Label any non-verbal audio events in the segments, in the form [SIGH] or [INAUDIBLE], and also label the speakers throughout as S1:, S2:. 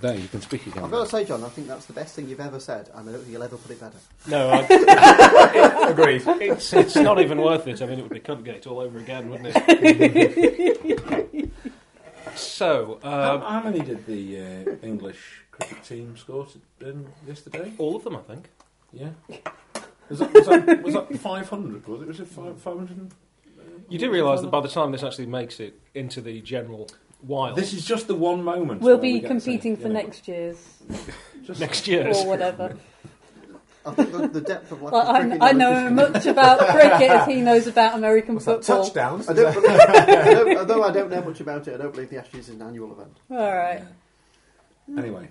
S1: No, you've been speaking
S2: I've
S1: down
S2: got
S1: there.
S2: to say, John, I think that's the best thing you've ever said, and I don't think you'll ever put it better.
S3: No,
S4: [LAUGHS]
S3: I
S4: Agreed.
S3: it's, it's not even worth it. I mean, it would be Cubgate all over again, wouldn't it?
S4: [LAUGHS]
S3: so,
S4: How,
S3: um,
S4: how many did the uh, English cricket team score to, um, yesterday?
S3: all of them, I think.
S4: Yeah. Was that, was that, was that 500? Was it? Was it five, 500?
S3: You do realise that by the time this actually makes it into the general wild,
S4: This is just the one moment.
S5: We'll
S4: where
S5: be
S4: we get to,
S5: competing
S4: you
S5: for
S4: know,
S5: next year's
S4: Just,
S3: [LAUGHS] next
S5: or
S3: year's.
S4: Oh.
S5: whatever.
S2: I think the, the depth of lack
S5: Well,
S2: of
S5: I,
S2: cricket
S5: I
S2: knowledge
S5: know
S2: is-
S5: as much about cricket as he knows about American
S6: What's that,
S5: football.
S6: touchdowns?
S2: I don't believe, I don't, although I don't know much about it, I don't believe the Ashes is an annual event.
S5: All right.
S4: Anyway,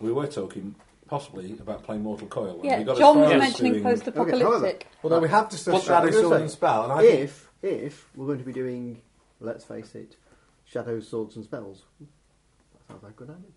S4: we were talking possibly about playing Mortal Coil. and
S5: Yeah,
S4: we got as
S5: John
S4: far
S5: was
S4: as
S5: mentioning
S4: doing-
S5: post-apocalyptic.
S6: Although we have discussed
S2: Well,
S6: Shadow
S2: I was
S6: Sword
S2: gonna
S6: and
S2: say,
S6: Spell, and I think
S2: If, if we're going to be doing, let's face it, shadows, swords, and spells, that sounds like a good idea.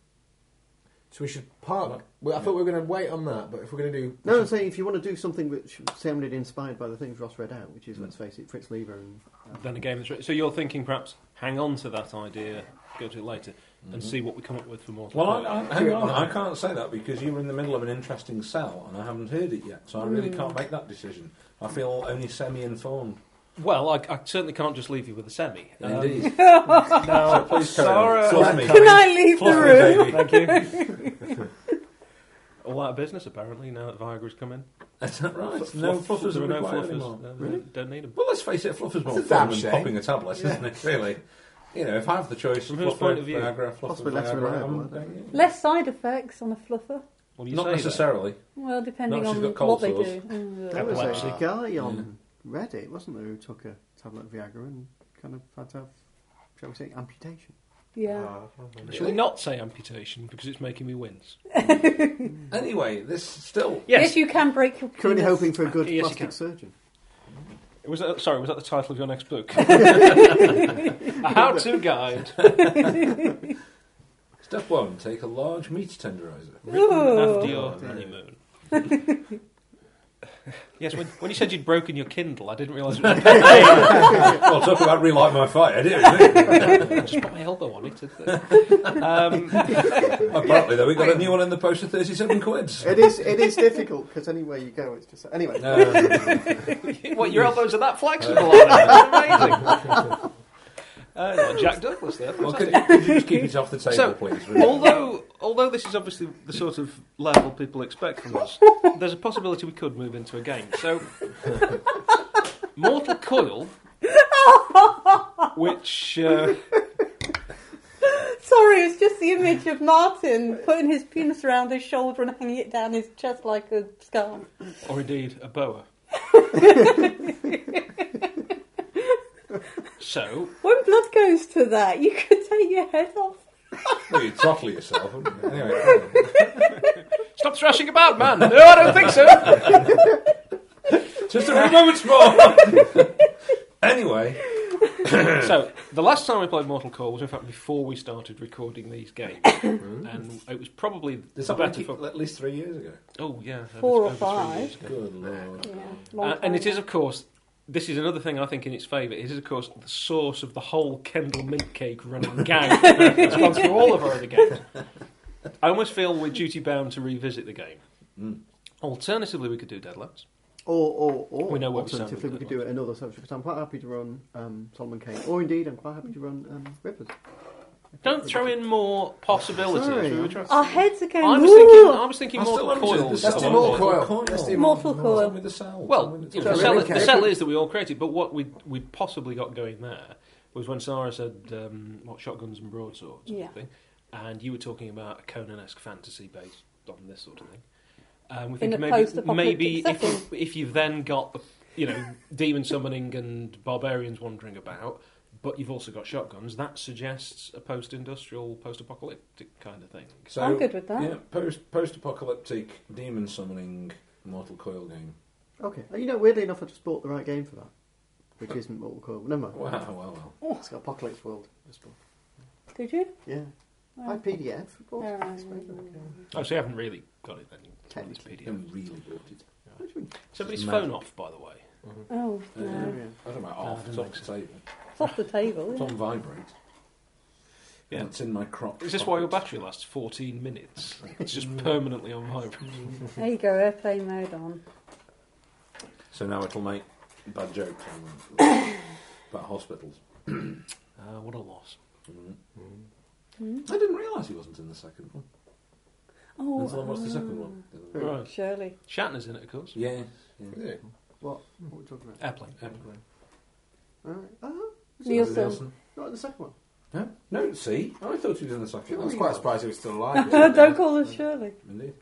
S6: so we should park. Well, I thought we were going to wait on that, but if we're going to do,
S2: No, I'm saying if you want to do something which sounded inspired by the things Ross read out, which is, let's face it, Fritz Lieber and.
S3: Then a game that's re- so you're thinking perhaps hang on to that idea, go to it later, and
S4: Mm-hmm.
S3: see what we come up with for Mortal
S4: Well, I,
S3: Kombat.
S4: I, hang on, I can't say that because you were in the middle of an interesting cell and I haven't heard it yet, so I really can't make that decision. I feel only semi-informed.
S3: Well, I, I certainly can't just leave you with a semi.
S4: [LAUGHS]
S3: Um,
S4: Indeed.
S3: no,
S4: Please carry
S3: sorry.
S4: on. Fluff me.
S5: Can I leave
S4: Fluff
S5: the
S4: me,
S5: room?
S4: baby.
S3: Thank you. [LAUGHS] All out of business apparently now that Viagra's come in.
S4: Is that right? No
S3: Fluff-
S4: fluffers
S3: there
S4: are
S3: are no
S4: required
S3: fluffers.
S4: anymore.
S3: No,
S2: Really?
S3: Don't need them.
S4: Well, let's face it, fluffer's more
S6: It's a damn
S4: fun than
S6: shame.
S4: popping a tablet, isn't it, really? You know, if I have the choice,
S3: From whose
S4: fluffer,
S3: point of view?
S4: Viagra, fluffer,
S2: Possibly less
S4: Viagra,
S2: reliable,
S4: I'm-
S2: I think.
S4: yeah.
S5: Less side effects on a fluffer.
S3: Well, you
S4: Not
S3: say that.
S4: necessarily.
S5: Well, depending
S4: No, she's
S5: on
S4: got cold
S5: what they
S4: sores.
S5: do. Mm,
S2: There was
S3: Epilepsy.
S2: a guy on Reddit, wasn't there, who took a tablet of Viagra and kind of had to have, shall we say, amputation.
S5: Yeah.
S6: Ah,
S3: Shall we not say amputation because it's making me wince?
S4: Anyway, this still
S5: Yes. you can break your.
S2: Currently
S5: penis.
S2: hoping for a good
S3: Yes, you can.
S2: plastic surgeon.
S3: Was that, sorry, was that the title of your next book? a how-to guide
S4: Step one: take a large meat tenderizer.
S3: written
S5: Ooh.
S3: after your honeymoon. [LAUGHS] yes, when, when you said you'd broken your Kindle, I didn't realise it was
S4: well, talk about relight my fire, didn't
S3: I just put my elbow on it. didn't I? Um,
S4: Apparently, Oh, though, we got a new one in the post for thirty-seven
S5: [LAUGHS]
S4: quids.
S2: It is, it is difficult because anywhere you go, it's just. Anyway,
S4: Um,
S3: what, your elbows are that flexible? Are they? That's
S4: [LAUGHS]
S3: amazing. Uh, like Jack Douglas there.
S4: well, could,
S3: fantastic.
S4: could you just keep it off the table,
S3: So,
S4: please?
S3: although although this is obviously the sort of level people expect from us, there's a possibility we could move into a game. So, Mortal Coil, which uh,
S5: [LAUGHS] Sorry, it's just the image of Martin putting his penis around his shoulder and hanging it down his chest like a scarf.
S3: or indeed a boa. so,
S5: When blood goes to that, you could take your head off.
S4: Well, you throttle yourself. wouldn't you? Anyway,
S3: stop thrashing about, man. No, I don't think so.
S4: just a few moments more. [LAUGHS] anyway,
S3: [COUGHS] So, the last time we played Mortal Coil was in fact before we started recording these
S5: [COUGHS]
S3: games, and it was probably
S4: this
S3: the
S4: happened
S3: better. For,
S4: at least three years ago.
S3: oh yeah, over-
S5: Four or
S3: over three
S5: five.
S3: years ago.
S4: Good lord.
S5: Yeah,
S3: Uh,
S5: long
S3: and it
S5: time.
S3: is, of course, this is another thing I think in its favour. It is, of course, the source of the whole Kendall Mint Cake
S5: [LAUGHS]
S3: running gang that's gone through all of our other games. I almost feel we're duty bound to revisit the game.
S5: Hmm.
S3: Alternatively, we could do Deadlands.
S2: or, or, or
S3: We know what we sound
S2: alternatively, we
S3: with
S2: could do it another subject because I'm quite happy to run um, Solomon Kane, or indeed, I'm quite happy to run um, Rivers.
S3: Don't throw in more possibilities.
S2: Sorry.
S3: We were trying-
S5: Our heads are going.
S3: I was
S5: "Ooh."
S3: thinking, I was thinking
S4: I still
S3: more
S4: haven't seen
S3: coils.
S4: this
S6: Let's do
S4: one.
S6: more coil.
S4: Coil.
S6: Let's do
S4: Tell
S5: Mortal
S4: me
S5: coil.
S4: the cell. Tell
S3: Well,
S4: me the
S3: you know,
S4: cell.
S3: the, cell,
S6: okay.
S3: the cell is that we all created, but what we we possibly got going there was when Sarah said um, what shotguns and broadswords, sort
S5: Yeah.
S3: of thing, and you were talking about a Conan-esque fantasy based on this sort of thing. Um, we
S5: In a
S3: think maybe,
S5: post-apocalyptic
S3: maybe if
S5: setting.
S3: you, if you've then got the you know demon summoning and barbarians wandering about, but you've also got shotguns, that suggests a post-industrial, post-apocalyptic kind of thing.
S4: So,
S5: I'm good with that.
S4: Yeah, post post apocalyptic demon summoning mortal coil game.
S2: Okay, you know, weirdly enough, I just bought the right game for that, which isn't Mortal Coil. Never mind.
S4: Wow, wow, wow.
S2: It's got Apocalypse World. Just bought.
S5: Did you?
S2: Yeah. My PDF. of course.
S5: Yeah.
S2: It's very good.
S3: Oh, so you haven't really got it then. It's
S2: Technically.
S4: You
S3: PDF.
S4: really bought it.
S2: What do you mean?
S3: Somebody's
S4: Mad.
S3: phone off, by the way.
S5: Oh
S4: Yeah.
S5: no,
S2: Yeah.
S4: I don't know,
S3: No, I
S4: off
S3: don't
S4: it's off
S3: think
S4: the table.
S5: it's off the table.
S4: It's
S5: yeah.
S4: on vibrate.
S3: Yeah.
S4: and it's in my crop.
S3: Is this why your battery lasts 14 minutes? It's just permanently on vibrate.
S5: There you go, airplane mode on.
S4: So now it'll make bad jokes on- [COUGHS] about hospitals.
S3: Ah, what a loss.
S4: Mm.
S5: Hmm?
S4: I didn't realise he wasn't in the second one.
S5: Oh, uh,
S4: Until I watched the second one.
S3: Right.
S5: Surely.
S3: Shatner's in it, of course.
S4: Yeah. yeah.
S6: Yeah.
S2: What? What are we talking about?
S3: Airplane.
S4: Airplane.
S2: All right. Oh,
S5: Nielsen. [LAUGHS]
S2: not in the second one.
S4: Huh? No, see? I thought he was in the second
S6: I
S4: one.
S6: was quite surprised he was still
S5: [LAUGHS]
S6: alive.
S5: Don't call us Shirley.
S4: Indeed.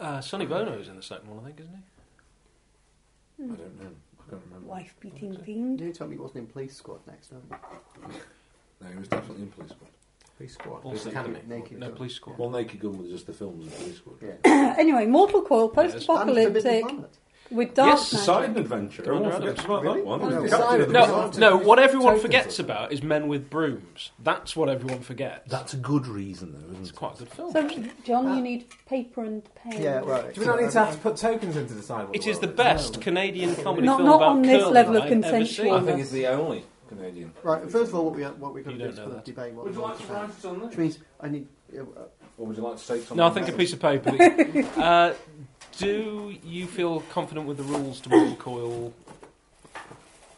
S3: Uh, Sonny Bono's in the second one, I think, isn't he?
S4: I don't know. I can't remember.
S5: Wife beating fiend.
S2: You tell me he wasn't in Police Squad next, don't you?
S4: No, he was definitely in Police Squad.
S6: Police squad.
S3: Also-
S6: Police academy.
S2: Naked.
S3: No, Police Squad.
S4: Well, Naked Gun was just the films of Police Squad.
S2: Yeah.
S5: [CLEARS THROAT] anyway, Mortal Coil,
S3: Yes.
S5: post
S2: And Forbidden
S5: apocalyptic,
S2: Planet.
S5: with dark
S3: Yes,
S5: magic.
S4: Poseidon Adventure.
S3: Commander
S4: Everyone forgets
S3: Adams.
S4: about that one.
S6: Really?
S4: Captain
S6: Poseidon.
S4: of the
S3: No,
S4: Atlantic.
S3: no. What everyone
S6: Tokens
S3: forgets
S6: or-
S3: about is Men with Brooms. That's what everyone forgets.
S4: That's a good reason, though, isn't
S3: it's
S4: it?
S3: quite a good film.
S5: So, John,
S4: Uh,
S5: you need paper and pen.
S2: Yeah, well,
S6: Do we not need to have to put tokens into the side?
S3: it is the best Canadian comedy
S5: Not-
S3: film
S5: not
S3: about
S5: on this
S3: curling
S5: level of
S3: I've ever
S5: consensual.
S3: seen.
S5: I think it's
S4: the only Canadian.
S2: Right, first of all, what we what we're going
S3: You
S2: to do
S3: don't
S2: is
S3: know
S2: for the
S3: that.
S2: debate. What
S4: Would you
S2: we
S4: like to
S2: want
S4: write it on
S2: Which
S4: there?
S2: means I need. yeah, Uh,
S4: Or would you like to say something?
S3: No, I think a
S4: else?
S3: piece of paper.
S5: [LAUGHS]
S3: But, uh, do you feel confident with the rules to Mortal Coil?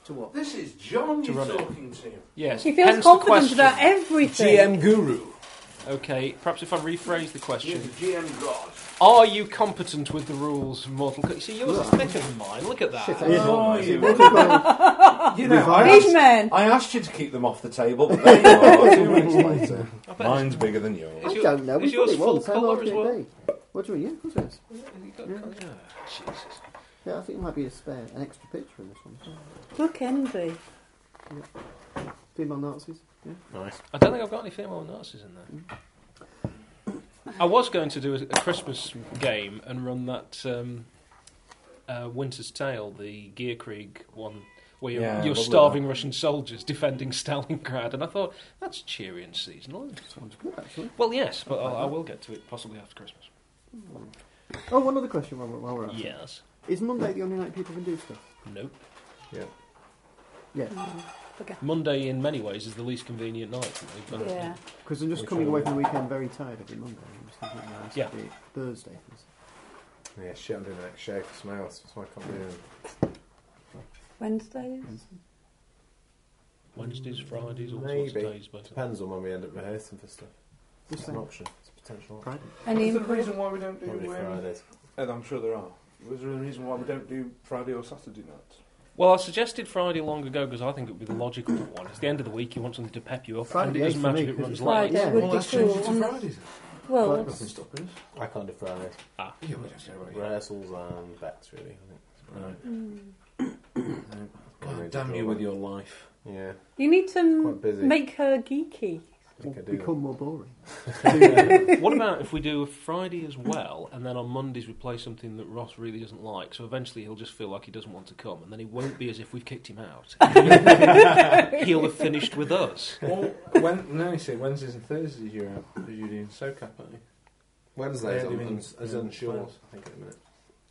S2: to what?
S1: This is John
S3: To
S1: you're
S3: run it.
S1: talking to.
S3: Yes.
S5: She feels
S3: hence the
S5: confident
S3: question.
S5: about everything.
S6: GM Guru.
S3: Okay, perhaps if I rephrase the
S1: You're
S3: question.
S1: the GM god.
S3: Are you competent with the rules of Mortal Kombat? See, yours is thicker than mine. Look at that.
S2: Shit,
S3: Well,
S4: Oh,
S2: Is
S4: you-
S2: it Mortal
S3: [LAUGHS]
S2: Kombat?
S4: You know, I
S5: Big
S4: asked,
S5: men.
S4: I asked you to keep them off the table, but
S1: [LAUGHS]
S4: there you are, two weeks later.
S3: I bet
S4: Mine's bigger than yours.
S3: Is
S2: I
S3: your-
S2: don't know.
S3: is
S2: We
S3: yours
S2: probably won't.
S3: full
S2: How
S3: colour
S2: large
S3: as
S2: can
S3: well?
S2: it be? What do you mean? Yeah, of course it is.
S3: you got- Ah, Jesus.
S2: Yeah, I think there might be a spare, an extra picture in this one.
S5: Look, envy.
S2: Female Nazis. Yeah.
S6: Nice.
S3: I don't think I've got any female Nazis in there. I was going to do a, a Christmas game and run that um, uh, Winter's Tale, the Gear Krieg one, where you're,
S4: Yeah,
S3: you're
S4: lovely
S3: starving Russian soldiers defending [LAUGHS] Stalingrad, and I thought that's cheery and seasonal. isn't it?"
S2: Sounds good, actually.
S3: Well, yes, but I'll, I will get to it possibly after Christmas.
S2: Oh, one other question while we're, while we're at it.
S3: Yes.
S2: Is Monday the only night people can do stuff?
S3: Nope.
S2: Yeah.
S3: Monday, in many ways, is the least convenient night. For me, but
S5: Yeah.
S2: Because I'm just
S6: Which
S2: coming
S6: one?
S2: away from the weekend very tired every Monday. I'm just thinking, no, it's
S3: Yeah.
S2: gonna be Thursday.
S6: Yeah, shit, I'm doing the next show for someone else. That's why I can't do it.
S5: Wednesdays.
S3: Wednesdays, Fridays, all sorts
S6: Maybe.
S3: of days. But uh,
S6: Depends on when we end up rehearsing for stuff.
S2: This
S6: It's an
S2: thing.
S6: option. It's a potential option.
S2: Friday.
S5: Any
S1: What's the
S5: improv?
S1: reason why we don't
S6: Probably
S1: do? Um,
S6: Fridays.
S1: and I'm sure there are. Was there a reason why we don't do Friday or Saturday nights?
S3: Well, I suggested Friday long ago because I think it would be the logical one. It's the end of the week, you want something to pep you up, and
S2: Friday
S3: it
S2: is
S3: doesn't
S2: for
S3: matter
S2: me
S3: if it
S2: 'cause
S3: runs
S2: it's
S3: late.
S5: Friday. Yeah,
S1: Well,
S5: would be
S1: let's change it
S5: cool.
S1: to Fridays.
S5: Well,
S2: Right.
S1: Nothing stopping us.
S6: I can't do Fridays.
S3: Ah.
S1: Yeah, we don't care about you.
S6: Rehearsals and bets, really. I think.
S4: Right.
S5: mm.
S4: God damn you with your life.
S6: Yeah,
S5: you need to
S6: Quite busy.
S5: m- make her geeky.
S6: I think I do.
S2: Become more boring.
S3: what about if we do a Friday as well, and then on Mondays we play something that Ross really doesn't like, so eventually he'll just feel like he doesn't want to come, and then he won't be as if we've kicked him out. [LAUGHS] he'll have finished with us.
S4: Well, when, no, you see, Wednesdays and Thursdays you're out because you're doing SoCap, aren't you?
S6: Wednesdays,
S4: Yeah,
S6: I'm,
S4: do you
S6: I'm,
S4: mean-
S6: s- as unsure. I think at the minute.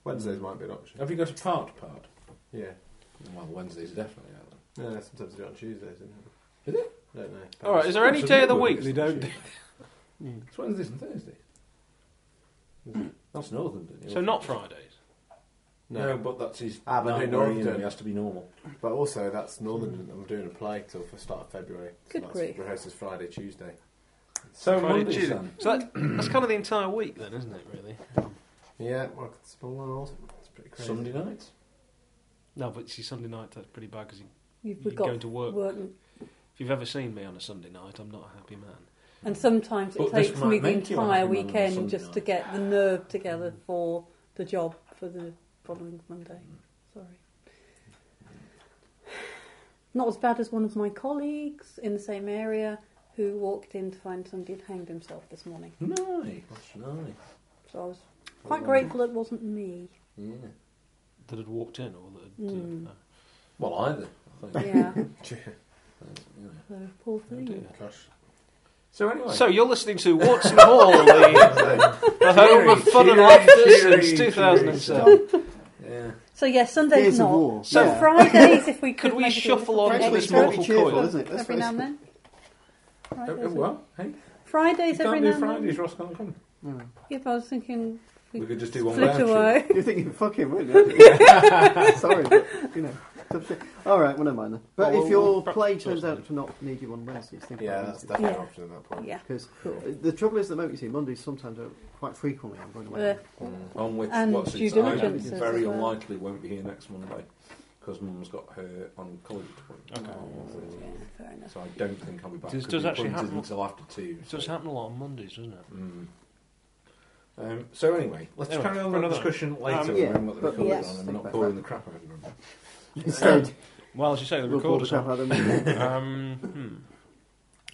S6: Wednesdays might be an option.
S4: Have you got a part part?
S6: Yeah.
S4: Well, Wednesdays definitely out then.
S6: No, sometimes I do it on Tuesdays. Isn't it?
S4: Is it?
S6: I don't know.
S3: All right, is there any
S4: It's a
S3: day of the
S4: good one,
S3: week
S4: isn't
S3: they
S4: it?
S3: don't do?
S2: Yeah.
S4: [LAUGHS] It's Wednesdays and Thursdays. That's Northern, isn't it?
S3: So not Fridays.
S4: No,
S6: No,
S4: but that's his.
S6: Ah, but
S4: night
S6: no,
S4: where, you
S6: Northern.
S4: know, He has to be normal.
S6: but also that's Northern. I'm doing a play till the start of February. So
S5: Good
S6: that's
S5: grief.
S6: Rehearsals Friday, Tuesday.
S4: So
S3: Friday,
S4: Mondays
S3: Tuesday.
S4: then.
S3: So that, that's kind of the entire week then, isn't it? Really?
S6: Yeah, well, it's small world. It's pretty crazy.
S4: Sunday nights.
S3: No, but see, Sunday night that's pretty bad because if
S5: You've
S3: You're
S5: got
S3: going to work.
S5: and-
S3: you've ever seen me on a Sunday night, I'm not a happy man.
S5: And sometimes it
S4: But this
S5: takes
S4: might
S5: me the
S4: make you
S5: entire
S4: happy on a
S5: weekend
S4: Sunday
S5: just to
S4: night.
S5: get the nerve together for the job for the following Monday. Sorry. [SIGHS] Not as bad as one of my colleagues in the same area who walked in to find somebody had hanged himself this morning.
S4: Nice, nice.
S5: So I was
S4: Oh,
S5: quite grateful it wasn't me.
S4: [LAUGHS] Yeah.
S3: That had walked in, or that had,
S5: Mm.
S3: uh,
S4: Well, either. I think.
S5: Yeah.
S4: That's, you know.
S5: so poor
S4: Oh,
S5: thing.
S3: dear.
S6: Gosh.
S4: So anyway.
S3: So you're listening to Watson Hall, the, the home of fun and laughter since 2007.
S4: yeah.
S5: So yeah, Sunday's
S2: Days of
S5: not.
S2: war.
S5: So
S2: Yeah. [LAUGHS]
S5: Fridays, if we could
S3: Could we
S5: make it a
S3: shuffle
S5: little
S3: on
S5: bit
S2: Frankly,
S3: to this
S2: it's
S5: extra
S2: pretty
S3: Mortal
S2: cheerful,
S3: Coil?
S2: isn't it? Let's
S5: every
S2: face
S5: now
S2: it.
S5: and then? Fridays.
S4: Oh, well, hey,
S5: Fridays
S4: you
S5: every
S4: can't
S5: now
S4: do
S5: and then.
S4: Fridays. Ross can't come.
S2: No.
S5: If I was thinking
S4: We could just do one
S5: split
S4: without you.
S5: away.
S2: [LAUGHS] You're thinking, fucking would, yeah.
S5: [LAUGHS]
S2: Sorry, but, you [LAUGHS] know. it's up to- All right, well, never mind then. But
S6: Well,
S2: if
S6: well,
S2: your
S4: well,
S2: play
S4: perhaps
S2: turns
S4: that's
S2: out to not need you on Wednesdays, think
S6: Yeah,
S2: about
S6: that's
S2: Wednesdays.
S6: definitely
S5: Yeah.
S6: an option at that point.
S5: Yeah.
S2: Because
S5: Cool.
S2: the trouble is, at the moment, you see, Mondays sometimes are quite frequently. I'm going away.
S5: Uh,
S4: On which
S5: And
S4: what's
S5: due
S4: its eye,
S5: diligence as
S4: very
S5: well.
S4: unlikely won't be here next Monday because Mum's got her on college appointment. Oh,
S5: yeah, fair enough.
S4: So I don't think I'll be back.
S3: Does-
S4: 'cause
S3: does
S4: the
S3: actually
S4: appointment
S3: happen-
S4: isn't until after two.
S3: So it's happened a lot on Mondays, doesn't it?
S2: Hmm.
S4: Mm. Um, so anyway, let's
S3: Anyway,
S4: carry on
S3: for
S4: with the
S3: another-
S4: discussion later.
S2: Um,
S4: when
S2: yeah,
S4: we've got the
S2: but-
S4: recording
S5: yes,
S4: on and
S2: think
S4: not
S2: about
S4: boring the crap out of everyone.
S2: [LAUGHS] Instead,
S3: Well, as you say, the
S2: we'll pull the
S3: recorder's
S2: crap
S3: on.
S2: out of them. [LAUGHS]
S3: Um,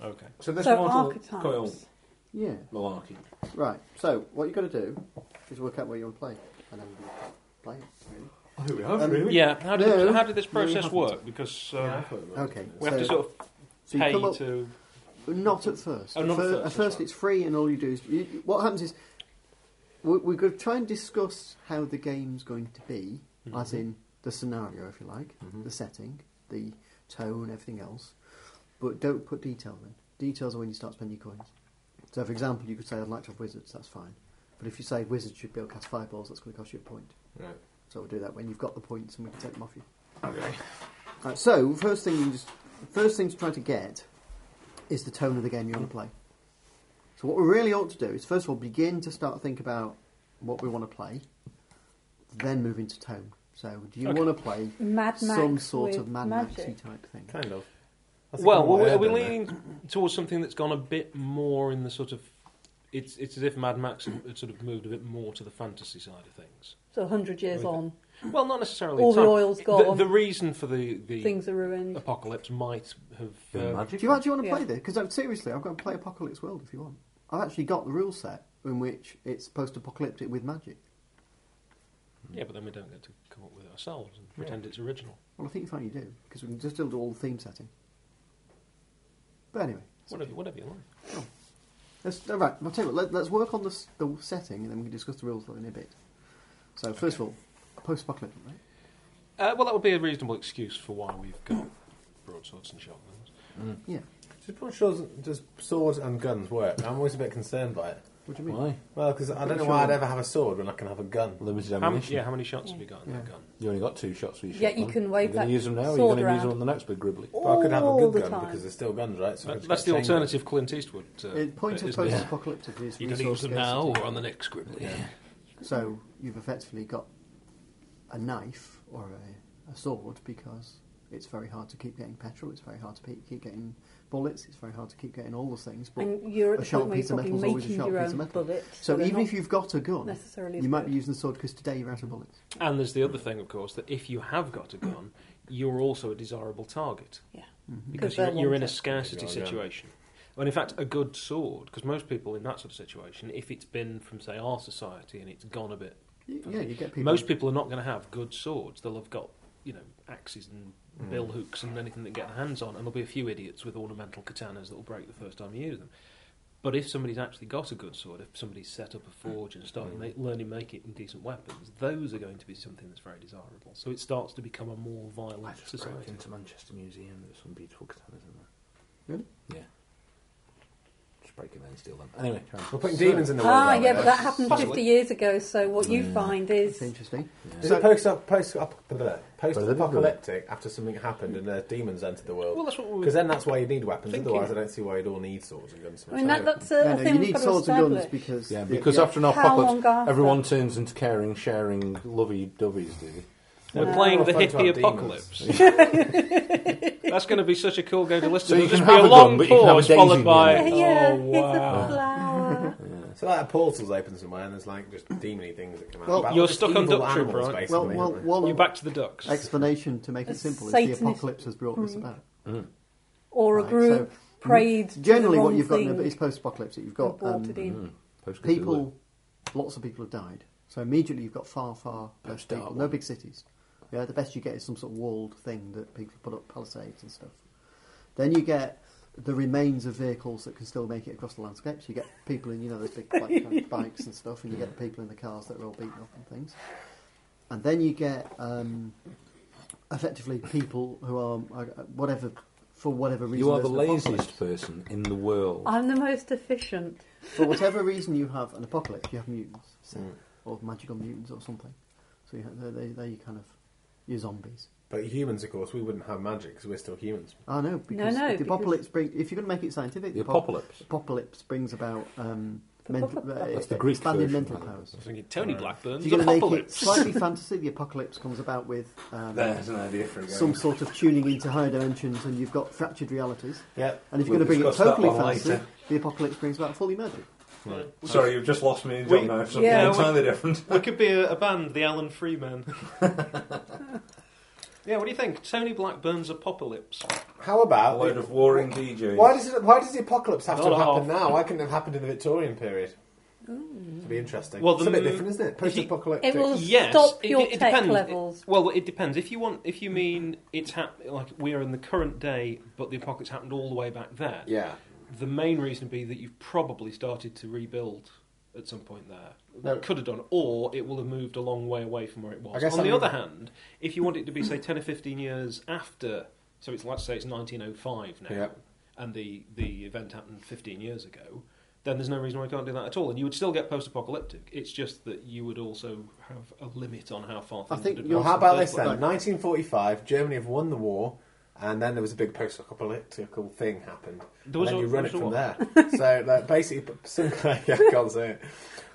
S3: hmm. Okay.
S4: So this
S5: So
S4: model coil
S5: archetypes.
S2: Yeah.
S4: malarkey.
S2: Right. So what you've got to do is work out where you want to play, and then you play it. Really.
S4: Oh, we have
S2: Um,
S4: really.
S3: Yeah, how did,
S2: No,
S3: how did this
S2: no,
S3: process
S2: it hasn't.
S3: work? Because uh,
S4: Yeah, I thought it was.
S2: Okay.
S3: we have to
S2: so-
S3: sort of
S2: So you
S3: pay
S2: come up-
S3: to.
S2: Not at first.
S3: Oh,
S2: at
S3: not at
S2: fir-
S3: first,
S2: at
S3: that's
S2: first
S3: right.
S2: it's free, and all you do is you, what happens is we, we're going to try and discuss how the game's going to be,
S3: Mm-hmm.
S2: as in the scenario, if you like,
S4: Mhm.
S2: the setting, the tone, everything else. But don't put detail in. Details are when you start spending your coins. So, for example, you could say I'd like to have wizards. That's fine. But if you say wizards should be able to cast fireballs, that's going to cost you a point.
S4: Right.
S2: So we'll do that when you've got the points, and we can take them off you.
S4: Okay.
S2: Right, so first thing you just, first thing to try to get is the tone of the game you want to play. So what we really ought to do is first of all begin to start think about what we want to play, then move into tone. So do you
S3: Okay.
S2: want to play
S5: Mad Max
S2: some sort of
S5: with
S2: Mad
S5: magic.
S2: Maxy type thing?
S6: Kind of. I think
S3: Well,
S6: I'm
S3: well,
S6: there,
S3: are we
S6: don't I?
S3: leaning towards something that's gone a bit more in the sort of. It's, it's as if Mad Max had had sort of moved a bit more to the fantasy side of things.
S5: So 100 years
S3: With-
S5: on,
S3: Well, not necessarily.
S5: All the
S3: time.
S5: oil's gone.
S3: The, the reason for the, the
S5: things are ruined.
S3: apocalypse might have.
S4: Yeah,
S3: uh,
S4: magic.
S2: Do you actually want to
S5: Yeah.
S2: play this? Because seriously, I've got to play Apocalypse World if you want. I've actually got the rule set in which it's post-apocalyptic with magic.
S3: yeah, but then we don't get to come up with it ourselves and pretend it's original.
S2: Well, I think you find you do because we can just still do all the theme setting. But anyway.
S3: Whatever, whatever you like.
S2: Let's, all right, I'll tell you what, let, let's work on the, s- the setting and then we can discuss the rules in a bit. So, first of all, post apocalyptic, right?
S3: Uh, well, that would be a reasonable excuse for why we've got broadswords and shotguns.
S2: Yeah.
S6: Just put swords, just swords and guns work. I'm always a bit concerned by it.
S2: What do you mean?
S4: Why?
S6: Well, because I don't know why I'd ever have a sword when I can have a gun.
S4: Limited
S3: How, m-
S4: ammunition.
S3: yeah, how many shots have you got in
S2: Yeah.
S3: that gun?
S4: You only got two shots for your
S5: Yeah,
S4: shotgun.
S5: you can wave
S4: You're gonna
S5: that
S4: use them now. or You're
S5: sword
S4: going to use them
S5: around.
S4: on the next big gribbly.
S6: But I could have a
S5: All the
S6: good gun
S5: time.
S6: because there's still guns, right? So I
S3: That-
S6: could
S3: that's
S6: just
S3: the
S6: change
S3: alternative Clint Eastwood. Uh,
S2: The point
S3: bit,
S2: of
S3: isn't it?
S2: post apocalyptic is
S3: You're going to
S2: resource
S3: use them now
S2: scarcity.
S3: or on the next Scribbly.
S2: So, you've effectively got a knife or a, a sword because it's very hard to keep getting petrol, it's very hard to pe- keep getting bullets, it's very hard to keep getting all those things. But
S5: And you're at
S2: a
S5: the
S2: sharp
S5: point where you're
S2: piece of
S5: probably
S2: metal's always a
S5: making
S2: sharp
S5: your
S2: piece of
S5: own
S2: metal.
S5: bullets.
S2: so,
S5: they're
S2: even
S5: not
S2: if you've got a gun,
S5: necessarily
S2: you might be
S5: using.
S2: using the sword because today you're out of bullets.
S3: And there's the other thing, of course, that if you have got a gun, you're also a desirable target
S5: Yeah.
S3: because
S2: Mm-hmm.
S5: Because
S3: you're,
S5: they'll
S3: you're
S5: want
S3: in a
S5: it.
S3: scarcity
S4: Yeah, yeah.
S3: situation. And in fact, a good sword, because most people in that sort of situation, if it's been from, say, our society and it's gone a bit,
S2: Y- Yeah, you get people.
S3: most people are not going to have good swords. They'll have got, you know, axes and
S4: Mm.
S3: bill hooks and anything they can get their hands on, and there'll be a few idiots with ornamental katanas that will break the first time you use them. But if somebody's actually got a good sword, if somebody's set up a forge and
S4: Mm.
S3: started ma- learning making decent weapons, those are going to be something that's very desirable. So it starts to become a more
S4: I
S3: violent
S4: just broke
S3: society.
S4: into Manchester Museum. There's some beautiful katanas in there.
S2: Really?
S4: Yeah. Just break it and steal them. Anyway, carry on.
S6: We're putting demons in the world.
S5: Ah,
S6: aren't
S5: yeah,
S6: we?
S5: but that happened
S3: Possibly.
S5: 50 years ago, so
S2: Mm.
S5: what you
S4: Yeah.
S5: find
S2: That's
S5: is.
S2: interesting.
S6: Is it post post post apocalyptic after something happened and uh, demons entered the
S3: Well,
S6: world?
S3: that's what we
S6: Because then that's why you need weapons.
S3: Thinking-
S6: Otherwise, I don't see why you'd all need swords and guns.
S5: I
S6: so much
S5: mean, that,
S6: anyway.
S5: that's a
S2: No, no,
S5: thing
S2: you
S5: we've
S2: need
S5: got to
S2: swords and guns
S5: establish.
S2: because
S4: Yeah,
S2: the-
S4: because
S2: yeah,
S4: after an
S5: How
S4: apocalypse,
S5: long after?
S4: everyone turns into caring, sharing, lovey doveys, do they?
S3: We're
S5: Uh,
S3: playing
S6: Well,
S3: the
S6: fun to
S3: hippie
S6: have
S4: [LAUGHS]
S3: apocalypse. That's going to be such a cool game to listen
S4: So
S3: to.
S4: you
S3: There'll
S4: can
S3: just be
S4: have
S3: a
S4: a gun,
S3: long
S4: but you can have a
S3: pause
S4: daisy
S3: followed
S4: in
S3: by,
S4: the
S5: [LAUGHS] Yeah,
S3: oh,
S5: here's a
S2: [LAUGHS]
S3: wow.
S5: flower.
S6: So like a portal's open somewhere and there's like just demony things that come out.
S2: Well,
S6: About
S3: you're
S6: just
S3: stuck on
S6: evil
S3: Duck Troop,
S6: animals,
S3: right?
S2: Well,
S6: basically,
S2: well,
S6: aren't we?
S2: one
S3: You're back to the ducks.
S2: explanation to make it
S5: It's
S2: simple is
S5: Satanist-
S2: the apocalypse has brought this about.
S5: or a
S2: Right,
S5: group
S2: so
S5: prayed. to
S2: Generally,
S5: the
S2: what
S5: wrong
S2: you've got in a
S5: thing
S2: bit is post-apocalyptic. You've
S5: and
S2: got
S5: brought
S2: um,
S5: it in.
S4: Post Cthulhu.
S2: people, lots of people have died. So immediately you've got far, far less
S4: Start
S2: people.
S4: one.
S2: No big cities. Yeah, the best you get is some sort of walled thing that people put up palisades and stuff. Then you get the remains of vehicles that can still make it across the landscape. So you get people in, you know, those big like, kind of bikes and stuff, and you get the people in the cars that are all beaten up and things. And then you get um, effectively people who are uh, whatever for whatever reason.
S4: You are the
S2: there's an apocalypse.
S4: laziest person in the world.
S5: I'm the most efficient.
S2: For whatever reason, you have an apocalypse. You have mutants so-
S4: Mm.
S2: or magical mutants or something. So you have, they, they, they kind of you're zombies.
S6: But humans, of course, we wouldn't have magic because we're still humans.
S2: I know because
S5: no,
S2: the
S5: because-
S2: apocalypse bring, if you're going to make it scientific,
S4: The
S2: apo-
S4: apocalypse.
S2: apocalypse brings about um, mental, uh,
S5: That's
S4: the Greek
S2: expanded
S4: version,
S2: mental
S4: I think.
S2: powers.
S3: I was thinking Tony Blackburn's
S2: If you're going to make it
S3: apocalypse. [LAUGHS]
S2: slightly fantasy, the apocalypse comes about with um,
S4: an idea for a
S2: some sort of tuning into higher dimensions, and you've got fractured realities.
S6: Yeah.
S2: And if you're
S4: We'll
S2: going to bring it
S4: discuss that
S2: totally
S4: one
S2: fantasy,
S4: later.
S2: the apocalypse brings about fully magic.
S4: Sorry, you've just lost me and
S3: We-
S4: John now. for Something
S5: Yeah, we-
S4: entirely different.
S3: We could be a, a band, the
S2: [LAUGHS]
S3: Alan Freeman. yeah, what do you think? Tony Blackburn's apocalypse.
S6: How
S4: A
S6: about
S4: load of warring DJs.
S6: why does it, why does the apocalypse have to
S3: Not
S6: happen
S3: half.
S6: now? Why couldn't it have happened in the Victorian period? It'd be interesting.
S3: Well,
S6: Well, it's
S3: the
S6: a bit
S3: m-
S6: different,
S3: [LAUGHS]
S6: isn't it?
S3: if
S6: Post
S3: you-
S6: apocalyptic.
S5: It will-
S3: Yes,
S5: Stop
S3: it-
S5: your
S3: it
S5: tech
S3: depend-
S5: levels.
S3: it- well, it depends. If you want, if you mean it's hap- like we are in the current day, but the apocalypse happened all the way back there.
S6: Yeah.
S3: The main reason would be that you've probably started to rebuild at some point there.
S6: No.
S3: Could have done, or it will have moved a long way away from where it was.
S6: I guess
S3: On
S6: I
S3: the
S6: mean-
S3: other hand, if you want it to be say ten or fifteen years after, so it's let's say it's 1905 now,
S4: Yeah.
S3: and the the event happened 15 years ago. Then there's no reason why you can't do that at all, and you would still get post-apocalyptic. It's just that you would also have a limit on how far.
S2: I
S3: things
S2: think
S3: would
S2: you'll
S6: Well,
S3: advance
S6: how
S3: in the
S6: about
S3: first
S6: this then?
S3: place.
S6: 1945, Germany have won the war, and then there was a big post-apocalyptic thing happened.
S3: There was
S6: and then
S3: a-
S6: you run
S3: there was
S6: it
S3: a
S6: from there. so
S3: [LAUGHS]
S6: that basically, Sinclair, [LAUGHS] yeah, I can't say it.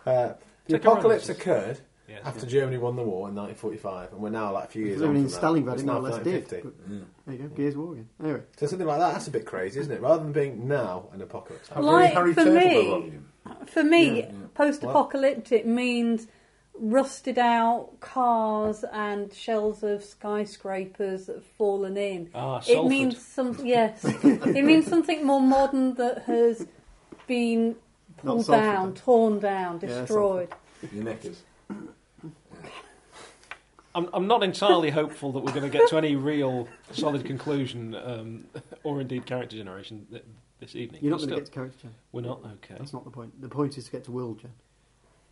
S6: Uh, the
S3: Take a run,
S6: apocalypse
S3: Moses.
S6: occurred
S3: Yeah.
S6: after Germany won the war in 1945, and we're now like a few years
S2: I
S6: on
S2: mean,
S6: from that.
S2: Stalingrad,
S6: It's
S2: it
S6: now
S2: more or less did.
S6: 1950.
S2: but- There you go, Gears of War again. Anyway,
S6: So something like that, that's a bit crazy, isn't it? Rather than being now an apocalypse.
S5: How Like, very Harry for Turtle me- they're on
S4: volume.
S5: For me, post-apocalyptic means rusted out cars and shells of skyscrapers that have fallen in.
S3: Ah, Salford.
S5: it means
S2: [LAUGHS]
S5: some yes. it means something more modern that has been
S2: Not
S5: pulled
S2: Salford,
S5: down,
S2: then.
S5: torn down,
S2: Yeah,
S5: destroyed.
S4: Your knickers.
S3: I'm, I'm not entirely hopeful that we're going to get to any real solid conclusion, um, or indeed character generation th- this evening.
S2: you're not
S3: But
S2: going to
S3: still,
S2: get to character gen.
S3: We're not okay,
S2: That's not the point. The point is to get to world gen.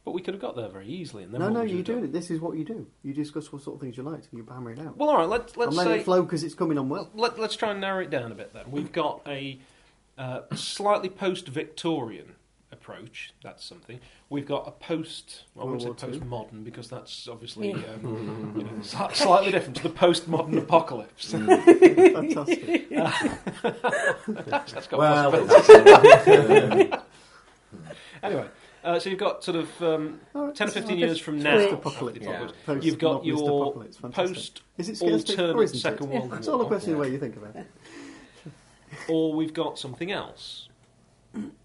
S3: but we could have got there very easily. And then
S2: No,
S3: what
S2: no,
S3: would you
S2: you're
S3: have done?
S2: doing it. This is what you do. You discuss what sort of things you liked, and you hammer it out.
S3: Well, all right. Let's let's
S2: and let
S3: say
S2: it flow because it's coming on
S3: [LAUGHS]
S2: well.
S3: let, us try and narrow it down a bit then. We've got a uh, slightly post Victorian approach, that's something. We've got a post, I wouldn't say
S2: World War
S3: post
S2: Two.
S3: modern because that's obviously um, you know, sli- slightly different to the
S2: [LAUGHS]
S3: post modern apocalypse. [LAUGHS]
S2: Fantastic.
S3: that's got
S4: Well, [LAUGHS]
S3: possibilities.
S4: that's it. Um,
S3: Anyway, uh, so you've got sort of um,
S2: All right,
S3: 10 or
S2: so
S3: 15
S2: I'll
S3: years
S2: just-
S3: from
S2: post
S3: now.
S2: apocalypse.
S3: Yeah.
S2: Post
S3: You've got
S2: modernist
S3: your
S2: apocalypse. Fantastic.
S3: post
S2: Is it
S3: alternate
S2: scarcity or isn't
S3: Second
S2: it?
S3: World War.
S2: It's all a question of the way you think about it.
S3: or we've got
S2: [CLEARS THROAT]
S3: something else.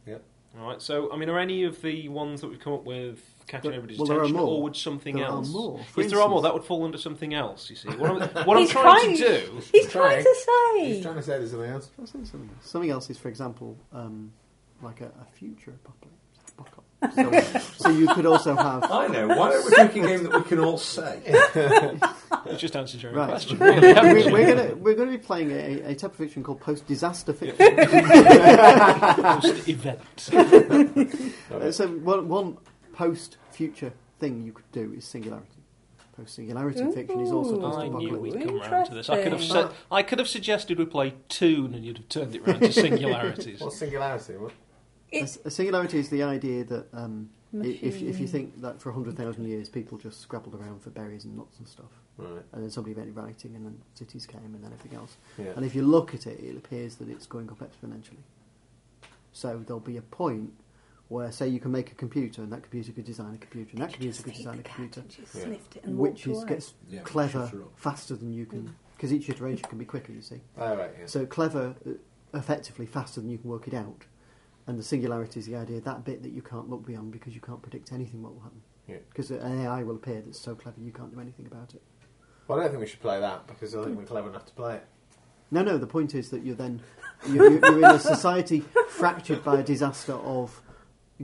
S6: Yep.
S3: All right. So, I mean, are any of the ones that we've come up with catching
S2: But-
S3: everybody's
S2: well, there are
S3: attention,
S2: more.
S3: or would something
S2: There are
S3: else?
S2: more.
S3: If
S2: For
S3: there are more,
S2: instance-
S3: that would fall under something else. You see, what I'm, what I'm
S5: He's
S3: trying to
S5: trying.
S3: do.
S5: He's trying to
S6: He's
S5: say.
S6: trying to say there's something else.
S2: That's not something else. Something else is, for example, um, like a, a future apocalypse.
S3: [LAUGHS]
S2: apocalypse. So, so you could also have
S4: [LAUGHS] I know. Why don't we pick a game that we can all say?
S3: You just answered your own
S2: Right.
S3: question. [LAUGHS] really, haven't
S2: we're,
S3: you?
S2: we're gonna we're gonna be playing a, a type of fiction called post disaster
S3: [LAUGHS]
S2: fiction. [LAUGHS]
S3: Post event.
S2: Uh, so one, one post future thing you could do is singularity. Post singularity fiction is also
S5: Ooh.
S2: post
S3: I knew
S2: apocalyptic.
S3: we'd come round to this. I could have said,
S2: Interesting.
S3: I could have suggested we play Tune, and you'd have turned it round to
S2: [LAUGHS]
S3: singularities.
S6: What's singularity? What?
S2: A,
S5: It's
S2: a singularity is the idea that um, i- if if you
S5: Machine.
S2: think that for hundred thousand years people just scrabbled around for berries and nuts and stuff,
S6: Right.
S2: and then somebody invented writing, and then cities came, and then everything else.
S6: Yeah.
S2: And if you look at it, it appears that it's going up exponentially. So there'll be a point where, say, you can make a computer, and that computer could design a computer, and that computer could design a computer,
S6: Yeah.
S5: sniffed it and
S2: which
S5: walked
S2: is,
S5: away.
S2: gets
S4: Yeah,
S2: clever
S4: shut her up.
S2: faster than you can, because each iteration can be quicker, you see.
S6: Oh, right, yeah.
S2: So clever, uh, effectively faster than you can work it out. And the singularity is the idea that bit that you can't look beyond because you can't predict anything what will happen.
S6: Yeah.
S2: Because an AI will appear that's so clever you can't do anything about it.
S6: Well, I don't think we should play that because I think we're clever enough to play it.
S2: No, no. The point is that you're then
S6: [LAUGHS]
S2: you're, you're, you're in a society fractured by a disaster of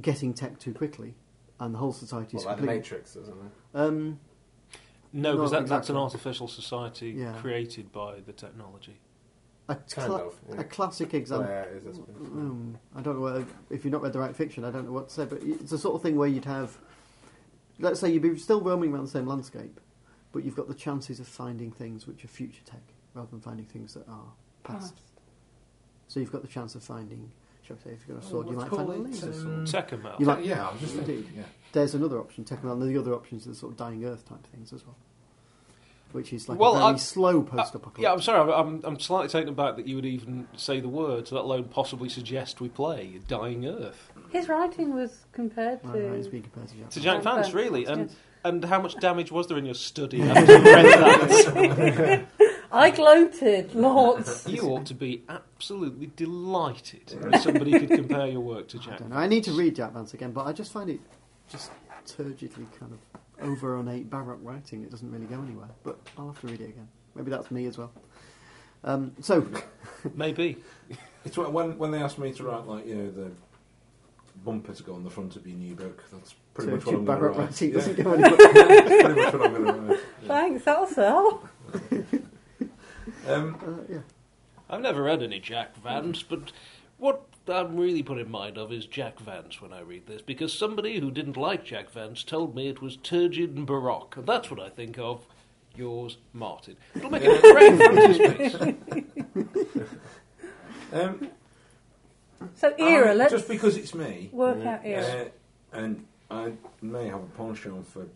S2: getting tech too quickly, and the whole society
S6: Well,
S2: is
S6: like the
S2: completely.
S6: Matrix or something.
S2: Um,
S3: No, because
S2: Not
S3: that, that's
S2: exactly.
S3: an artificial society
S2: Yeah.
S3: created by the technology.
S2: a,
S6: Kind
S2: cla-
S6: of, yeah.
S2: a classic example.
S6: Where is this one?
S2: Um, I don't know whether, if you've not read the right fiction, I don't know what to say, but it's the sort of thing where you'd have, let's say you'd be still roaming around the same landscape, but you've got the chances of finding things which are future tech rather than finding things that are past.
S5: Past.
S2: So you've got the chance of finding, shall we say, if you've got a
S4: Oh,
S2: sword, you
S4: what's
S2: might find a
S4: called it,
S2: laser
S4: um,
S2: sword.
S3: Tekken Metal.
S2: Mm. You might-
S4: yeah, I was just thinking.
S2: Indeed.
S4: Yeah.
S2: There's another option, technically, and the other options are sort of dying earth type things as well. Which is like
S3: Well,
S2: a very
S3: I-
S2: slow
S3: Uh,
S2: post apocalypse.
S3: yeah, I'm sorry, I'm, I'm slightly taken aback that you would even say the words, let alone possibly suggest we play Dying Earth.
S5: His writing was compared to.
S2: it's being compared to Jack.
S3: To Jack
S5: Jack
S3: Vance,
S5: Vance,
S3: really. And,
S5: yes.
S3: and how much damage was there in
S2: [LAUGHS]
S3: your study after you read that?
S5: I gloated, [LAUGHS]
S3: [LAUGHS]
S5: lots.
S3: You ought to be absolutely delighted that somebody could compare your work to
S2: I
S3: Jack.
S2: don't know. I need to read Jack Vance again, but I just find it just turgidly kind of over ornate baroque writing. It doesn't really go anywhere, but I'll have to read it again. Maybe that's me as well. Um, so,
S3: Maybe.
S4: It's wh- when when they asked me to write like you know the bumper to go on the front of your new book. That's pretty much what
S2: turgid
S4: I'm going to
S2: baroque
S4: write.
S2: writing
S4: Yeah, [LAUGHS]
S2: doesn't go anywhere.
S4: pretty much what I'm going to write. Yeah.
S5: Thanks, that'll sell.
S4: Um,
S2: uh, yeah.
S3: I've never read any Jack Vance, but what I'm really put in mind of is Jack Vance when I read this, because somebody who didn't like Jack Vance told me it was turgid and baroque. And that's what I think of. Yours, Martin. It'll make a great frontispiece.
S4: um,
S3: Um,
S5: So, era,
S4: I-
S5: let's
S4: just because it's me,
S5: work out
S4: uh,
S5: era.
S4: and I may have a penchant for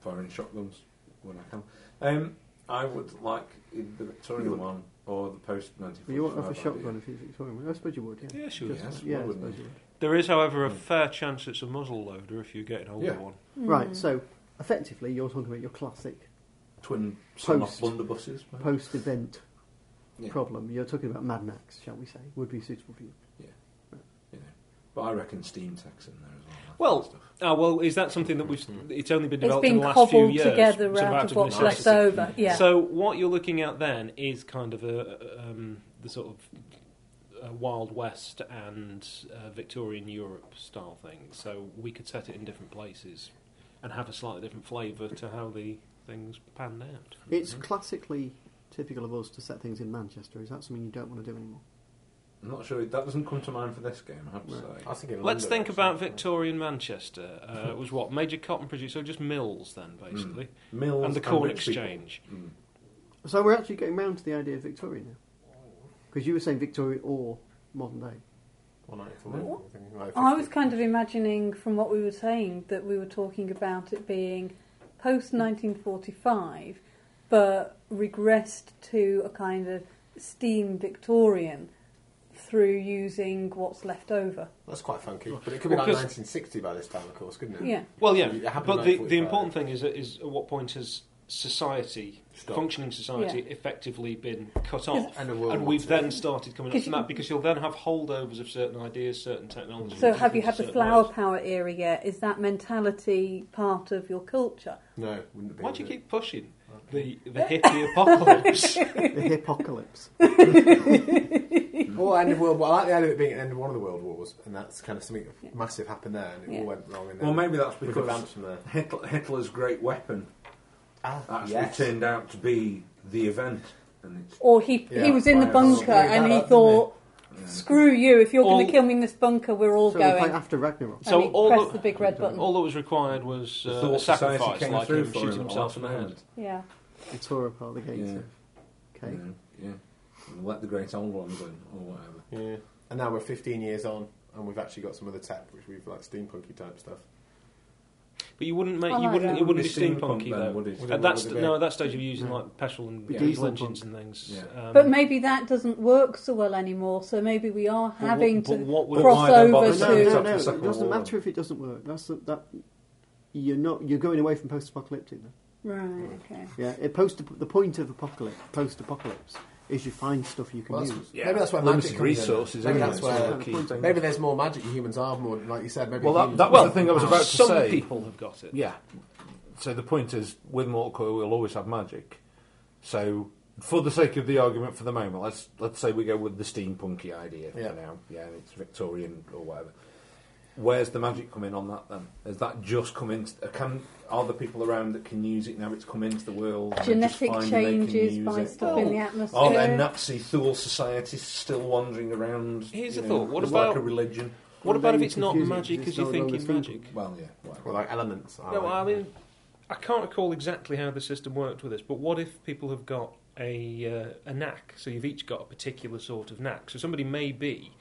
S4: firing shotguns when I can. Um, I would like the Victorian one or the post 1945.
S2: But you won't have a
S4: idea.
S2: shotgun if you're Victorian. would you? I suppose you would, yeah.
S3: Yeah, sure,
S2: Just-
S4: yes,
S2: yeah,
S4: why
S2: I
S4: wouldn't
S2: suppose
S4: you?
S2: you would.
S3: There is, however, a fair chance it's a muzzle loader if you get an older
S4: Yeah.
S3: one.
S2: Right, so effectively, you're talking about your classic
S4: Twin sun-off
S2: Post.
S4: blunderbusses. maybe?
S2: post event
S4: Yeah.
S2: problem. You're talking about Mad Max, shall we say, would be suitable for you.
S4: you know. But I reckon steam tech's in there as well. that
S3: Well,
S4: kind of stuff.
S3: Ah, well, is that something that we've? It's only been
S5: it's
S3: developed
S5: been
S3: in the last few
S5: cobbled
S3: years.
S5: together
S3: It's
S5: out
S3: about
S5: of what's
S3: necessity.
S5: left over. Yeah.
S3: So what you're looking at then is kind of a um, the sort of uh, Wild West and uh, Victorian Europe style thing. So we could set it in different places and have a slightly different flavour to how the things panned out.
S2: It's
S4: Mm-hmm.
S2: classically typical of us to set things in Manchester. Is that something you don't want to do anymore?
S4: I'm not sure that doesn't come to mind for this game. I have to
S2: Right.
S5: Mm.
S4: say.
S6: I was thinking
S3: Let's
S6: London
S3: think
S6: or
S3: about
S6: something.
S3: Victorian Manchester. Uh, it was what major cotton producer, so just mills then basically,
S4: Mills
S3: and the corn
S4: rich people.
S3: exchange.
S4: Mm.
S2: So we're actually getting round to the idea of Victorian now. Because you were saying Victorian or modern day.
S6: Or 1941,
S5: What? Oh,
S6: I'm thinking, like,
S5: I was kind of imagining from what we were saying that we were talking about it being post 1945 but regressed to a kind of steam Victorian through using what's left over.
S6: That's quite funky. But it could be
S3: Well,
S6: like
S3: 'cause-
S6: 1960 by this time, of course, couldn't it?
S5: Yeah.
S3: Well, yeah,
S6: It happened
S3: but
S6: in
S3: the,
S6: 1945.
S3: the important thing is, is at what point has society,
S6: Stop.
S3: functioning society, effectively been cut off?
S6: And a world
S3: And
S6: war
S3: we've
S6: two.
S3: then started coming up
S5: Because
S3: from
S5: you-
S3: that because you'll then have holdovers of certain ideas, certain technologies.
S5: So
S3: and
S5: have you
S3: things
S5: had the
S3: certain
S5: flower
S3: ways.
S5: power era yet? Is that mentality part of your culture?
S6: No, wouldn't it be?
S3: Why do you
S6: would it?
S3: keep pushing the the hippie
S5: [LAUGHS]
S3: apocalypse?
S2: The hippocalypse.
S6: Or end of world war. I like Mm. the idea of it being at the end of one of the world wars, and that's kind of something
S5: Yeah.
S6: massive happened there, and it
S5: Yeah.
S6: all went wrong. And then
S4: Well, maybe that's
S6: we've
S4: because
S6: advanced from there.
S4: Hitler, Hitler's great weapon
S6: Ah,
S4: actually turned out to be the event, and it's
S5: Or he
S6: Yeah,
S5: he was in the
S6: fire was
S5: bunker
S6: really bad,
S5: and he
S6: wasn't
S5: thought, "Screw you! If you're going
S3: All-
S5: to kill me in this bunker, we're all
S2: so we play
S5: going."
S2: after Ragnarok.
S3: So
S5: and he
S3: all
S5: pressed
S3: the-
S5: the big red button.
S3: All that was required was
S4: The
S3: uh,
S4: thought
S3: a
S4: society
S3: sacrifice,
S4: came
S3: like
S4: through
S3: him
S4: for
S3: shooting
S4: him at
S3: himself
S4: the
S3: in the
S4: last
S3: head.
S4: moment.
S5: yeah.
S2: We tore apart the gates
S4: Yeah.
S2: of. Okay.
S4: you know, yeah, and let the great old one win or whatever.
S6: Yeah. And now we're 15 years on, and we've actually got some other tech, which we've like steampunky type stuff.
S3: But you wouldn't make
S5: Oh, I
S3: you
S5: like
S3: wouldn't
S5: that.
S3: it wouldn't be
S4: Wouldn't be
S3: steampunky
S4: steampunk then,
S3: though.
S4: would it? Would
S3: At
S4: it-
S3: that
S4: would it
S3: st-
S4: be?
S3: no, at that stage you're using
S2: No.
S3: like petrol and
S2: Yeah.
S3: diesel
S2: Diesel
S3: engines
S2: pump.
S3: and things.
S4: Yeah.
S3: Um,
S5: But maybe that doesn't work so well anymore. So maybe we are
S3: But
S5: having
S3: what- but what would-
S5: to
S4: But
S5: cross
S4: why don't
S5: over
S4: bother
S2: no,
S4: It's
S2: no,
S4: up to
S5: to.
S2: no.
S4: the
S2: It
S4: Second
S2: doesn't
S4: World War.
S2: matter if it doesn't work. That's the, that. You're not. You're going away from post-apocalyptic. Then.
S5: Right. Okay.
S2: Yeah. It post. The point of apocalypse, post-apocalypse, is you find stuff you can
S6: Well,
S2: use.
S6: that's-
S7: Yeah.
S6: maybe that's where
S7: Limited
S6: magic comes in.
S7: resources,
S6: Maybe
S7: isn't
S6: that's
S7: it?
S6: where.
S7: It's the key.
S6: Maybe there's more magic. Humans are more, like you said. Maybe
S7: Well, that-
S6: humans
S7: that was
S6: are
S7: the thing I was
S6: more
S7: about to
S3: some
S7: say-
S3: people have got it.
S7: Yeah. So the point is, with Mortal Coil, we'll always have magic. So, for the sake of the argument for the moment, let's let's say we go with the steampunky idea
S6: Yeah.
S7: for now. Yeah, and it's Victorian or whatever. Where's the magic come in on that then? Has that just come into? uh, Can are the people around that can use it now? It's come into the world. and they're just
S5: Genetic
S7: finding they can
S5: changes
S7: use
S5: by
S7: it? Oh,
S5: stuff
S3: Oh.
S5: in the atmosphere.
S4: Are there Nazi Thule societies still wandering around?
S3: Here's
S4: you
S3: the
S4: know,
S3: thought, what
S4: it's
S3: about-
S4: like a religion?
S3: What
S2: Well,
S3: about
S2: then
S3: if
S2: you
S3: it's not
S2: confuse it,
S3: magic
S2: because
S3: as
S2: it's
S3: you
S2: not
S3: think
S2: all
S3: it's
S2: the
S3: magic?
S4: Well, yeah. whatever.
S6: Well, like elements. Are
S3: No,
S6: like,
S3: I mean, I can't recall exactly how the system worked with this, but what if people have got a, uh, a knack. So you've each got a particular sort of knack. So somebody may be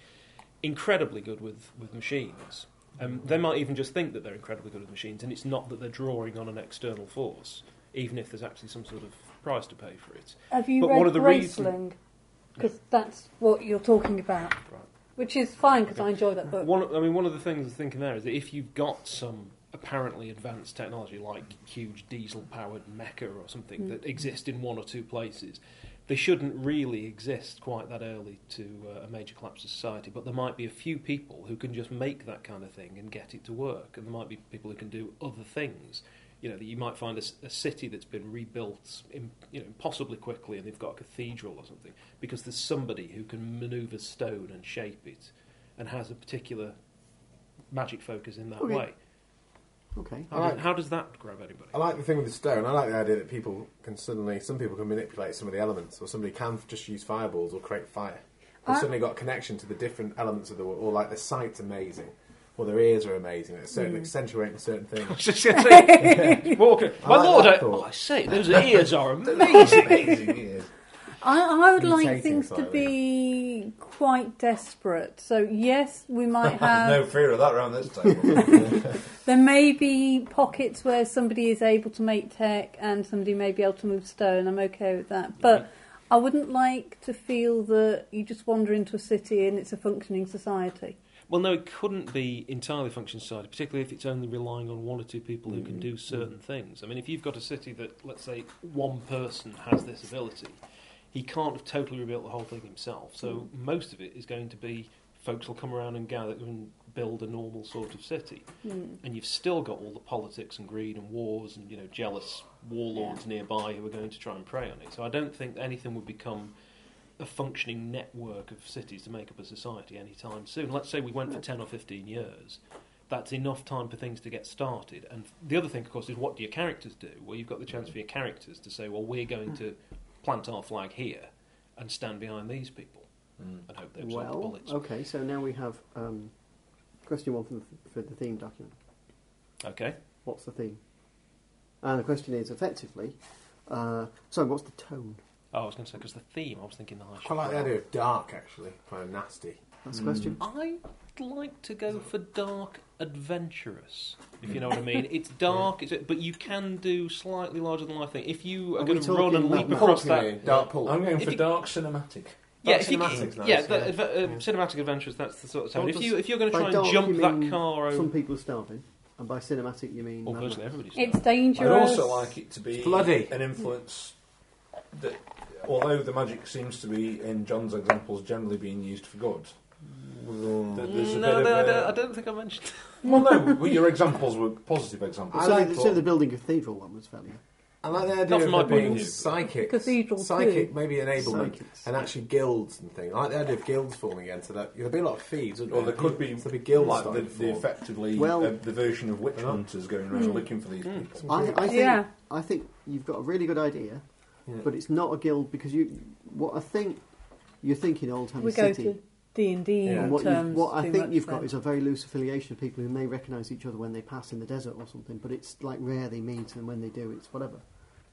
S3: incredibly good with, with machines. Um, they might even just think that they're incredibly good with machines, and it's not that they're drawing on an external force, even if there's actually some sort of price to pay for it.
S5: Have you
S3: But
S5: read
S3: one of the reason-
S5: Graceland? Because that's what you're talking about,
S3: Right.
S5: which is fine because
S3: Okay.
S5: I enjoy that book.
S3: One, I mean, one of the things I'm thinking there is that if you've got some apparently advanced technology, like huge diesel-powered mecha or something
S5: Mm.
S3: that exists in one or two places, they shouldn't really exist quite that early to uh, a major collapse of society. But there might be a few people who can just make that kind of thing and get it to work, and there might be people who can do other things. You know, that you might find a, s- a city that's been rebuilt, im you know, impossibly quickly, and they've got a cathedral or something because there's somebody who can manoeuvre stone and shape it and has a particular magic focus in that
S2: Okay.
S3: way.
S2: Okay.
S3: How,
S6: I
S3: does-
S6: like-
S3: how does that grab anybody?
S6: I like the thing with the stone. I like the idea that people can suddenly, some people can manipulate some of the elements, or somebody can just use fireballs or create fire. They've
S5: I-
S6: suddenly got a connection to the different elements of the world, or like their sight's amazing, or their ears are amazing. It's certain
S5: Mm.
S6: accentuating certain [LAUGHS]
S7: [LAUGHS]
S6: things.
S3: Walker,
S6: I
S3: my
S6: like
S3: lord,
S6: that
S3: I,
S6: thought.
S3: oh, I say, those ears are
S6: [LAUGHS]
S3: amazing.
S6: amazing ears.
S5: I, I would like
S6: Mutating
S5: things to
S6: slightly.
S5: be quite desperate. So yes, we
S3: [LAUGHS]
S5: might have.
S7: no fear of that round this table.
S5: There may be pockets where somebody is able to make tech and somebody may be able to move stone. I'm okay with that. But I wouldn't like to feel that you just wander into a city and it's a functioning society.
S3: well, no, it couldn't be entirely function society, particularly if it's only relying on one or two people who can
S6: Mm,
S3: do certain things. I mean, if you've got a city that, let's say, one person has this ability, he can't have totally rebuilt the whole thing himself. So most of it is going to be folks will come around and gather and build a normal sort of city.
S5: Hmm.
S3: and you've still got all the politics and greed and wars and you know jealous warlords nearby who are going to try and prey on it. So I don't think anything would become a functioning network of cities to make up a society anytime soon. Let's say we went for ten or fifteen years. That's enough time for things to get started. And the other thing, of course, is what do your characters do? Well, you've got the chance for your characters to say, well, we're going to plant our flag here and stand behind these people and hope they absorb the
S2: Well, uh,
S3: bullets.
S2: okay. So now we have um, question one for the, for the theme document.
S3: Okay.
S2: What's the theme? And the question is effectively, uh, sorry, what's the tone?
S3: Oh, I was going to say because the theme. I was thinking the high.
S6: I like the
S3: chaparral.
S6: idea of dark, actually, kind of nasty.
S2: That's the question.
S3: I'd like to go for dark adventurous, if you know what I mean. It's dark, it's, but you can do slightly larger than life thing. If you are,
S2: Are we
S3: going to run and
S2: talking
S3: leap
S2: like
S3: across
S6: Pulp, you
S3: that,
S6: mean? Dark pulp.
S7: I'm going
S3: If
S7: for
S3: you-
S7: dark cinematic.
S3: yeah,
S6: Dark
S3: if you,
S6: cinematic's nice,
S3: yeah, the
S6: yeah.
S3: adve- uh, cinematic adventures. That's the sort of
S2: Well,
S3: sound. If
S2: does-
S3: you if you're going to
S2: by
S3: try and
S2: dark,
S3: jump
S2: you
S3: that
S2: mean
S3: car over,
S2: Some people are starving, and by cinematic you mean
S3: or
S2: Mad
S3: virtually
S2: Max.
S3: everybody's.
S5: It's
S3: done.
S7: I'd
S5: dangerous.
S7: also like it to be
S6: Bloody.
S7: an influence that, although the magic seems to be in John's examples generally being used for good, that there's a
S3: Mm, no,
S7: bit
S3: no, I
S7: of
S3: don't- I
S7: a,
S3: don't think I mentioned.
S7: well, no, well, your examples were positive examples.
S6: I
S2: So,
S6: like
S2: the,
S6: that.
S2: so the building a cathedral one was fairly
S6: I like the idea
S3: Not
S6: of
S3: from my
S6: there
S3: point of
S6: being
S3: view.
S6: psychic,
S5: Cathedral too.
S6: psychic, maybe enablement,
S2: Psychics.
S6: and actually guilds and things. I like the idea of guilds forming again. So that there'll be a lot of thieves, wouldn't
S7: Or there could be,
S6: there'll be guilds
S7: like the,
S6: starting to
S7: the
S6: form.
S7: effectively
S2: Well-
S7: uh, the version of witch hunters going around
S3: Hmm.
S7: looking for these people.
S2: I, I think
S5: Yeah.
S2: I think you've got a really good idea,
S6: Yeah.
S2: but it's not a guild because you. What I think you're thinking, old timey
S5: we go
S2: city.
S5: to D and D
S6: Yeah.
S2: And
S5: in
S2: what, you,
S5: terms.
S2: what I
S5: too
S2: think
S5: much
S2: you've
S5: then.
S2: got is a very loose affiliation of people who may recognise each other when they pass in the desert or something, but it's like rare they meet, and when they do, it's whatever.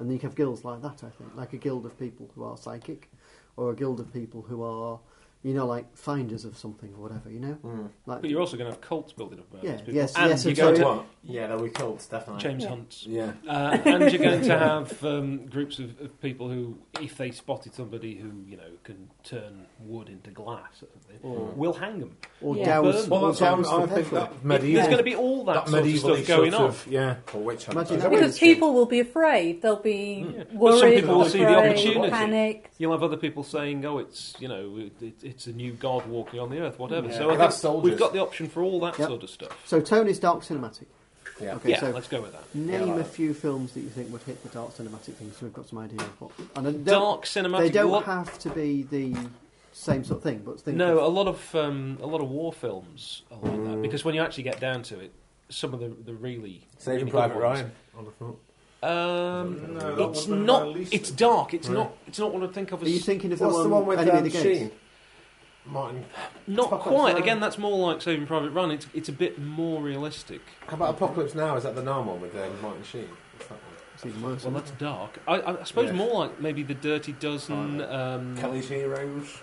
S2: And you can have guilds like that, I think, like a guild of people who are psychic, or a guild of people who are, you know, like finders of something or whatever, you know.
S6: Mm.
S2: Like,
S3: But you're also going to have cults building up around
S2: Yeah,
S3: these people,
S2: yes,
S3: and
S2: yes,
S3: you're
S2: and
S3: going
S2: so-
S3: to
S7: Well,
S6: Yeah, there'll be cults definitely.
S3: James
S5: Yeah.
S3: Hunt's
S7: yeah.
S3: Uh, and you're going to have um, groups of, of people who, if they spotted somebody who you know can turn wood into glass, or something,
S2: Or-
S3: will hang them.
S2: or
S5: Yeah.
S2: douse,
S3: Burn.
S7: Well,
S2: or
S7: that's what I'm-
S2: douse the
S7: I think
S2: petrol.
S7: that medieval,
S3: There's going to be all that,
S7: that
S3: sort of
S7: medieval
S3: stuff going on.
S7: yeah.
S6: or witch
S2: Imagine
S6: hunters.
S2: that
S5: because people will be afraid. They'll be
S3: Yeah. But
S5: worried.
S3: some people
S5: will
S3: will see the opportunity.
S5: Panic.
S3: You'll have other people saying, "Oh, it's you know, it, it's a new god walking on the earth, whatever."
S6: Yeah.
S3: So I
S6: That's
S3: think
S6: soldiers.
S3: we've got the option for all that
S2: Yep.
S3: sort of stuff.
S2: So tone is dark cinematic.
S6: Yeah.
S2: Okay,
S3: yeah,
S2: so
S3: let's go with that.
S2: name
S6: Yeah,
S2: a
S6: like-
S2: few films that you think would hit the dark cinematic thing, so we've got some idea of what. And I don't-
S3: Dark cinematic.
S2: They don't
S3: look-
S2: have to be the same sort of thing, but think
S3: No,
S2: of-
S3: a lot of um, a lot of war films are like that because when you actually get down to it, some of the the really
S6: Saving
S3: really good
S6: Private
S3: ones-
S6: Ryan. On the front.
S3: Um,
S6: No,
S7: that
S3: it's
S7: would be my
S3: not.
S7: least-
S3: It's dark. It's not. It's not what I think of
S2: Are
S3: as.
S2: you thinking of the
S6: What's
S2: one,
S6: the one with
S2: Enemy
S6: um,
S2: of the Gates?
S6: Sheen? Martin.
S3: not
S6: Apocalypse
S3: quite.
S6: Now?
S3: Again, that's more like Saving Private Ryan. It's it's a bit more realistic.
S6: How about Apocalypse Now? Is that the Narm one with um, Martin Sheen? What's that one?
S2: It's even worse.
S3: Well, that's dark. I, I I suppose
S6: Yeah.
S3: more like maybe the Dirty Dozen.
S4: Oh,
S3: Um,
S1: Kelly's Heroes.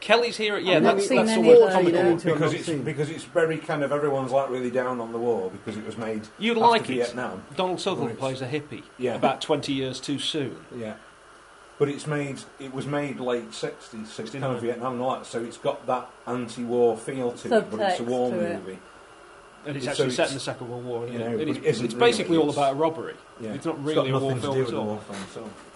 S3: Kelly's here. Yeah,
S5: I've not
S3: that's
S5: seen
S3: that's
S5: any
S3: the
S5: of
S3: word
S5: those.
S2: Seen
S3: comic book.
S2: any. I've
S4: because
S2: not
S4: it's
S2: seen.
S4: because it's very kind of everyone's like really down on the war because it was made
S3: You
S4: after
S3: like it.
S4: Vietnam.
S3: Donald Sutherland
S4: Right.
S3: plays a hippie
S4: Yeah,
S3: about 20 years too soon.
S4: yeah. But it's made. It was made late sixties, so it's kind of
S3: 69.
S4: Vietnam and all that. So it's got that anti-war feel to it, but it's a
S5: Subtext
S4: war
S5: to it.
S4: movie.
S3: And it's
S4: So
S3: actually set
S4: it's-
S3: in the Second World War. isn't
S4: you
S3: it?
S4: know,
S3: It
S4: but
S3: is-
S4: it
S3: it's
S4: isn't
S3: basically
S4: really,
S3: all
S4: it's-
S3: about robbery.
S4: Yeah,
S3: It's not
S4: got
S3: really a war
S4: nothing to
S3: film
S4: do
S3: at
S4: with the
S3: all.
S4: war film itself.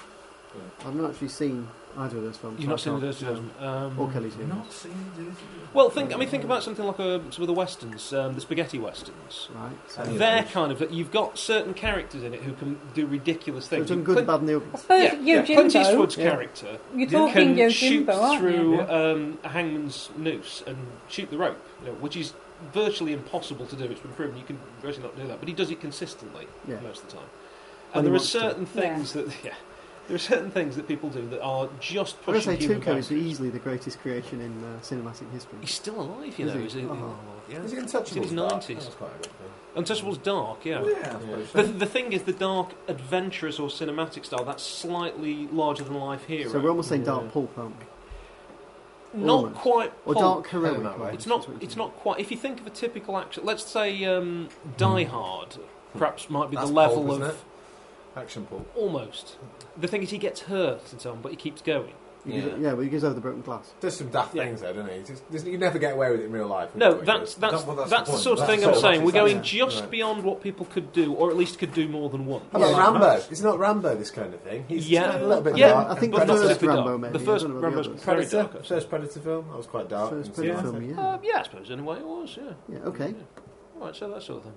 S2: I've not actually seen either of those films.
S3: You've not seen the Dirty
S2: No.
S3: Dozen. Um,
S2: Or Kelly's Heroes.
S4: Not seen it.
S3: Well, think. I mean, think about something like a, some of the westerns, um, the spaghetti westerns.
S2: Right. So,
S4: Any of
S3: They're
S4: those.
S3: kind of that. You've got certain characters in it who can do ridiculous
S2: so
S3: things.
S2: done good,
S3: Clint,
S2: bad, and the ugly.
S5: I suppose
S3: yeah, Clint
S5: Yojimbo,
S3: Eastwood's
S2: yeah.
S3: character
S5: you're
S2: Yeah.
S5: talking
S3: can shoot
S5: Yojimbo, aren't you?
S3: through um, a hangman's noose and shoot the rope, you know, which is virtually impossible to do. It's been proven you can virtually not do that, but he does it consistently
S2: Yeah.
S3: most of the time.
S2: When
S3: And
S2: he
S3: there are
S2: wants to.
S3: certain
S5: Yeah.
S3: things that [LAUGHS] yeah, there are certain things that people do that are just
S2: I'm going
S3: pushing
S2: to say
S3: human
S2: Tuco is
S3: boundaries.
S2: easily the greatest creation in uh, cinematic history.
S3: He's still alive, you
S2: Is
S3: know.
S2: he?
S3: Is he?
S2: Oh.
S3: yeah.
S6: Is it Untouchables?
S3: in his
S6: that?
S3: 90s.
S6: That was quite a good thing.
S3: Untouchable's dark, yeah.
S4: Yeah, I suppose so.
S3: The, the thing is, the dark, adventurous or cinematic style, that's slightly larger than life hero.
S2: So we're almost saying
S6: Yeah.
S2: dark pulp, aren't we?
S3: not
S2: almost.
S3: quite.
S2: Or
S3: pulp.
S2: dark heroic.
S6: Heading that way.
S3: It's not. It's not quite. If you think of a typical action, let's say um, Die Hard, perhaps might be
S6: That's
S3: the level
S6: pulp, isn't
S3: of
S6: it? Action pulp.
S3: almost. The thing is, he gets hurt and so on, but he keeps going.
S2: Yeah.
S4: Yeah.
S2: yeah, well, he goes over the broken glass.
S6: Does some daft
S3: Yeah.
S6: things though, doesn't he? It's just- there's- you never get away with it in real life.
S3: No,
S6: really.
S3: that's that's
S4: That- well,
S3: that's,
S4: that's the
S3: the
S4: point.
S3: sort of
S6: That's
S3: thing
S6: the
S3: I'm
S6: point.
S3: saying. We're
S6: That's
S3: going
S6: it.
S3: just
S6: Right.
S3: beyond what people could do, or at least could do more than once.
S6: How about
S2: Yeah.
S6: Rambo? It's not Rambo. This kind of thing. He's
S3: Yeah.
S6: kind of a little bit
S3: Yeah,
S6: dark.
S2: I think
S6: and
S3: but
S2: the
S3: not
S6: Predator.
S2: first
S3: particularly dark.
S2: Rambo, maybe.
S3: The
S2: I
S3: first
S2: don't know about the
S3: Rambo's
S2: others.
S3: very
S6: Predator.
S3: dark. actually.
S6: First Predator film. I was quite dark.
S2: First
S6: and
S2: Predator
S6: stuff.
S2: film, yeah.
S3: Uh, yeah, I suppose anyway it was. Yeah.
S2: yeah, okay.
S3: Yeah. All right, so that sort of thing.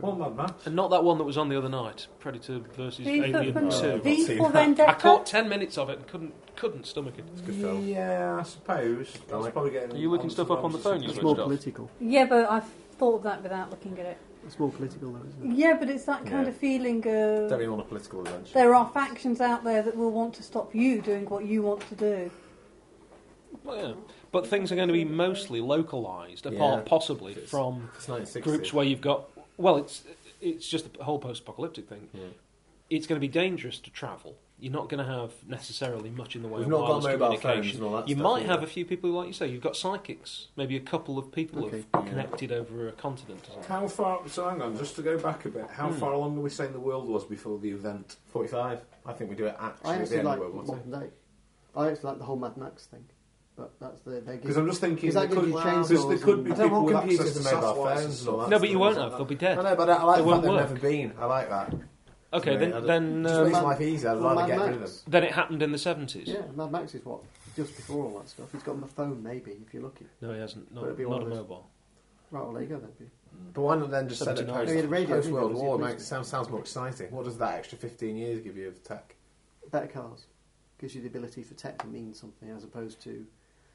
S4: Well, Mad Max.
S3: And not that one that was on the other night, Predator versus
S5: V for
S3: Alien
S5: Vendetta.
S3: Two.
S6: I've
S5: V
S6: not seen
S5: for
S6: that.
S3: I
S5: Vendetta.
S3: caught ten minutes of it and couldn't couldn't stomach it.
S6: It's a good film.
S4: Yeah, I suppose.
S6: I
S4: That's
S6: like-
S4: probably getting
S3: Are you looking
S4: onto
S3: stuff up on the
S4: onto
S3: phone, you
S2: It's
S4: something.
S2: more
S3: switched off.
S2: political.
S5: Yeah, but I've thought that without looking at it.
S2: It's more political, though, isn't it?
S5: Yeah, but it's that kind
S6: Yeah.
S5: of feeling
S6: Don't
S5: of
S6: really want a political adventure.
S5: there are factions out there that will want to stop you doing what you want to do.
S3: Well, yeah. But things are going to be mostly localised, apart
S6: Yeah.
S3: possibly
S6: It's-
S3: from
S6: It's 1960.
S3: groups where you've got. Well, it's it's just the whole post-apocalyptic thing.
S6: Yeah.
S3: It's going to be dangerous to travel. You're not going to have necessarily much in the way
S6: We've
S3: of
S6: not got
S3: wireless
S6: mobile phones
S3: communication.
S6: and all that
S3: you
S6: stuff,
S3: might
S6: yeah.
S3: have a few people, like you say, you've got psychics. Maybe a couple of people
S2: Okay.
S3: have connected over a continent. Or something.
S4: How far? So hang on, just to go back a bit. How far along are we saying the world was before the event?
S6: 45. I think we do it actually.
S2: I
S6: at the
S2: actually
S6: end
S2: like
S6: of World War
S2: modern day. I actually like the whole Mad Max thing. But that's the... they
S4: Because
S2: give-
S4: I'm just thinking
S2: Is that
S4: there could,
S2: gonna
S4: because
S2: change
S4: there could be
S2: laws
S6: I don't
S4: people
S6: want
S4: with access
S6: computers
S4: to
S6: and mobile
S4: satellites and
S6: phones and all
S4: stuff.
S6: that.
S3: No, but you won't
S6: That's
S3: have. They'll be
S6: II. I
S3: dead.
S6: know, but I like
S3: They
S6: the
S3: won't
S6: fact they've
S3: work.
S6: never been. I like that.
S3: Okay,
S6: Yeah, I
S3: then
S6: don't-
S3: then
S6: just
S3: um,
S6: makes life easy. I'd
S2: Well,
S6: rather
S2: Mad
S6: get
S2: Max.
S6: rid of them.
S3: then it happened in the seventies.
S2: Yeah, Mad Max is what? Just before all that stuff. He's got my phone, maybe, if you're lucky.
S3: No, he hasn't.
S2: But
S3: Not,
S2: it'd be
S3: not
S2: one
S3: a
S2: of those-
S3: mobile.
S2: Right, well, there you go, then.
S6: But why not then just set it
S3: 79.
S6: post,
S2: Yeah, the radio,
S6: post World
S2: isn't it?
S6: War?
S2: It's
S6: Makes it sound, sounds more exciting. What does that extra 15 years give you of tech?
S2: Better cars. Gives you the ability for tech to mean something as opposed to...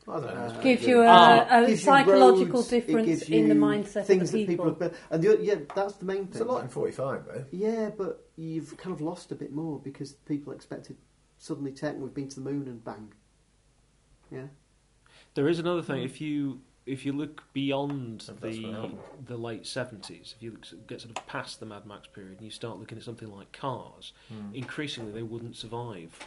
S6: I don't know.
S2: Uh,
S6: it's pretty
S5: Gives
S6: good.
S5: you a,
S3: Ah,
S5: a
S2: gives you
S5: psychological
S2: roads, it
S5: difference
S2: gives
S5: in the
S2: you
S5: mindset
S2: things
S5: of the people.
S2: That people have, and the, yeah, that's the main thing.
S6: It's a lot in 45, though.
S2: Yeah, but you've kind of lost a bit more because people expected suddenly tech. We've been to the moon and bang. Yeah,
S3: There is another thing. If you if you look beyond
S6: If Hmm. that's what
S3: the
S6: happened.
S3: the late seventies, if you look, get sort of past the Mad Max period, and you start looking at something like cars,
S6: Hmm.
S3: increasingly they wouldn't survive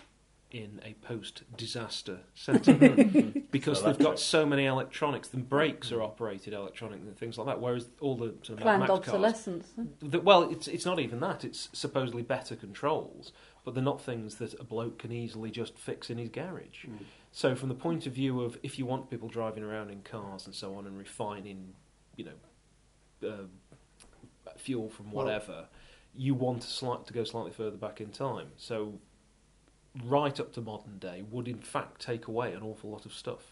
S3: in a post disaster
S6: [LAUGHS]
S3: setting because they've got
S6: Electric.
S3: so many electronics. The brakes are operated electronically and things like that. Whereas all the sort of Mad
S5: Planned
S3: Max cars,
S5: obsolescence.
S3: The, well, it's it's not even that. It's supposedly better controls, but they're not things that a bloke can easily just fix in his garage.
S2: Mm.
S3: So, from the point of view of if you want people driving around in cars and so on and refining, you know, uh, fuel from
S2: Well-
S3: whatever, you want to, slight, to go slightly further back in time. So, right up to modern day would in fact take away an awful lot of stuff.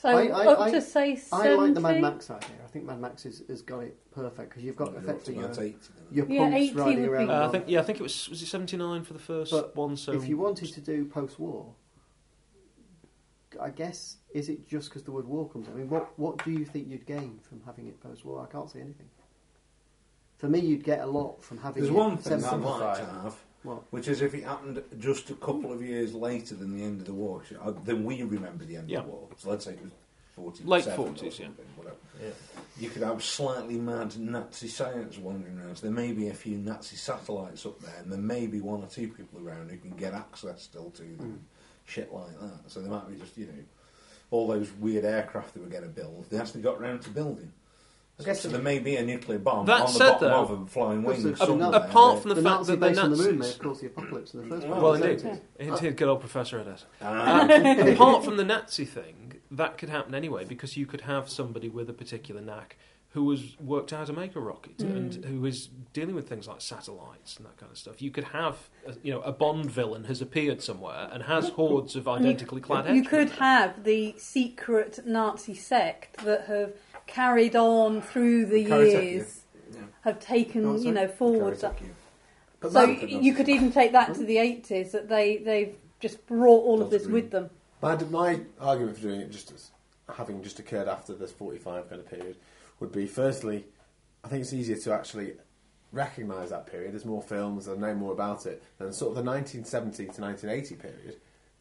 S5: So
S2: I- I-
S5: up
S2: I-
S5: to say 70?
S2: I like the Mad Max idea. I think Mad Max is, has got it perfect because you've got
S4: You're up to
S2: effectively
S4: about
S2: your,
S4: 80 then.
S2: your
S5: Yeah,
S2: pumps
S5: 80
S2: riding
S5: would be-
S2: around.
S3: Uh, I
S2: on-
S3: think um, yeah, I think it was was it seventy nine for the first
S2: Um, But
S3: one. So
S2: if you wanted to do post war, I guess is it just because the word war comes? in? I mean, what what do you think you'd gain from having it post war? I can't see anything. For me, you'd get a lot from having.
S4: There's
S2: it
S4: one thing that I'd
S2: separate.
S4: like to have,
S2: What?
S4: which is if it happened just a couple of years later than the end of the war, so- uh, then we remember the end
S3: Yeah.
S4: of the war. So let's say it was 40s,
S3: Late
S4: seven or
S3: 40s, yeah.
S4: something, whatever.
S6: Yeah.
S4: You could have slightly mad Nazi science wandering around. So there may be a few Nazi satellites up there, and there may be one or two people around who can get access still to them. Shit like that. So there might be just you know all those weird aircraft that were going to build. They actually got round to building. I
S6: I guess
S4: guess so there may be a nuclear bomb
S3: That
S4: on the
S3: said,
S4: bottom
S3: though,
S4: of a flying
S2: Because
S4: wing.
S2: there's
S4: somewhere.
S2: another-
S3: Apart from
S2: The,
S3: the, fact
S2: Nazi
S3: that they're
S2: base on the
S3: Nazis.
S2: moon may have caused the apocalypse in the first place.
S4: Well,
S3: it
S2: didn't
S3: did.
S2: it?
S3: Indeed, good old Professor Edes.
S4: Ah.
S3: [LAUGHS] Um, apart from the Nazi thing, that could happen anyway because you could have somebody with a particular knack who has worked out how to make a rocket and who is dealing with things like satellites and that kind of stuff. You could have, a, you know, a Bond villain has appeared somewhere and has hordes of identically clad
S5: You
S3: henchmen.
S5: could have the secret Nazi sect that have carried on through the
S6: Karate, yeah.
S5: years,
S4: Yeah.
S5: have taken
S6: Oh, sorry.
S5: you know forwards. Up.
S6: But
S5: So
S6: mine-
S5: you could even take that to the eighties that they they've just brought all of this with them.
S6: My, my argument for doing it just as having just occurred after this 45 kind of period would be firstly, I think it's easier to actually recognise that period. There's more films and know more about it than sort of the 1970 to 1980 period.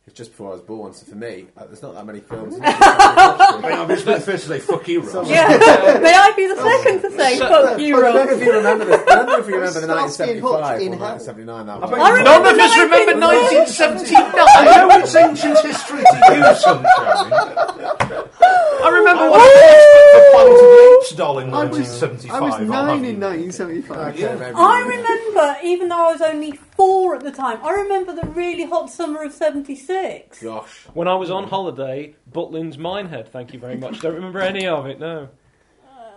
S6: It's just before I was born, so for me, uh, there's not that many films.
S4: I mean,
S6: But
S4: obviously, the first day, fuck you, Ross.
S6: [LAUGHS]
S5: Yeah. [LAUGHS] May I be the second to say fuck you,
S6: I don't know
S5: Rob?
S6: if you remember this. I don't know if you remember the
S2: Starsky and Hutch
S6: 1975 or
S2: in hell.
S6: 1979. That
S4: I
S6: one.
S4: bet
S5: I
S4: None
S5: remember
S4: of us remember 1979. I know it's ancient history to you, sunshine. I remember I was the Planet of the Apes doll in
S2: I was,
S4: 1975.
S2: I was
S4: I'll have
S2: nine
S4: you
S2: in
S4: know.
S2: 1975.
S6: Okay, maybe-
S5: I remember, even though I was only four at the time, I remember the really hot summer of '76.
S6: Gosh.
S3: When I was on holiday, Butlin's Minehead, thank you very much. Don't remember any of it, no.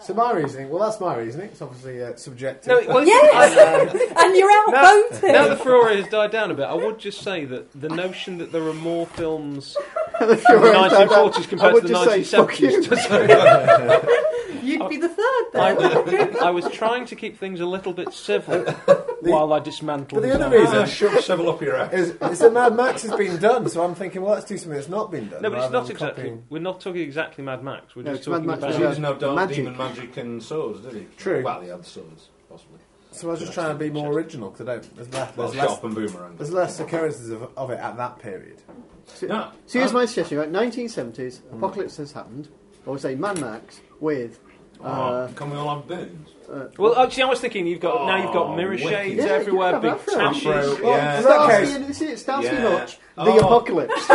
S6: So my reasoning, well, that's my reasoning. It's obviously uh, subjective.
S3: No, it- well, uh,
S5: Yes, [LAUGHS] and you're
S3: Now-
S5: out voting.
S3: Now
S6: [LAUGHS]
S3: the furore has died down a bit, I would just say that the notion that there are more films in the 1940s
S2: I
S3: compared
S2: would
S3: to the
S2: just say, fuck
S3: 1970s
S2: you.
S3: doesn't
S2: [LAUGHS]
S3: [LAUGHS]
S5: You'd be the third
S3: I,
S5: then.
S3: was- I was trying to keep things a little bit civil while I dismantled.
S6: but the other
S3: Zara.
S6: reason-
S4: Ah, shove several up your ass.
S6: It's, it's that Mad Max has been done, so I'm thinking, well, let's do something that's not been done.
S3: No, but it's
S6: rather
S3: not
S6: than
S3: exactly.
S6: copying-
S3: We're not talking exactly Mad Max. We're
S2: No,
S3: just
S2: it's Mad
S3: talking
S2: Max
S3: about.
S4: Because
S2: was
S4: he
S2: Yeah.
S4: didn't have dark
S2: Magic.
S4: demon magic and swords, did he?
S6: True.
S4: Well, he had swords, possibly.
S6: So I was just trying to be more original because I don't. There's less.
S4: Well,
S6: There's less,
S4: sharp and boomerang.
S6: there's less occurrences of, of it at that period.
S4: No, Uh,
S2: So here's my suggestion, right? 1970s,
S4: Hmm.
S2: apocalypse has happened. I would say Mad Max with.
S4: Oh,
S2: Uh,
S4: can we all have boons?
S3: Well, actually, I was thinking you've got now you've got
S4: Oh,
S3: mirror
S4: wicked.
S3: shades
S2: Yeah,
S3: everywhere,
S2: yeah,
S3: big
S2: Afro.
S3: tashes.
S4: Afro, yeah.
S6: In that
S2: Starsky
S6: case-
S2: and, you see, it's Starsky and
S4: Yeah.
S2: Hutch,
S4: Oh.
S2: The Apocalypse.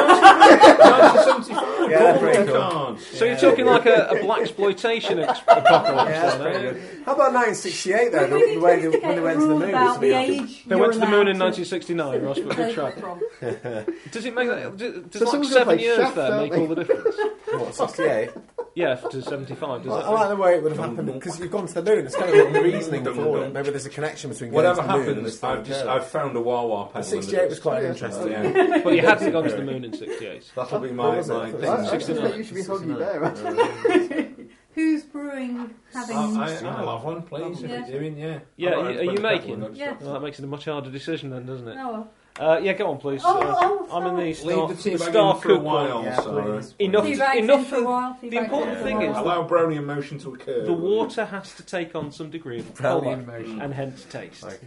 S4: 1975.
S6: Yeah,
S4: Golden
S6: pretty cool.
S4: cards.
S3: So you're talking like a, a black exploitation ex- apocalypse.
S6: Yeah, that's
S3: then,
S6: pretty
S3: eh?
S6: good. How about 1968 though? The, the way they, when they went to the moon,
S5: about the
S6: it
S5: age.
S3: They
S5: you're
S3: went to the moon in
S5: allowed to
S3: 1969, Ross, but good try.
S5: vote from.
S3: Does it make that? Does,
S2: So
S3: does
S2: someone's
S3: like
S2: gonna
S3: seven
S2: play
S3: years
S2: Shaft,
S3: there
S2: aren't
S3: make all the
S4: [LAUGHS]
S3: difference?
S6: was
S3: [LAUGHS]
S6: what 68.
S3: Yeah, to 75.
S6: I,
S3: Does
S6: I
S3: that
S6: like the way it would have happened because you've gone to the moon. It's kind of a reasoning for it. Maybe there's a connection between going
S4: Whatever
S6: to the moon and
S4: happens,
S6: this thing
S4: I've just
S6: occurring.
S4: I've found a Wawa pedal. in the
S6: 68 was
S4: dust.
S6: quite
S2: Yeah.
S6: interesting.
S4: Yeah.
S3: make- But you hadn't gone to the moon in 68.
S4: That'll be
S6: What
S4: my,
S6: was it?
S4: my
S6: That
S4: thing.
S2: I, I just
S3: 69.
S2: think you should be hugging there, right?
S5: Who's brewing? Having
S3: Uh,
S4: Oh, I, I'll have one, please. If
S5: Yeah.
S4: you're doing, yeah.
S3: Yeah,
S4: I'll
S3: are
S4: have
S3: you- are you
S4: a couple
S3: making?
S4: of extra.
S5: Yeah.
S3: Well, that makes it a much harder decision then, doesn't it?
S5: oh, well.
S3: Uh, yeah, go on, please.
S5: Oh,
S3: Uh,
S5: oh,
S3: I'm in the star,
S4: Leave the tea
S3: the
S4: bag
S3: star
S4: in for a
S3: cook
S4: while,
S3: one.
S6: Yeah,
S4: Sarah.
S6: please.
S3: Enough,
S5: Tea bags in
S3: enough.
S5: for a while. tea
S3: the
S5: bags
S3: important
S5: in
S3: thing
S5: for a
S3: is
S5: while.
S4: Allow brownie emotion to occur.
S3: the water has to take on some degree of colour and hence taste.
S6: Okay.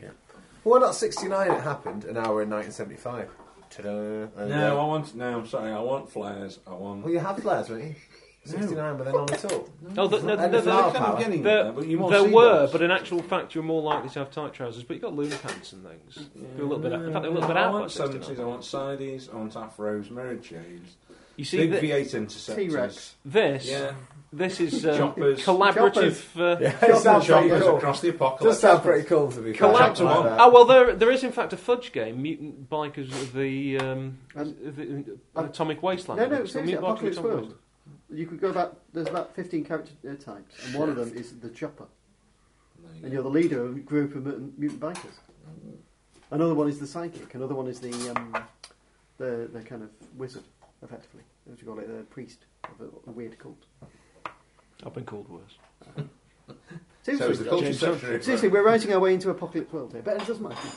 S6: Well, why not 69 it happened, and now we're in 1975. Ta-da. And, uh,
S4: No, I want. No, I'm sorry. I want flares. I want.
S6: Well, you had flares, [LAUGHS] were not you? 69, but then on at all.
S3: No, th- no,
S6: And
S3: no,
S6: it's
S3: there-
S6: our
S4: kind of
S6: power.
S4: getting
S3: there-
S4: there, but you won't
S3: there
S4: see
S3: were,
S4: those.
S3: but in actual fact, you're more likely to have tight trousers. But you got loon pants and things. They're a little bit. Out, in fact, they're a little bit
S4: I
S3: out.
S4: want
S3: by 69.
S4: seventies. I want sides. I want afros, mirror shades,
S3: You see,
S4: big
S3: thi-
S4: V8 interceptors.
S2: T-Rex.
S3: this
S4: Yeah,
S3: this is um,
S4: Choppers.
S3: collaborative. Uh,
S6: it sounds pretty
S4: choppers
S6: cool.
S4: across the apocalypse.
S6: Does sound pretty cool to be fair.
S3: Collab-
S6: Something like that.
S3: Oh well, there there is in fact a fudge game, Mutant Bikers of the, um,
S2: Um,
S3: the
S2: um,
S3: Atomic Wasteland.
S2: No,
S3: I think
S2: no,
S3: it's called.
S2: seriously,
S3: Mutant Bikers of
S2: Apocalypse
S3: Atomic
S2: World. You could go about. There's about 15 character uh, types, and one of them is the Chopper, and you're the leader of a group of mutant, mutant bikers. Another one is the psychic. Another one is the um, the the kind of wizard, effectively. What do you call it? The priest of a, a weird cult.
S3: Wasteland. I've been called worse.
S4: So
S2: Seriously,
S4: it's the culture
S3: James
S4: secretary.
S2: seriously, we're writing our way into Apocalypse World here, but it doesn't matter.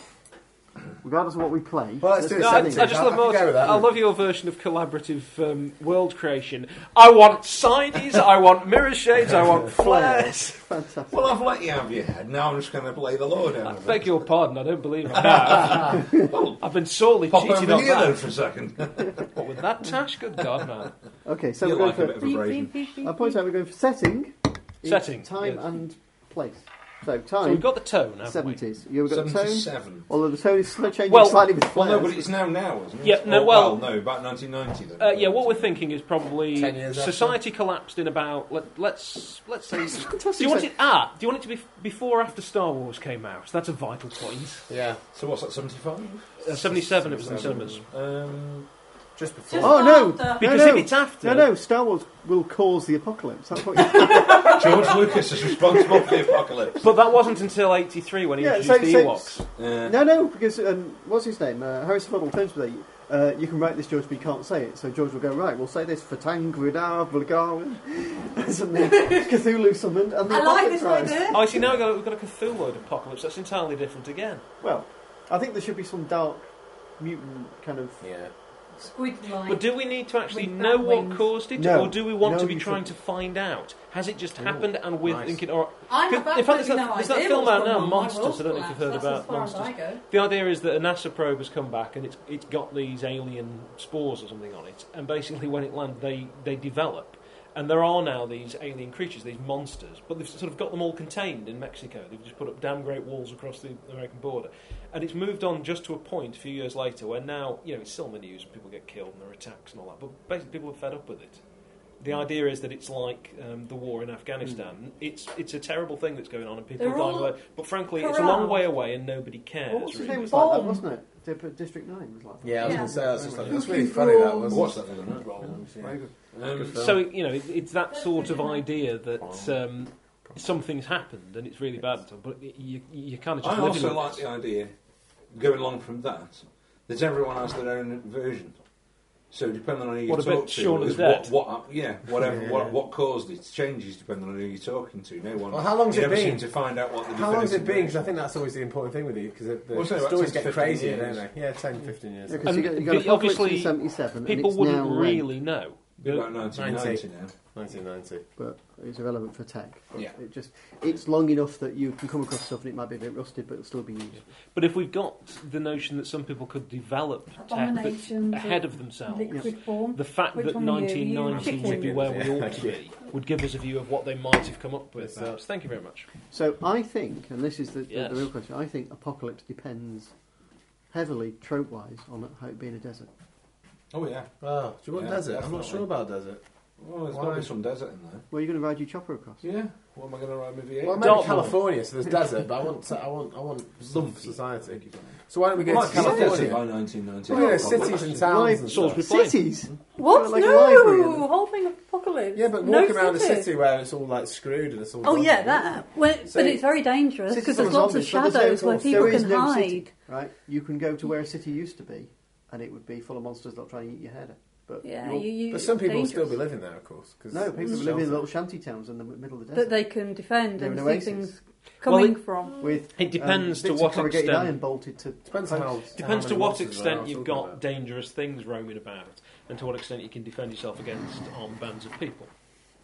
S2: regardless of what we play.
S6: Well, let's do it
S2: there's
S3: No, I, I
S2: something.
S6: It's
S3: just love
S6: I can
S3: most,
S6: go with that.
S3: I love your version of collaborative um, world creation. I want sides, I want mirror shades, I want flares.
S2: Fantastic.
S7: Well, I've let you have your head. Now I'm just going to play the Lord
S3: I
S7: out of
S3: beg
S7: it.
S3: your pardon, I don't believe I have.
S7: Well,
S3: I've been sorely
S7: pop
S3: cheated
S7: over
S3: on
S7: here then
S3: that.
S7: for a [LAUGHS] second.
S3: What with that, Tash? Good God, man.
S2: Okay, so
S7: You
S2: we're going
S7: like a bit of
S2: for.
S7: abrasion.
S2: I point out we're going for setting. in
S3: Setting,
S2: Time
S3: yes.
S2: and place. So
S3: So we've
S2: time.
S3: got the tone, haven't we?
S2: Seventies. You've got the tone.
S7: 77.
S2: Although the tone is sl- changing
S3: Well-
S2: slightly with
S7: Well,
S2: flares.
S7: no, but it's now now, isn't it?
S3: Yeah, no,
S7: Or,
S3: well-
S7: no, about 1990 then.
S3: Uh, yeah, what we're thinking is probably
S6: Ten years after.
S3: society collapsed in about let, let's let's say.
S2: Fantastic.
S3: Do you want
S2: So-
S3: it ah? Do you want it to be before or after Star Wars came out? That's a vital point.
S6: Yeah,
S7: So what's that, 75?
S3: Uh, Seventy-seven, it was in cinemas.
S7: Um,
S6: just before.
S5: Just
S2: Oh, no.
S5: after-
S3: Because
S2: no.
S3: if it's after,
S2: No, no, Star Wars will cause the apocalypse. That's what you-
S7: George Lucas is responsible for the apocalypse.
S3: But that wasn't until '83 when he
S2: Yeah,
S3: introduced
S2: so-
S3: the Ewoks.
S2: so-
S7: Uh,
S2: no, no, because um, what's his name? Uh, Harrison Ford turns with you. Uh, you can write this, George, but you can't say it. So George will go, right, we'll say this for Tangridar, Bulgarin, [LAUGHS] something, Cthulhu summoned, and the
S5: I like
S2: apocalypse
S5: this
S2: rise.
S5: idea.
S3: Oh, I see. Now we've got, a- we've got a Cthulhu apocalypse. That's entirely different again.
S2: Well, I think there should be some dark mutant kind of.
S6: Yeah.
S5: Squid
S3: But
S5: like.
S3: do we need to actually
S5: With
S3: know
S5: bat
S3: what
S5: wings.
S3: caused it,
S2: No.
S3: or do we want
S2: No,
S3: to be
S2: you
S3: trying to find out? Has it just happened, and we're
S6: nice.
S3: thinking, or
S5: I have
S3: In fact, there's
S5: absolutely
S3: that-
S5: no
S3: there's that
S5: idea
S3: film
S5: what's
S3: out now,
S5: going on. My
S3: Monsters.
S5: world's
S3: I don't know if you've heard
S5: collapsed.
S3: about
S5: That's as far as
S3: Monsters.
S5: I go.
S3: the idea is that a NASA probe has come back and it's it's got these alien spores or something on it, and basically when it lands, they they develop. And there are now these alien creatures, these monsters, but they've sort of got them all contained in Mexico. They've just put up damn great walls across the American border. And it's moved on just to a point a few years later where now, you know, it's still in the news and people get killed and there are attacks and all that, but basically people are fed up with it. The idea is that it's like um, the war in Afghanistan. It's it's a terrible thing that's going on and people
S5: They're
S3: are dying.
S5: all
S3: of it. But frankly, it's a long way away and nobody cares.
S2: Well, what's his
S3: really.
S2: name was like that,
S5: Bomb.
S2: wasn't it? Dip- uh, District 9 was like that.
S6: Yeah, I was going to say that's just like that's really
S5: Looking
S6: funny. That
S5: for-
S6: was.
S7: what's that, isn't it?
S2: Very good.
S7: Um,
S3: So you know, it, it's that sort of idea that um, something's happened and it's really bad, but you, you kind of just
S7: I
S3: living
S7: also
S3: with
S7: like
S3: it.
S7: the idea, going along from that, that everyone has their own version. So depending on who you
S3: What a
S7: talk
S3: bit
S7: to,
S3: Shaun of
S7: is
S3: the
S7: what,
S3: Dead.
S7: what, yeah,
S6: [LAUGHS]
S7: whatever,
S6: Yeah.
S7: What, what caused it changes depending on who you're talking to. No one.
S6: Well, how long's
S7: you
S6: it
S7: never
S6: been?
S7: seem to find out what the
S6: How long's it
S7: definitive
S6: been? Because I
S7: version
S6: think that's always the important thing with you, because the
S7: Well, so about
S6: stories get
S7: 10, 15
S6: crazier,
S7: years.
S6: don't they? Yeah, 10, 15 years.
S2: Yeah, because you
S3: And
S2: got, you got
S3: the-
S2: Apocalypse
S3: obviously,
S2: in 77, and
S3: People
S2: it's now
S3: wouldn't
S2: when,
S3: really know.
S7: is. About 1990 now.
S6: 1990.
S2: but it's irrelevant for tech.
S7: Yeah.
S2: It just it's long enough that you can come across stuff and it might be a bit rusted, but it'll still be used.
S3: But if we've got the notion that some people could develop tech that's
S5: Abominations
S3: ahead
S5: of
S3: of themselves,
S5: Liquid form.
S3: the fact
S5: Which
S3: that
S5: one were you? You
S3: 1990
S5: chicken?
S3: would be where we
S6: Yeah,
S3: ought to be would give us a view of what they might have come up with.
S6: Yes, sir.
S3: Perhaps. Thank you very much.
S2: So I think, and this is the, the- the,
S3: Yes.
S2: real question, I think Apocalypse depends heavily, trope wise, on how it being a desert.
S7: Oh yeah.
S6: Oh, do you want
S7: Yeah,
S6: desert? I'm not
S7: definitely.
S6: sure about desert.
S7: Well, there's
S6: Why?
S7: got to be some desert in there.
S2: Where are you going to ride your chopper across?
S7: Yeah. What am I going to ride with V8?
S6: Well, maybe
S3: Dartmoor.
S6: California, so there's desert, but I want, I want, I want [LAUGHS] some
S7: Lumpy.
S6: society.
S7: Thank you.
S6: So why don't we go
S7: Well,
S6: to
S7: it's desert
S6: California?
S7: by 1990.
S6: Yeah, cities and
S2: Why-
S6: towns and stuff.
S3: Salisbury Plain.
S2: Cities?
S5: What?
S2: Like a library, isn't
S5: no!
S2: it?
S5: Whole thing of apocalypse.
S6: Yeah, but
S5: No
S6: walking around a
S5: city.
S6: city where it's all like screwed and it's all.
S5: Oh yeah,
S6: dodgy.
S5: that. Well,
S6: So-
S5: but it's very dangerous
S2: Cities
S5: because
S2: are
S5: there's lots of
S2: zombies, but there's no
S5: shadows where
S2: force.
S5: people
S2: There is
S5: can
S2: no
S5: hide.
S2: city. Right, you can go to where a city used to be, and it would be full of monsters that'll try and eat your head. But
S5: Yeah,
S2: you're-
S5: you, you,
S6: But some people will
S5: dangerous.
S6: still be living there, of course. 'cause
S2: no, people
S6: it's
S2: live in
S6: shelter.
S2: little shanty towns in the middle of the desert
S5: that they can defend
S2: They're
S5: and
S2: an
S5: see
S2: oasis.
S5: things coming
S3: Well, it-
S5: from.
S2: with
S3: It depends
S2: um,
S3: to
S2: bits
S3: what
S2: of corrugated
S3: extent.
S2: iron bolted to
S6: Depends on how.
S3: Depends to
S6: how many
S3: what
S6: monsters there are,
S3: extent you've
S6: talking
S3: got
S6: about.
S3: dangerous things roaming about, and to what extent you can defend yourself against armed bands of people.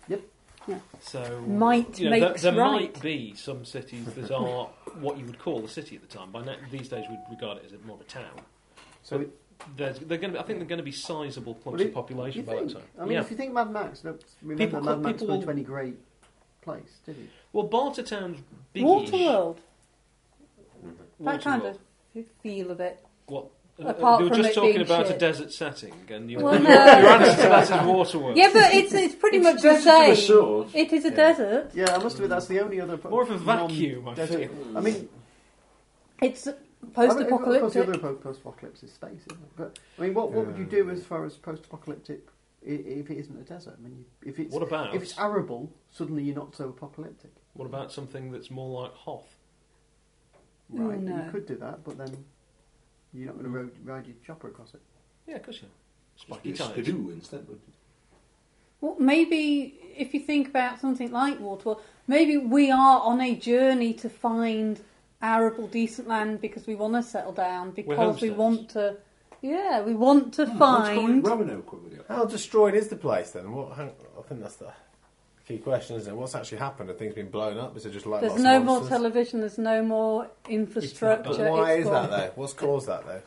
S2: Yep.
S5: Yeah.
S3: So
S5: Might
S3: you know, there-
S5: makes
S3: there, might
S5: right.
S3: be some cities that are what you would call a city at the time. By now, these days, we'd regard it as more of a town.
S2: So
S3: But there's, they're going to. I think they're going to be sizable
S2: Well,
S3: clumps
S2: it-
S3: of population
S2: You
S3: by that
S2: think?
S3: time.
S2: I mean,
S3: yeah.
S2: if you think Mad Max, don't remember
S3: People
S2: Mad
S3: call-
S2: Max
S3: people
S2: weren't
S3: will-
S2: any great place, did he?
S3: well, Bartertown's big.
S5: Waterworld. That kind of feel of it.
S3: What? Uh,
S5: Apart
S3: they were
S5: from
S3: just
S5: it
S3: talking
S5: being
S3: about a
S5: shit.
S3: desert setting, and you,
S5: Well,
S3: your,
S5: no.
S3: your answer to that is Waterworld.
S5: Yeah, but it's it's pretty much the
S7: desert to
S5: same.
S7: a sword.
S5: It is a
S6: Yeah.
S5: desert.
S2: Yeah, I must admit that's the only other
S3: More of a vacuum, I
S2: non-desert-
S3: feel.
S7: Hmm.
S2: I mean,
S5: It's
S2: I mean, of course, the
S5: post-apocalyptic.
S2: other po- post-apocalypse is space, isn't it? But I mean, what, what would you do as far as post-apocalyptic i- if it isn't a desert? I mean, you- if it's
S3: What about
S2: if it's arable, suddenly you're not so apocalyptic.
S3: what about something that's more like Hoth?
S5: Mm,
S2: Right,
S5: no.
S2: you could do that, but then you're not going
S3: Hmm.
S2: to ride, ride your chopper across it.
S3: Yeah, of course you. are. Spiky
S7: It's
S3: tires.
S7: Skidoo instead. wouldn't it?
S5: Well, maybe if you think about something like Waterworld, maybe we are on a journey to find arable, decent land because we want to settle down because we
S3: homesteads.
S5: want to. Yeah, we want to
S1: What's
S6: Hmm,
S1: called
S5: find.
S1: Roanoke or whatever.
S6: How destroyed is the place then? What? Hang, I think that's the key question, isn't it? What's actually happened? Have things been blown up? Is it just like
S5: There's
S6: lots of
S5: no more
S6: monsters?
S5: television. There's no more infrastructure.
S6: But why
S5: it's
S6: is that
S5: gone.
S6: though? What's caused that though?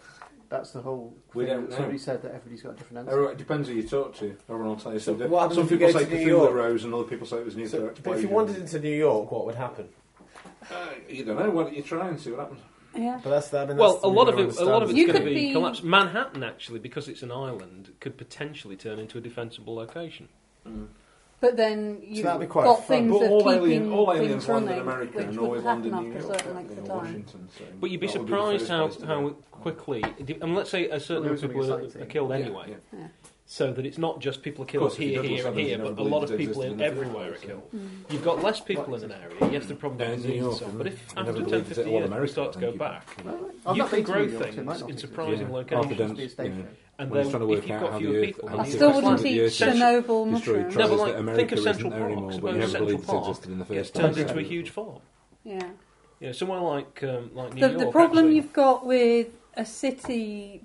S2: That's the whole.
S4: We
S2: thing
S4: don't
S2: that Somebody
S4: know.
S2: said that everybody's got a different answer.
S4: Everyone, it depends who you talk to. Everyone will tell you
S6: So
S4: something.
S6: what happens
S4: Some
S6: if you
S4: people
S6: go
S4: say
S6: to New
S4: Cthulhu
S6: York?
S4: Rose, and other people say it was nuclear
S6: So, but if you
S4: explosion.
S6: wandered into New York, what would happen?
S4: uh, you don't know. Why don't you try and see what happens?
S5: Yeah.
S6: But that's I mean,
S3: Well,
S6: that's
S3: a
S6: the-
S3: lot of
S6: we
S3: it,
S6: don't
S3: a lot of
S6: understand.
S3: it's
S5: You
S3: going to
S5: could
S3: be,
S5: be-
S3: collapsed. Manhattan, actually, because it's an island, could potentially turn into a defensible location.
S5: But then you've
S6: that'd be quite
S5: got
S6: fun.
S5: things
S4: But
S5: that
S4: all
S5: keep
S4: alien, all aliens
S5: things
S4: land
S5: running,
S4: in America
S5: which
S4: and
S5: would
S4: always land
S5: happen
S4: in New
S5: after a
S4: York,
S5: certain length
S4: you
S5: of
S4: know,
S5: time.
S4: Washington. So
S3: But you'd be
S4: that would the
S3: surprised
S4: first
S3: how,
S4: place to
S3: how
S4: go.
S3: quickly. And let's say a certain
S2: Well,
S3: number
S2: it
S3: of
S2: was
S3: people are,
S2: exciting.
S3: are killed
S4: Yeah,
S3: anyway,
S4: yeah.
S5: Yeah.
S3: so that it's not just people are
S4: Of
S3: killed
S4: course, if you
S3: here,
S4: did
S3: here,
S4: all
S3: and
S4: seven,
S3: here,
S4: you
S3: but
S4: never
S3: a lot of
S4: believed it
S3: people in
S4: existed in the first
S3: everywhere are
S4: place,
S3: killed. You've got less people in an area. Yes, the problem
S4: Yeah,
S3: is
S4: in Mm. New York,
S3: itself, but if
S4: I never
S3: after 10,
S4: believed it
S3: 15
S4: all
S3: years people
S4: America,
S3: start to
S4: I
S3: go
S4: think.
S3: back,
S2: I've
S3: you
S2: not
S3: can
S2: been to
S3: grow
S2: New York, so it might
S3: things
S2: not
S3: in
S2: be.
S3: surprising
S4: Yeah.
S2: Half
S3: locations.
S2: of be a
S4: Confidence,
S2: station.
S4: you know.
S3: And
S4: When he's trying
S3: then
S4: to work
S3: if you've
S4: out
S3: got
S4: how
S3: fewer
S4: the Earth-
S3: people,
S4: how
S5: I
S4: the
S3: it's
S5: still
S4: Earth
S3: like-
S5: wouldn't
S4: the
S5: teach
S4: Earth should
S5: Chernobyl
S4: destroyed
S5: mushrooms.
S3: No,
S4: tribes
S3: but like,
S4: that
S3: think
S4: America
S3: of Central
S4: isn't there
S3: Park.
S4: anymore, but
S3: Suppose
S4: never
S3: Central
S4: believed it
S3: Park
S4: existed in the
S3: gets
S4: first
S3: turned
S4: place.
S3: into a huge farm.
S5: Yeah.
S3: You know, somewhere like um, like New
S5: The,
S3: York.
S5: the problem
S3: actually-
S5: you've got with a city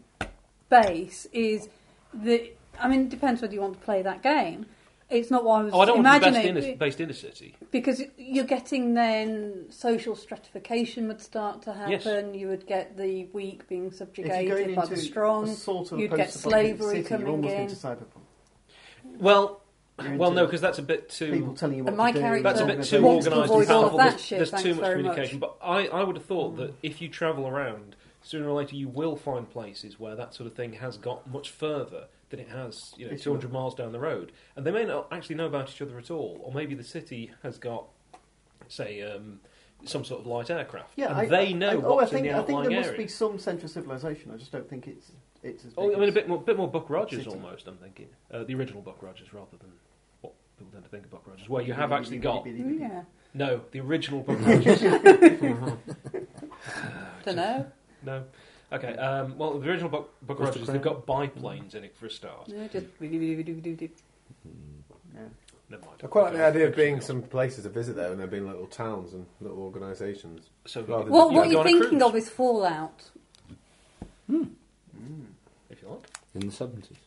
S5: base is that I mean, it depends whether you want to play that game. It's not what I was
S3: Oh, I don't want to be
S5: imagining
S3: based in, a, based in a city.
S5: because you're getting then social stratification would start to
S3: Yes.
S5: happen. You would get the weak being
S2: If you're
S5: subjugated
S2: going
S5: by the
S2: into a
S5: strong.
S2: sort of
S5: you'd get
S2: post-apocalyptic
S5: slavery
S2: city,
S5: coming
S2: you're almost
S5: in.
S2: into cyberpunk.
S3: Well,
S2: You're
S3: well,
S2: into
S3: no, because that's a bit
S2: people
S3: too.
S2: telling you what
S5: And my
S2: to do.
S5: character
S3: That's a bit too
S5: wants to
S3: organised.
S5: avoid
S3: and
S5: all of
S3: powerful.
S5: that
S3: There's-
S5: shit,
S3: There's too
S5: thanks
S3: much
S5: very
S3: communication. But I, I would have thought
S2: Mm.
S3: that if you travel around, sooner or later you will find places where that sort of thing has got much further than it has, you know,
S2: It's
S3: 200 miles down the road. And they may not actually know about each other at all. Or maybe the city has got, say, um, some sort of light aircraft.
S2: Yeah,
S3: and
S2: I,
S3: they know
S2: I, oh, I
S3: what's
S2: think,
S3: in the
S2: I think
S3: outlying
S2: there must
S3: area.
S2: be some central civilization. I just don't think it's it's as big.
S3: Oh, I mean, a
S2: as-
S3: bit more, bit more Buck Rogers
S2: City.
S3: almost. I'm thinking uh, the original Buck Rogers rather than what people tend to think of Buck Rogers, where you have actually got
S5: much. Hmm, Yeah,
S3: no the
S2: [LAUGHS]
S3: original Buck Rogers. Oh,
S5: don't know.
S3: no, okay. Um, well, the original Buck, Buck
S4: What's the
S3: Rogers they've got biplanes in it for a start. [LAUGHS]
S5: No, just
S2: Yeah.
S3: Never mind.
S6: I quite like the
S3: Okay.
S6: idea of being some places to visit though, and there being little towns and little organisations.
S3: So
S6: rather than
S5: What,
S6: just-
S5: what
S3: you
S5: you're
S3: go on a
S5: thinking
S3: cruise.
S5: of is Fallout.
S3: [LAUGHS] if you like.
S4: in the seventies.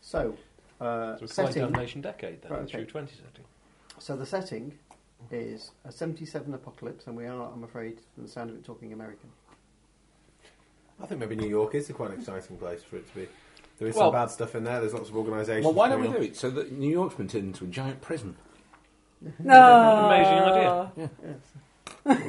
S2: So, uh,
S3: So it's like
S2: setting.
S3: damnation decade then
S2: Right,
S3: through
S2: okay.
S3: twenty setting.
S2: So the setting is a 77 apocalypse, and we are, I'm afraid, from the sound of it, talking
S3: [LAUGHS]
S2: American.
S6: I think maybe New York is a quite an exciting place for it to be. There is
S3: Well-
S6: some bad stuff in there. There's lots of organisations.
S4: Well, why don't we
S6: going
S4: do
S6: on.
S4: it so that New York's been turned into a giant prison?
S5: No,
S3: Amazing idea.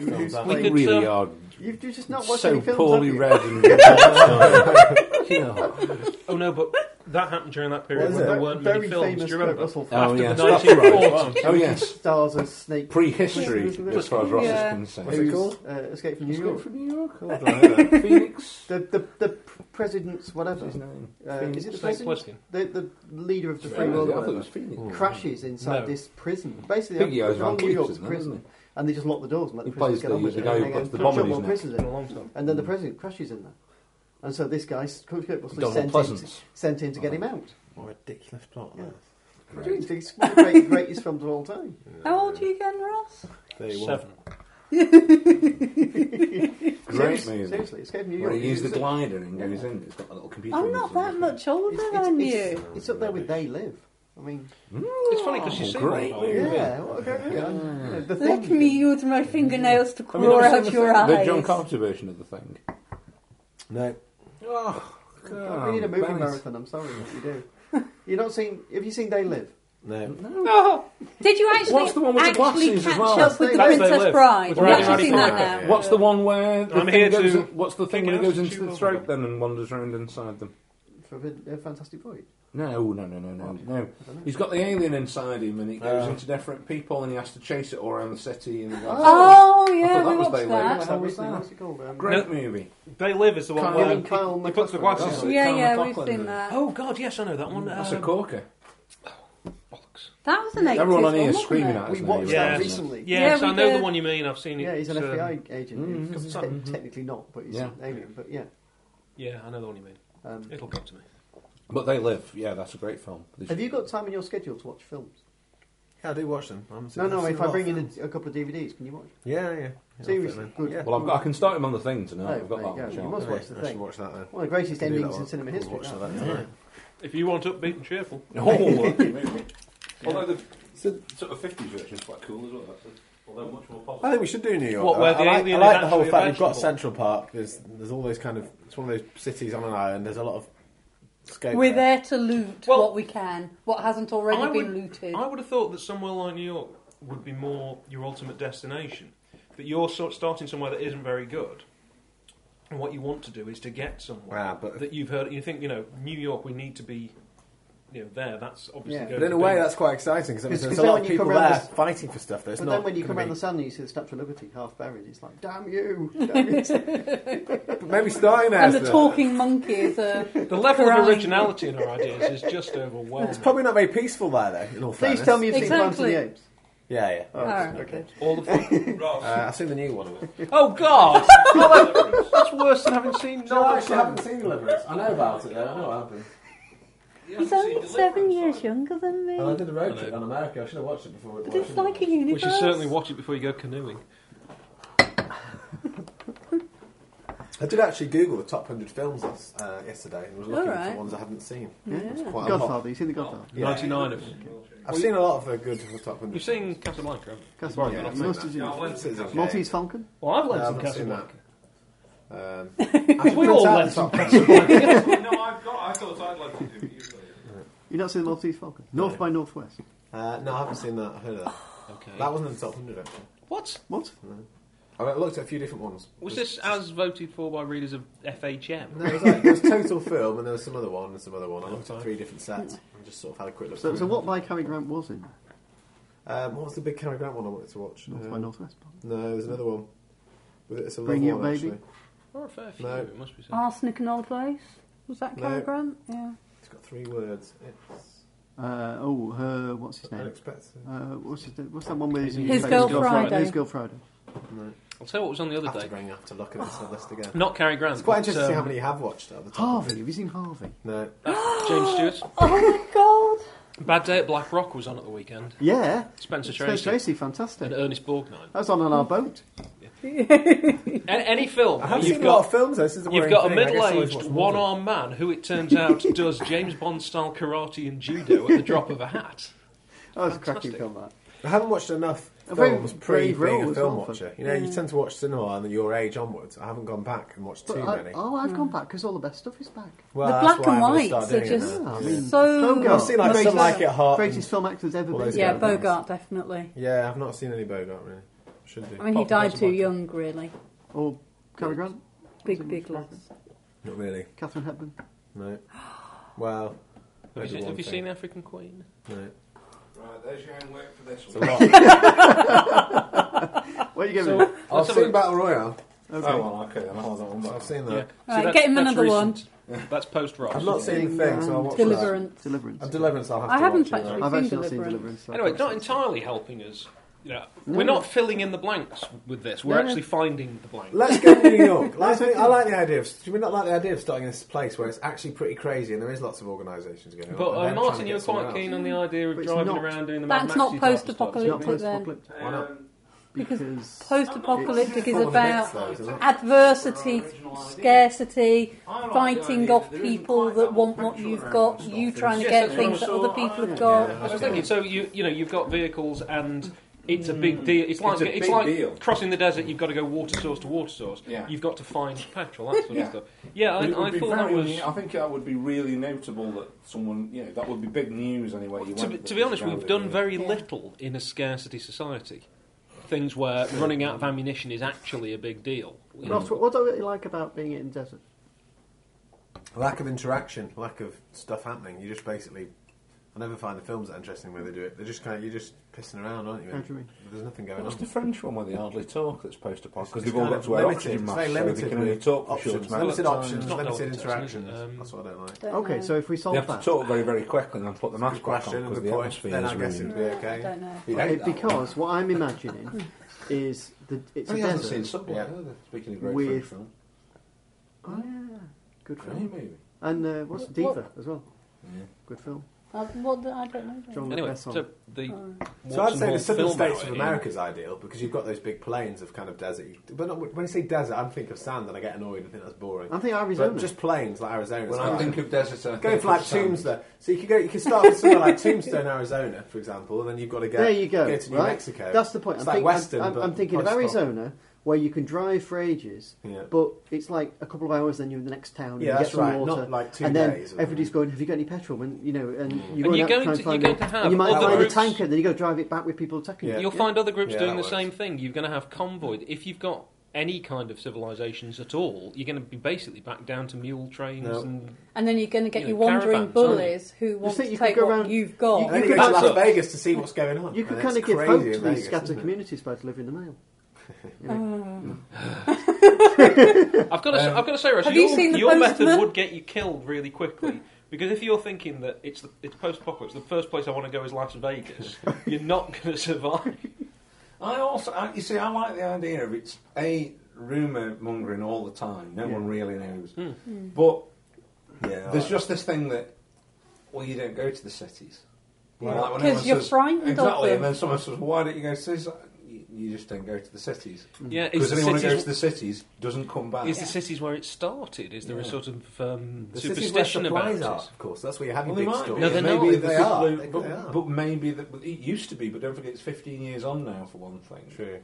S6: Films out
S3: We
S6: there.
S3: could,
S4: really
S3: uh,
S4: are
S2: You've you've just not watched
S4: so
S2: any films,
S4: poorly
S2: have you?
S4: read
S2: [LAUGHS]
S4: and you know.
S3: Oh no, but that happened during that period
S6: What
S3: when
S6: is it?
S3: there weren't
S2: very
S3: many films. Do
S2: famous
S3: you
S2: Kurt
S3: remember?
S2: Russell film.
S4: Oh
S3: After
S4: yes,
S3: the
S4: that's right.
S3: 1940s.
S4: Oh yes,
S2: Stars as snake.
S4: prehistory
S2: Yeah.
S4: as far as Ross
S5: Yeah.
S4: is concerned.
S6: What's it
S2: who's,
S6: called?
S2: Uh, Escape from New
S4: Escape
S2: York.
S4: from New York. Oh, I don't know. Phoenix.
S2: The, the, the pr- president's whatever.
S4: What's his name?
S2: Uh, is it the
S3: Snake
S2: president?
S3: Plissken.
S2: The, the leader of the
S4: Yeah,
S2: free world.
S4: I thought it
S2: whatever,
S4: was Phoenix.
S2: Crashes inside
S3: No.
S2: this prison. Basically,
S4: Piggy
S2: the
S4: Eyes Van
S2: whole New
S4: Cleef,
S2: York's
S4: isn't it,
S2: prison.
S4: isn't
S2: And they just lock the doors and let the
S4: He
S2: prison
S4: plays
S2: get
S4: the-
S2: on with
S4: the
S2: it.
S4: guy
S2: and
S4: who
S2: they
S4: puts
S2: go,
S4: the bomb
S2: "Shove
S4: in his
S2: more
S4: neck."
S2: prisoners in."
S3: Been a long time.
S2: And then
S4: Hmm.
S2: the president crashes in there. And so this guy, Kurt Buckley,
S4: Donald
S2: sent him,
S4: Pleasance.
S2: sent him to get him out.
S6: What a ridiculous plot.
S2: Yeah.
S6: that is.
S2: What do you mean? It's one of the great, greatest films of all time.
S5: How old are you
S3: [LAUGHS]
S5: again, Ross?
S6: There you
S3: Seven.
S4: Great
S2: [LAUGHS] Seriously,
S4: movie.
S2: Seriously, it's getting New
S4: Where
S2: York.
S4: he uses the
S2: It's-
S4: glider and goes in. It's got a little computer.
S5: I'm
S4: in
S5: not
S4: it.
S5: that much older
S2: it's,
S5: than
S2: it's,
S5: you.
S2: it's- it's up there with They Live. I mean,
S3: It's funny because you see
S4: great.
S3: one of them.
S2: Oh, yeah, what a great movie.
S4: Ah.
S2: I- you know, the
S5: Let
S2: thing-
S5: me use my fingernails to
S4: I
S5: claw
S4: mean, I've seen
S5: out
S4: the
S5: your
S4: thing- The
S5: eyes.
S4: John Carter version of the thing.
S6: No.
S4: Oh,
S2: God, we need a movie marathon. I'm sorry, but you do. [LAUGHS] You're not seen. Have you seen They Live?
S6: No.
S5: Oh. Did you actually
S4: What's the one with the
S5: actually
S4: glasses as
S5: catch
S4: well?
S5: up with the
S2: That's
S3: They
S5: Princess
S3: Live.
S5: Bride?
S3: With
S5: You've
S3: Roddy
S5: actually seen that
S6: Piper.
S5: now.
S6: Yeah.
S4: What's the one where the
S3: I'm
S4: thing
S3: here
S4: goes
S3: to
S4: in- what's the thing
S3: kick
S4: when it
S3: ass
S4: goes
S3: and
S4: into
S3: chew
S4: the
S3: bubblegum.
S4: throat then and wanders around inside them?
S2: For a, a Fantastic Voyage.
S4: No, no, no, no, no, no. He's got the alien inside him and it goes
S6: Oh.
S4: into different people and he has to chase it all around the city. And
S2: Ah.
S5: Oh
S4: I
S5: yeah,
S4: thought
S5: we
S4: that was
S5: watched
S4: They Live.
S5: that.
S4: What the hell was
S2: recently,
S4: that?
S2: What's it called? Um,
S4: "Oh, Great movie.
S3: They Live is the one
S4: Kyle-
S3: where
S4: Kyle
S3: he, he puts the
S2: McLaughlin.
S3: glasses
S4: That's
S3: on.
S4: it.
S5: Yeah,
S4: Kyle
S5: yeah, we've
S4: MacLachlan
S5: seen
S4: did.
S5: that.
S3: Oh god, yes, I know that one.
S4: That's
S3: uh,
S2: Um.
S4: a corker.
S3: bollocks.
S5: That was an 80s
S4: Everyone on
S5: one,
S4: here
S5: wasn't
S4: screaming
S5: it?
S4: at us.
S2: We
S4: now,
S2: watched
S4: yeah.
S2: that recently.
S3: Yes,
S5: Yeah, we
S3: I know
S5: did.
S3: the one you mean. I've seen it.
S2: Yeah, he's an
S3: It's, um,
S2: FBI agent. Because he's
S3: something.
S2: te- technically not, but he's
S4: Yeah.
S2: an alien. But yeah.
S3: Yeah, I know the one you mean.
S2: Um,
S3: It'll come to me.
S4: But they live. Yeah, that's a great film.
S2: have you got time in your schedule to watch films?
S6: Yeah, I do watch them. I haven't
S2: No,
S6: seen- I've
S2: no.
S6: seen
S2: If
S6: a lot
S2: I
S6: of
S2: bring in
S6: films.
S2: a, a couple of DVDs, can you watch?
S6: yeah, yeah, yeah,
S2: Seriously,
S6: I'll fit
S2: good.
S6: them in.
S4: Well, I've got, I can start him on the thing tonight.
S2: Oh,
S4: I've got
S2: there you
S4: that
S2: go.
S4: one.
S2: You
S4: shall I?
S2: must watch the
S6: I should
S2: thing.
S6: watch that then.
S2: One of the greatest
S6: Can do
S2: endings
S6: that
S2: in
S6: one.
S2: cinema
S6: We'll
S2: history.
S6: watch
S2: that.
S6: that
S2: Yeah.
S6: tonight.
S3: If you want upbeat and cheerful,
S4: [LAUGHS] Oh, although the sort of fifties version's quite cool as well. Actually. Although much more
S6: I
S4: popular.
S6: think we should do New York.
S3: What,
S6: though.
S3: where
S6: I
S3: the
S6: like, I
S3: alien
S6: like
S3: is
S6: the whole
S3: actually
S6: fact
S3: a
S6: we've got
S3: vegetable.
S6: Central Park. There's there's all those kind of it's one of those cities on an island. There's a lot of scope.
S5: We're there to loot
S3: Well-
S5: what we can, what hasn't already
S3: I
S5: been
S3: would-
S5: looted.
S3: I would have thought that somewhere like New York would be more your ultimate destination. That you're sort of starting somewhere that isn't very good, and what you want to do is to get somewhere
S6: Yeah, but,
S3: that you've heard. You think you know New York. We need to be, you know, there. That's obviously.
S2: Yeah.
S3: going
S6: but in
S3: to
S6: a way
S3: be-
S6: that's quite exciting because
S2: Because-
S6: there's
S2: because
S6: a
S2: then
S6: lot
S2: when
S6: of
S2: you
S6: people
S2: come round
S6: there
S2: this-
S6: fighting for stuff. That's
S2: But
S6: not
S2: then when you come
S6: gonna
S2: around
S6: be-
S2: the sun and you see the Statue of Liberty half buried, it's like, damn you! Damn you.
S6: But maybe starting there.
S5: and the
S6: is the-
S5: talking monkey is [LAUGHS] a.
S3: the level of
S5: Grind.
S3: originality in our ideas is just overwhelming.
S6: It's probably not very peaceful there, though. In all
S2: Please
S6: fairness.
S2: tell me you've seen
S5: Exactly.
S2: Planet of the Apes.
S6: Yeah, yeah.
S2: Oh,
S5: Alright.
S2: okay.
S3: All of them. [LAUGHS]
S6: Uh, I've seen the new one of it.
S3: Oh God! That's worse than having seen.
S6: No, I
S3: none.
S6: actually haven't seen Deliverance. I know about it though. I know what happened.
S5: He's only seven years younger than me.
S6: And I did a road trip on America. I should have watched it before.
S5: But it's like a universe.
S3: We should certainly watch it before you go canoeing.
S6: I did actually Google the top hundred films uh, yesterday and was looking
S5: Alright.
S6: for ones I hadn't seen.
S2: Yeah.
S6: It's quite a lot.
S2: Godfather. You seen the Godfather?
S6: Yeah.
S3: Ninety-nine of them.
S6: I've seen a lot of the good of the top hundred.
S3: You've seen Casablanca, haven't you?
S2: Casablanca.
S6: Yeah, I've seen
S2: Monsters
S6: that.
S2: Inc.
S4: I've learned since I was young.
S2: Maltese Falcon.
S3: Well, I've learned
S6: No, I've
S3: some
S6: not seen
S3: Casablanca.
S6: Um,
S3: We all learned some Casablanca.
S4: no, I've got. I thought I'd like to do it. usually.
S2: You've not seen the Maltese Falcon? North by Northwest.
S6: uh, no, I haven't seen that. I heard of that.
S3: okay.
S6: That wasn't in the top hundred actually.
S3: What?
S2: What?
S6: I mean, I looked at a few different ones.
S3: Was
S6: There's-
S3: this as voted for by readers of FHM?
S6: No, it was like there was total film and there was some other one and some other one. I looked at three different sets and just sort of had a quick look.
S2: So,
S6: through
S2: so
S6: it.
S2: what by Cary Grant was in
S6: Um, what was the big Cary Grant one I wanted to watch?
S2: North
S6: Um,
S2: by Northwest?
S6: No, there's another one. With it, it's a
S2: Bring
S6: love
S2: It,
S6: one,
S2: Baby?
S6: actually.
S3: Or a fair few,
S6: No.
S3: it must be said.
S5: Arsenic and Old Lace. Was that
S6: No.
S5: Cary Grant? Yeah.
S6: It's got three words. It's
S2: Uh, oh, her. What's his name?
S6: unexpected.
S2: Uh, what's, his, what's that one with
S3: His
S5: His Girl Friday.
S2: His Girl Friday.
S6: No.
S3: I'll tell you what Oh. was on the
S6: After
S3: other
S6: have to
S3: day.
S6: bring, I have to look at this list again.
S3: Not Cary Grant.
S6: It's quite
S3: but,
S6: interesting to see how
S3: um,
S6: many you have watched. At the top
S2: Harvey. Have you seen Harvey?
S6: No.
S3: James Stewart.
S5: Oh my god!
S3: Bad Day at Black Rock was on at the weekend.
S2: Yeah.
S3: Spencer
S2: Tracy.
S3: Tracy
S2: Tracy,
S3: and uh,
S2: fantastic.
S3: Ernest Borgnine.
S2: That was on, on our boat.
S3: A- any film
S6: I
S3: where
S6: have
S3: you've
S6: seen a lot
S3: got
S6: of films, though. This is the
S3: you've
S6: worrying
S3: got a
S6: thing. I guess I always
S3: middle-aged
S6: watch more
S3: one-armed man who it turns
S6: [LAUGHS]
S3: out does James Bond style karate and judo at the drop of a hat.
S2: That was a
S3: Fantastic.
S2: cracking film, that.
S6: than- I haven't watched enough
S2: A very
S6: films pre
S2: brave
S6: being
S2: role
S6: a
S2: as
S6: film
S2: well for-
S6: watcher. You know, you tend to watch cinema and your age onwards. I haven't gone back and watched
S2: But
S6: too
S2: I-
S6: many.
S2: oh, I've gone back because all the best stuff is back.
S6: Well,
S5: the
S6: that's
S5: black
S6: why
S5: and
S6: I'm gonna
S5: whites
S6: start
S5: are
S6: doing it
S5: just Mm.
S6: now.
S2: I mean,
S5: so.
S2: Bogart.
S6: I've seen like
S5: much
S6: some like
S5: better.
S6: it hot. and-
S2: Greatest film actors ever
S6: Uh, All
S2: been.
S6: those
S5: Yeah,
S6: Bogart.
S5: Bogart definitely.
S6: Yeah, I've not seen any Bogart really. Should do.
S5: I mean, he
S3: Apart from
S5: died too
S3: Casablanca.
S5: young, really.
S2: Or Oh, Cary Grant,
S5: Big, big loss.
S6: Not really.
S2: Catherine Hepburn.
S6: No. Well,
S3: Have you, seen,
S6: maybe one
S3: have you
S6: thing.
S3: seen African Queen?
S6: No.
S4: Right, there's your homework for this
S6: It's a
S4: one.
S6: lot.
S4: [LAUGHS]
S2: What are you giving it?
S6: I've
S3: Let's have a
S6: seen Battle Royale.
S2: Okay.
S7: Oh, well, okay, then hold on.
S6: I've seen that.
S3: Yeah.
S5: Right, get him
S3: that's
S5: another
S3: recent. That's post Ross.
S6: I've not seen the thing, so I'll watch that.
S5: Deliverance.
S2: Deliverance.
S6: Uh, Deliverance, I'll have
S5: I
S6: to
S5: haven't
S6: watch it.
S5: actually.
S2: I've
S5: seen
S2: actually not seen
S5: Deliverance.
S2: Deliverance. so I
S3: Anyway,
S2: can't
S3: not
S2: say.
S3: entirely helping us. You know,
S2: No.
S3: We're not filling in the blanks with this. We're
S2: No, no.
S3: actually finding the blanks.
S6: Let's go to
S5: [LAUGHS]
S6: New York. Like, I, think- I like the idea of. Do we not like the idea of starting in this place where it's actually pretty crazy and there is lots of organisations going
S3: but
S6: on? and
S3: uh,
S6: then trying
S3: Martin,
S6: to
S3: you were
S6: get somewhere
S3: quite
S6: else?
S3: keen on the idea of
S2: But it's
S3: driving
S2: not-
S3: around doing the Mad
S5: That's not
S3: Maxi type of
S2: It's
S3: stuff.
S2: not
S5: post-apocalyptic then.
S2: post-apocalyptic
S4: Why not?
S5: Because
S2: because
S5: Post-apocalyptic is
S6: Problem with
S5: about
S6: it, though, isn't it?
S5: adversity, scarcity,
S4: I like
S5: fighting
S4: the idea
S5: off
S4: that there isn't
S5: people
S4: quite
S5: that
S4: whole
S5: want what
S4: picture
S5: you've
S4: around
S5: got,
S4: this stuff.
S5: you trying to
S3: Yes,
S5: get
S3: that's what
S5: things
S3: I
S5: that other
S3: saw.
S5: people have
S3: I was
S5: got.
S3: thinking, so you you know you've got vehicles and it's a big deal. It's like
S7: It's
S3: it's,
S7: a big
S3: like
S7: deal.
S3: crossing the desert. You've got to go water source to water source.
S7: Yeah.
S3: You've got to find petrol, that sort of
S7: Yeah.
S3: stuff. Yeah,
S7: It
S3: I,
S7: would
S3: I
S7: be
S3: thought that
S7: very
S3: was.
S7: ne- I think that would be really notable that someone, you know, that would be big news anyway.
S3: To
S7: You went
S3: be,
S7: with
S3: to
S7: it,
S3: be honest,
S7: you
S3: we've
S7: know,
S3: done very
S5: Yeah.
S3: little in a scarcity society. Things where running out of ammunition is actually a big deal. You
S6: Mm.
S3: know,
S2: Ross, what, what do you like about being in the desert?
S6: Lack of interaction, lack of stuff happening. You just basically. I never find the films that interesting where they do it. They're just kind of you're just pissing around, aren't you?
S2: How do you mean?
S6: There's nothing going
S7: What's
S6: on.
S7: the French one where they hardly talk that's post apocalyptic? Because
S6: It's
S7: they've all
S6: kind
S7: got
S6: of
S7: to wear
S6: limited,
S7: oxygen
S6: it's
S7: masks,
S6: very
S7: so they
S6: limited
S7: can only
S6: with
S7: talk for
S6: options.
S7: short amounts
S6: Limited
S7: of time.
S6: options,
S3: Not
S6: limited
S3: novelty, isn't it?
S6: interactions.
S3: Um,
S6: That's what I don't like.
S5: Don't
S2: Okay,
S5: know.
S2: so if we
S7: They
S2: solve
S7: have to
S2: that,
S7: talk very, very quickly and then put the mask back on
S6: question and
S7: because
S6: a
S7: the
S6: point,
S7: atmosphere
S6: then
S7: is
S6: I guess
S7: really-
S6: it'd be okay.
S5: I don't know.
S7: You'd
S2: okay,
S7: hate that one.
S2: because what I'm imagining is the it's
S7: Oh,
S2: a
S7: he hasn't seen
S2: desert.
S7: Subway,
S6: Yeah.
S7: has he? Speaking of great
S2: With-
S7: French film.
S2: Oh yeah, good
S7: Great
S2: film.
S7: movie.
S2: And uh, what's
S5: What-
S2: Diva as well?
S7: Yeah.
S2: Good film.
S5: I, Uh, what the, I don't know.
S2: John-
S3: Anyway,
S2: Best
S3: so
S2: one.
S3: the
S5: Alright.
S6: So I'd say the
S3: Warts and
S6: southern
S3: Moore film
S6: states of
S3: hour,
S6: America is ideal because you've got those big plains of kind of desert. But not, when I say desert, I think of sand and I get annoyed and think that's boring.
S2: I think
S6: But
S2: Arizona.
S6: just plains like Arizona.
S4: When I think of desert, I
S6: Going
S4: think
S6: for [LAUGHS] like
S4: of sand.
S6: Tombstone, so you could go. You could start with somewhere like Tombstone, Arizona, for example, and then you've got to get
S2: there you go.
S6: to New
S2: right?
S6: Mexico.
S2: That's the point.
S6: It's
S2: I'm,
S6: like
S2: think-
S6: Western,
S2: I'm, I'm,
S6: but
S2: I'm thinking of
S6: hot spot.
S2: Arizona, where you can drive for ages,
S6: Yeah.
S2: but it's like a couple of hours, then you're in the next town.
S6: Yeah,
S2: you
S6: that's
S2: get some
S6: right.
S2: Water,
S6: Not like two
S2: and then
S6: days. Mm. or
S2: everybody's
S6: something.
S2: going, "Have you got any petrol?" And you know, and you
S3: And
S2: go
S3: you're
S2: out
S3: going
S2: try and
S3: to-
S2: find
S3: you're
S2: it.
S3: going to
S2: And
S3: have
S2: you might
S6: other
S2: find
S6: groups-
S2: a tanker, then you go drive it back with people attacking
S6: Yeah.
S2: you.
S3: You'll find other groups
S6: Yeah,
S3: doing the
S6: that works.
S3: same thing. You're going to have convoy. If you've got any kind of civilizations at all, you're going to be basically back down to mule trains
S6: No.
S3: and
S5: And then you're going to get
S3: You
S5: your
S3: know,
S5: wandering
S3: caravans, aren't
S5: bullies who want
S2: think
S5: to
S2: you could
S5: take
S2: go
S5: what
S2: around-
S5: you've got.
S6: And then you
S2: could
S6: go to
S2: have-
S6: Las Vegas to see what's going on.
S2: You could
S6: and
S2: kind
S6: it's
S2: of give
S6: crazy
S2: hope
S6: in
S2: to these
S6: Vegas,
S2: scattered
S6: isn't it?
S2: communities by delivering the mail. You know.
S5: Oh.
S3: I've got to,
S4: Um,
S3: I've got to say, Russ,
S5: have
S3: your,
S5: you seen The
S3: your method
S5: Postman?
S3: would get you killed really
S5: [LAUGHS]
S3: quickly. Because if you're thinking that it's the, it's post-apocalypse, the first place I want to go is Las Vegas, [LAUGHS] you're not going to survive.
S4: I also, I, you see, I like the idea of it's a rumour mongering all the time. No
S2: Yeah.
S4: one really knows.
S3: Mm.
S4: But
S6: Yeah,
S4: there's
S6: like-
S4: just this thing that, well, you don't go to the cities.
S5: Yeah.
S4: Like when
S5: 'Cause
S4: anyone
S5: you're
S4: says-
S5: frightened of
S4: Exactly,
S5: them.
S4: and then someone says, why don't you go to cities? You, you just don't go to the cities.
S3: Yeah, is
S4: Because
S3: the,
S4: anyone who goes
S3: cities,
S4: to the cities doesn't come back.
S3: is the cities where it started? Is there a sort of um,
S6: The cities where
S3: superstition about
S6: supplies
S3: it?
S6: are, of course. That's where you have
S4: Well, they
S6: your big
S4: might
S6: stores.
S4: be.
S3: No, they're not.
S4: maybe
S6: They
S4: They
S6: are.
S4: are.
S6: They-
S4: but,
S6: they are.
S4: but maybe that it used to be. But don't forget, it's 15 years on now for one thing.
S6: True.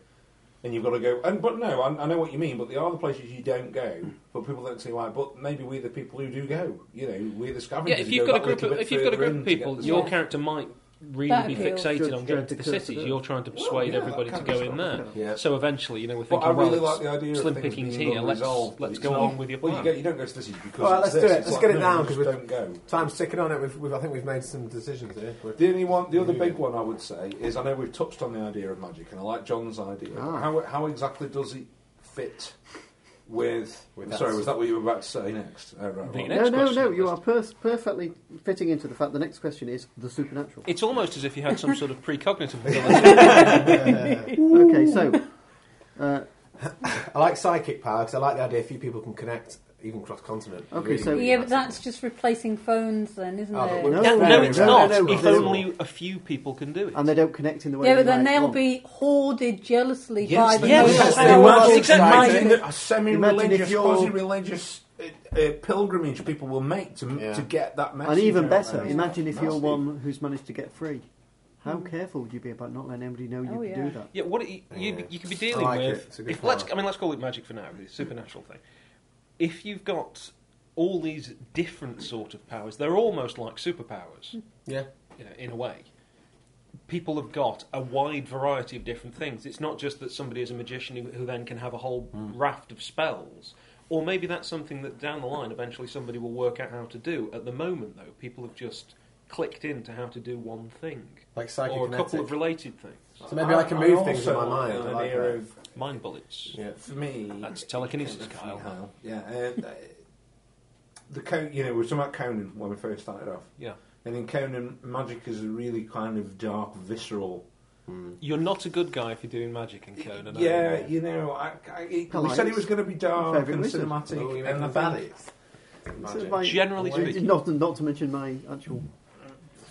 S4: And you've got to go. And but no, I, I know what you mean. But there are the places you don't go. But people don't see why. But maybe we're the people who do go. You know, we're the
S3: Yeah,
S4: scavengers.
S3: if
S4: who
S3: you've
S4: go
S3: got a
S4: that
S3: group
S4: little
S3: of
S4: bit
S3: if you've got a
S4: further
S3: group of
S4: in to get
S3: people,
S4: the
S3: your
S4: stuff.
S3: character might really
S5: That
S3: be
S5: appeals.
S3: fixated
S2: Dread-
S3: on
S2: dread
S3: getting to
S2: to
S3: the
S2: curse
S3: cities.
S2: it.
S3: You're trying to persuade
S4: yeah,
S3: everybody
S4: that
S3: to
S4: kind
S3: go
S4: of
S3: in
S2: stuff,
S3: there.
S4: Yeah.
S3: So eventually, you know, we're
S4: But
S3: thinking,
S4: I really
S3: well,
S4: like the idea. of
S3: slim
S4: things
S3: pickings
S4: being
S3: here. Let's
S4: unresolved.
S3: let's
S4: It's
S3: go
S4: not-
S3: on with your
S4: Well, you,
S3: plan.
S4: go, you don't go to the cities because.
S6: All right,
S4: it's
S6: let's do
S4: this.
S6: it.
S4: It's
S6: Let's
S4: like,
S6: get it
S4: no,
S6: down,
S4: you
S6: 'cause
S4: just
S6: we've-
S4: don't go.
S6: Time's ticking on it. We've, we've, I think we've made some decisions here. We're-
S4: The only one, the other big one I would say is I know we've touched on the idea of magic, and I like John's idea.
S2: Ah.
S4: How, how exactly does it fit with?
S6: With
S4: sorry,
S6: that.
S4: was that what you were about to say next? Oh, right,
S3: The
S4: right.
S3: next
S2: no, no,
S3: question
S2: no.
S3: is-
S2: You are per- perfectly fitting into the fact. The next question is the supernatural.
S3: It's almost as if you had some sort of precognitive ability.
S2: okay, so uh,
S6: I like psychic power because I like the idea few people can connect even cross continent.
S2: Okay, so-
S5: yeah, but that's just replacing phones, then, isn't
S6: Oh, but
S5: it?
S6: we're-
S2: no,
S3: no,
S2: no,
S3: it's
S2: no,
S3: not.
S2: no, no,
S3: if
S2: no.
S3: only a few people can do it.
S2: and they don't connect in the way.
S5: yeah,
S2: they
S5: but then
S2: might
S5: they'll
S2: want.
S5: be hoarded jealously
S6: Yes,
S5: by the
S3: yes,
S5: most
S3: yes, they
S5: powerful
S2: will. That's
S5: society.
S2: exactly
S4: Imagine the- a semi-religious,
S2: Imagine if you're-
S4: quasi-religious uh, uh, pilgrimage people will make to
S6: Yeah.
S4: to get that message.
S2: And even
S4: out
S2: better,
S4: there.
S2: imagine if you're
S4: Nasty.
S2: one who's managed to get free. How careful would you be about not letting anybody know you
S5: Mm. Oh,
S2: could
S5: yeah.
S2: do that?
S3: Yeah, what you, you,
S6: Yeah.
S3: you could be
S6: I
S3: dealing
S6: like it. It's
S3: with.
S6: a good
S3: If, let's,
S6: power.
S3: I mean, let's call it magic for now. The supernatural thing. If you've got all these different sort of powers, they're almost like superpowers.
S6: Hmm. Yeah.
S3: You know, in a way, people have got a wide variety of different things. It's not just that somebody is a magician who, who then can have a whole
S6: Hmm.
S3: raft of spells. Or maybe that's something that down the line eventually somebody will work out how to do. At the moment, though, people have just clicked into how to do one thing
S6: Like
S3: or a couple of
S6: psychokinetic.
S3: related things.
S6: So maybe I can move things in
S4: also
S6: my
S4: like
S6: mind.
S4: the
S6: I like
S4: idea
S6: that.
S4: of
S3: Mind bullets.
S6: Yeah.
S4: For me,
S3: That's telekinesis, Kyle.
S4: Yeah, uh, the Con- you know we were talking about Conan when we first started off,
S3: Yeah.
S4: and in Conan, magic is a really kind of dark, visceral.
S3: You're not a good guy if you're doing magic in Conan. are you?
S4: yeah, you know, I, I, it- we
S2: Hello.
S4: said it was going to be dark
S2: Favourite
S4: and
S2: wizard.
S4: cinematic,
S6: Oh, you mean
S4: and I think-
S6: the valley?
S2: This is
S6: Imagine.
S2: my-
S3: Generally
S2: [LAUGHS]
S3: speaking.
S2: not, not to mention my actual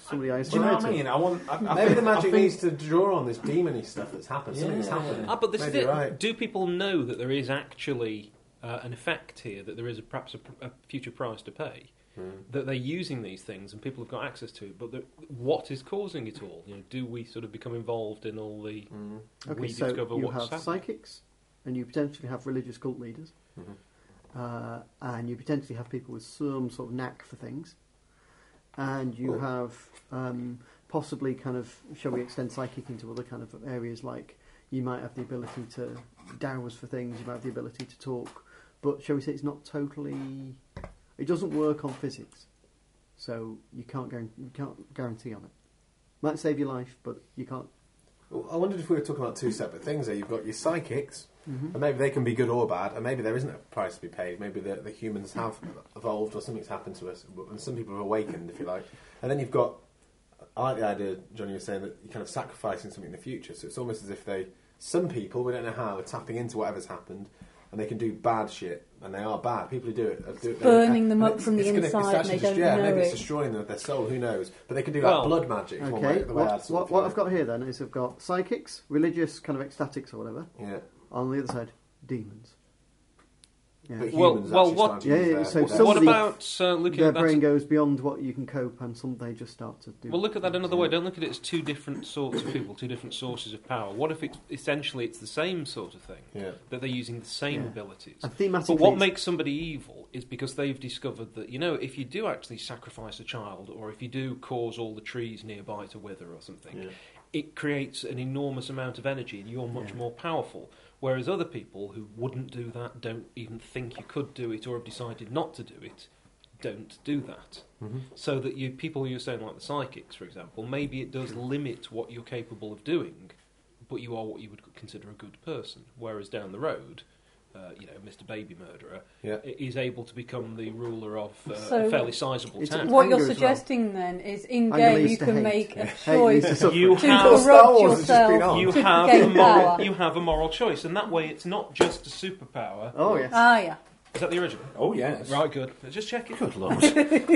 S2: somebody I
S4: Do you know
S2: aspire
S4: what I
S2: to.
S4: mean? I want. I, I
S6: Maybe
S4: think-
S6: the
S4: I
S6: magic
S4: think-
S6: needs to draw on this demony stuff that's happened. Something's
S4: Yeah.
S6: happened.
S3: Ah, but this is
S6: Maybe
S3: it.
S6: you're right.
S3: Do people know that there is actually uh, an effect here, that there is a, perhaps a, pr- a future price to pay? That they're using these things and people have got access to, it, but the, what is causing it all? You know, do we sort of become involved in all the? we
S2: Okay,
S3: discover
S2: so you
S3: what's
S2: have
S3: happening.
S2: psychics, and you potentially have religious cult leaders,
S3: Mm-hmm.
S2: uh, and you potentially have people with some sort of knack for things, and you have um, possibly kind of shall we extend psychic into other kind of areas like you might have the ability to dowers for things, you might have the ability to talk, but shall we say it's not totally, it doesn't work on physics, so you can't guarantee, you can't guarantee on it. Might save your life, but you can't.
S6: Well, I wondered if we were talking about two separate things. There, you've got your psychics,
S5: Mm-hmm.
S2: Mhm.
S6: and maybe they can be good or bad, and maybe there isn't a price to be paid. Maybe the, the humans have evolved, or something's happened to us, and some people have awakened, if you like. And then you've got, I like the idea, Johnny was saying that you're kind of sacrificing something in the future. So it's almost as if they, some people, we don't know how, are tapping into whatever's happened, and they can do bad shit, and they are bad. People who do it, are do it
S5: burning
S6: and
S5: them up
S6: it's-
S5: from the
S6: it's gonna- it's
S5: inside and
S6: actually
S5: they don't
S6: just- yeah,
S5: know
S6: maybe it's
S5: it.
S6: destroying them, their soul. Who knows? But they can do
S3: Well,
S6: that blood magic. is one way-
S2: Okay,
S6: the way I
S2: what,
S6: sort of
S2: what, what
S6: view
S2: I've got here then is I've got psychics, religious kind of ecstatics or whatever.
S6: it. Yeah.
S2: On the other side, demons. Yeah.
S6: But
S3: Well-
S6: humans
S3: well,
S6: actually
S3: what-
S6: start to
S2: Yeah,
S6: use
S2: yeah,
S6: their-
S2: so
S6: their-
S2: some
S3: what
S2: of the-
S3: about uh, looking
S2: Their
S3: at that?
S2: brain goes beyond what you can cope, and some they just start to do.
S3: Well, look at that another way. Don't look at it as two different sorts of people, two different sources of power. What if it essentially it's the same sort of thing
S6: Yeah.
S3: that they're using the same
S2: Yeah.
S3: abilities?
S2: And thematically,
S3: But what
S2: it's-
S3: makes somebody evil is because they've discovered that, you know, if you do actually sacrifice a child or if you do cause all the trees nearby to wither or something,
S6: Yeah.
S3: it creates an enormous amount of energy and you're much
S2: Yeah.
S3: more powerful. Whereas other people who wouldn't do that, don't even think you could do it or have decided not to do it, don't do that. So that you people you're saying, like the psychics, for example, maybe it does limit what you're capable of doing, but you are what you would consider a good person. Whereas down the road, uh, you know, Mr. Baby Murderer
S6: Yeah.
S3: i- is able to become the ruler of uh,
S5: So-
S3: a fairly sizable
S2: It's-
S3: town.
S5: What
S2: anger
S5: you're
S2: as well.
S5: suggesting then is in
S2: Anger
S5: game
S2: leads
S5: you
S2: to
S5: can
S2: hate.
S5: make
S2: Hate
S5: a
S2: leads to
S5: choice
S2: suffering.
S3: You
S5: to
S3: have-
S5: corrupt
S6: Wars has just been
S5: yourself.
S6: on.
S3: You
S5: to
S3: have
S5: gain
S3: a moral,
S5: power.
S3: you have a moral choice, and that way it's not just a superpower.
S2: Oh yes.
S5: Ah, yeah.
S3: Is that the original?
S4: Oh, yes.
S3: Right, good. Just check it.
S4: Good lord.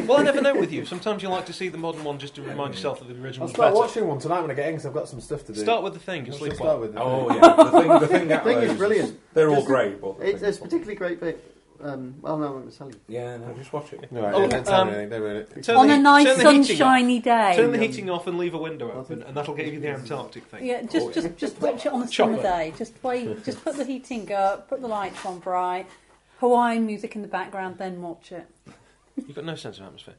S3: Well, I never know with you. Sometimes you like to see the modern one just to remind yourself that the original
S6: I'll
S3: was
S6: start
S3: better.
S6: watching one tonight when I get in because I've got some stuff to do.
S3: Start with the thing and
S6: Let's
S3: sleep
S6: just
S3: well.
S6: start with
S4: [LAUGHS]
S6: it.
S4: Oh,
S6: [LAUGHS]
S3: [LAUGHS]
S4: yeah. The thing, the thing,
S2: The thing
S4: outrages
S2: is
S4: us.
S2: brilliant.
S4: They're all
S2: Just-
S4: great, but. the
S2: It's,
S4: thing-
S2: it's a particularly great bit. Um, well, no, I'm not going to tell you.
S4: Yeah, no, just watch it.
S6: No, right,
S3: Oh,
S6: yeah, don't tell
S3: um,
S6: me anything, don't ruin it.
S3: Turn
S5: On
S3: the
S5: a
S3: heat-
S5: nice
S3: turn the heating
S5: sunshiny
S3: off.
S5: day.
S3: Turn the heating off and leave a window
S2: I
S3: open,
S2: think-
S3: and that'll get you the Antarctic thing.
S5: Yeah, just
S4: Oh,
S5: just just watch it on a summer
S3: Chocolate.
S5: day. Just wait. Just put the heating up. Put the lights on bright. Hawaiian music in the background. Then watch it.
S3: You've got no sense of atmosphere.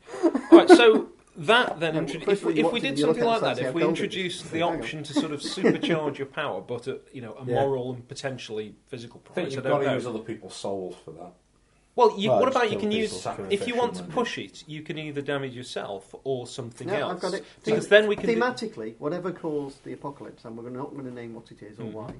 S3: All right, so that then,
S2: Yeah,
S3: introdu-
S2: well,
S3: if,
S2: first we
S3: we- if we
S2: watch it,
S3: did
S2: you look
S3: something like
S2: outside,
S3: that,
S2: see
S3: if
S2: how
S3: we
S2: cold it
S3: introduced
S2: is.
S3: the
S2: Hang on.
S3: option to sort of supercharge your power, but at you know a
S6: Yeah.
S3: moral and potentially physical
S7: I think
S3: price, I
S7: you've got
S3: don't
S7: to
S3: know.
S7: use other people's souls for that.
S3: Well, you,
S6: Well,
S3: what
S6: just
S3: about you
S6: kill
S3: can
S6: people,
S3: use if you
S7: sacrificial
S3: want to
S7: mode.
S3: push it, you can either damage yourself or something
S2: No,
S3: else.
S2: I've got it.
S3: Because
S2: Thema-
S3: then we can do-
S2: thematically, whatever caused the apocalypse, and we're not going to name what it is or
S3: Mhm.
S2: why.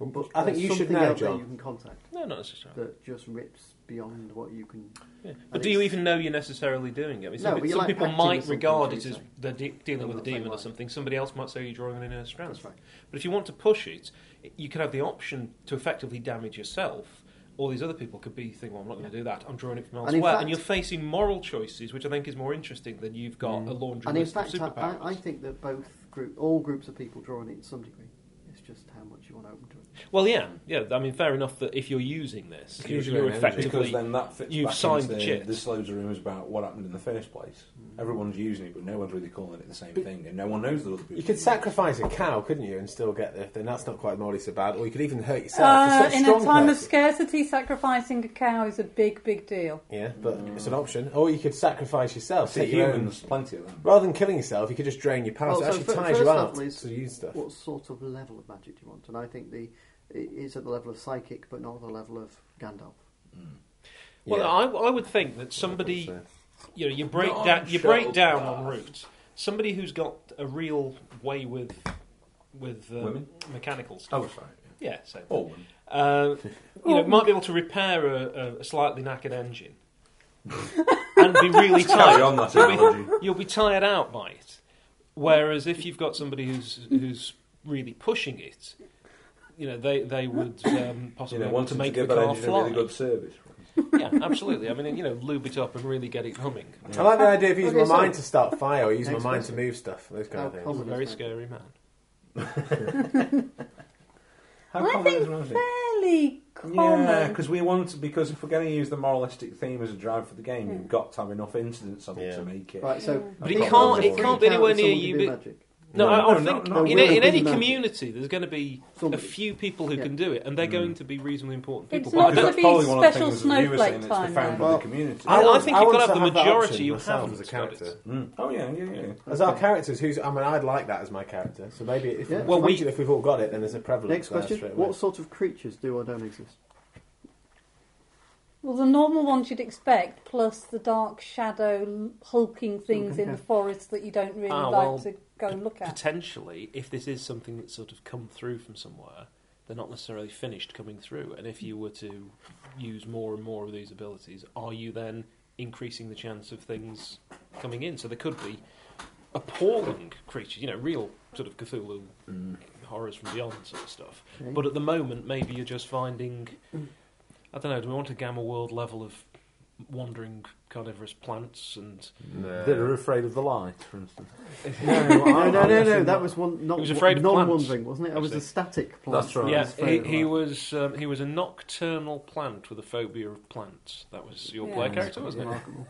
S6: Well,
S2: But
S6: I think
S2: there's
S6: you should
S2: something
S6: know,
S2: out there You
S6: John.
S2: can contact
S3: No, not necessarily.
S2: that just rips beyond what you can.
S3: Yeah.
S2: And
S3: But do you
S2: it's-
S3: even know you're necessarily doing it? I mean,
S2: No,
S3: some,
S2: but you
S3: some
S2: like
S3: people
S2: acting as
S3: might
S2: something,
S3: regard
S2: don't
S3: it
S2: you
S3: as
S2: say?
S3: they're de- dealing
S2: I'm
S3: with a
S2: not saying
S3: demon or
S2: like-
S3: something. Somebody else might say you're drawing an inner strength.
S2: That's right.
S3: But if you want to push it, you could have the option to effectively damage yourself. All these other people could be thinking, well, I'm not going to do that. I'm drawing it from
S2: And
S3: elsewhere.
S2: in fact-
S3: And, you're facing moral choices, which I think is more interesting than you've got a laundry
S2: Mm. And in
S3: list
S2: fact,
S3: of
S2: I,
S3: superpowers.
S2: I- I think that both group, all groups of people draw on it to some degree. It's just how much you want to open to it.
S3: Well, yeah. Yeah, I mean, fair enough that if you're using this,
S4: It's
S3: you're,
S4: usually
S3: you're
S4: an energy,
S3: effectively...
S7: Because then that fits
S3: you've
S7: back
S3: signed
S7: into
S3: the chit.
S7: There's loads of rumours about what happened in the first place. Everyone's using it, but no one's really calling it the same thing, and no one knows that other people.
S6: You could sacrifice a cow, couldn't you, and still get the thing. That's not quite morally so bad. Or you could even hurt yourself.
S5: Uh,
S6: It's such
S5: in a
S6: strong
S5: time of
S6: person.
S5: scarcity, sacrificing a cow is a big, big deal.
S6: Yeah, but it's an option. Or you could sacrifice yourself.
S7: See,
S6: take your own-
S7: humans, plenty of them.
S6: Rather than killing yourself, you could just drain your power.
S2: Well,
S6: so it
S2: so
S6: actually
S2: fir-
S6: ties
S2: first
S6: you out
S2: level is-
S6: to use stuff.
S2: What sort of level of magic do you want? And I think the it is at the level of psychic, but not at the level of Gandalf.
S3: Well,
S6: Yeah.
S3: I, I would think that somebody... you know, you break
S7: Not
S3: down, you break
S7: shut
S3: down
S7: up.
S3: en route. Somebody who's got a real way with with uh,
S7: Women?
S3: mechanical stuff.
S7: Oh, sorry. yeah.
S3: Yeah, same.
S5: [LAUGHS]
S7: All women. [LAUGHS]
S3: Uh, you know, might be able to repair a, a- a slightly knackered engine and be
S7: [LAUGHS]
S3: really tired.
S7: Carry on that
S3: You'll be-
S7: analogy.
S3: You'll be tired out by it. Whereas if you've got somebody who's who's really pushing it, you know, they they would um,
S7: You
S3: possibly
S7: know,
S3: want to
S7: wanting to
S3: make
S7: give
S3: the
S7: that
S3: car
S7: engine a
S3: fly.
S7: really good service.
S3: yeah, absolutely. I mean, you know, lube it up and really get it humming.
S6: I like the idea of using
S2: Okay,
S6: my
S2: so-
S6: mind to start fire or using my
S2: Next
S6: mind to
S2: question.
S6: move stuff. Those kind
S2: How
S6: of things.
S2: common
S3: I'm a
S2: is
S3: very
S2: that?
S3: scary man.
S7: How
S5: I
S7: common
S5: think
S7: is rousing?
S5: Fairly common.
S7: Yeah, because we want to, because if we're going to use the moralistic theme as a drive for the game, you've got to have enough incidents of it
S6: Yeah.
S7: to make it.
S2: Right, so
S3: But it
S2: people
S3: can't-
S2: are
S3: it
S2: freaked
S3: can't be
S2: out
S3: anywhere
S2: if someone
S3: near
S2: can
S3: you,
S2: do
S3: but-
S2: Magic.
S3: No, I, I
S7: no,
S3: think
S7: not- not
S3: in,
S2: with
S3: in
S2: a
S3: any
S2: big magic.
S3: community, there's going to be
S2: Somebody.
S3: a few people who
S2: Yeah.
S3: can do it, and they're
S7: Mm.
S3: going to be reasonably important
S5: It's
S3: people.
S5: not
S3: But I,
S5: gonna
S3: don't,
S5: be special snowflake
S7: it's
S5: time,
S7: the founder
S6: though.
S7: of the community.
S3: I, I
S6: want-
S3: think
S6: I
S3: you've
S6: want
S3: got to have
S6: to
S3: the
S6: have that
S3: majority
S6: option
S3: you
S6: myself
S3: haven't.
S6: as a
S3: got it.
S6: character.
S7: Mm. Oh yeah, yeah, yeah.
S6: As our characters, who's I mean, I'd like that as my character. So maybe if,
S2: Yeah.
S6: well,
S3: Well,
S6: we,
S3: we-
S6: if we've all got it, then there's a prevalence.
S2: Next
S6: there
S2: question:
S6: straight away.
S2: What sort of creatures do or don't exist?
S5: Well, the normal ones you'd expect, plus the dark shadow hulking things in the forest that you don't really
S3: Ah,
S5: like
S3: well,
S5: to go and look at.
S3: Potentially, if this is something that's sort of come through from somewhere, they're not necessarily finished coming through. And if you were to use more and more of these abilities, are you then increasing the chance of things coming in? So there could be appalling creatures, you know, real sort of Cthulhu horrors from beyond sort of stuff.
S2: Okay.
S3: But at the moment, maybe you're just finding I don't know. Do we want a gamma world level of wandering carnivorous plants and
S6: No.
S4: They're afraid of the light, for instance.
S2: [LAUGHS] No, no, no, no, That was one. Not,
S3: He was afraid of plants,
S2: non-wandering, wasn't it? It was a
S3: actually.
S2: static plant.
S4: That's right.
S3: yeah,
S2: was
S3: he,
S2: afraid of
S3: he
S2: that.
S3: was um, he was a nocturnal plant with a phobia of plants. That was your
S5: Yeah.
S3: player
S5: Yeah,
S3: character,
S2: That was
S3: wasn't it?
S2: remarkable.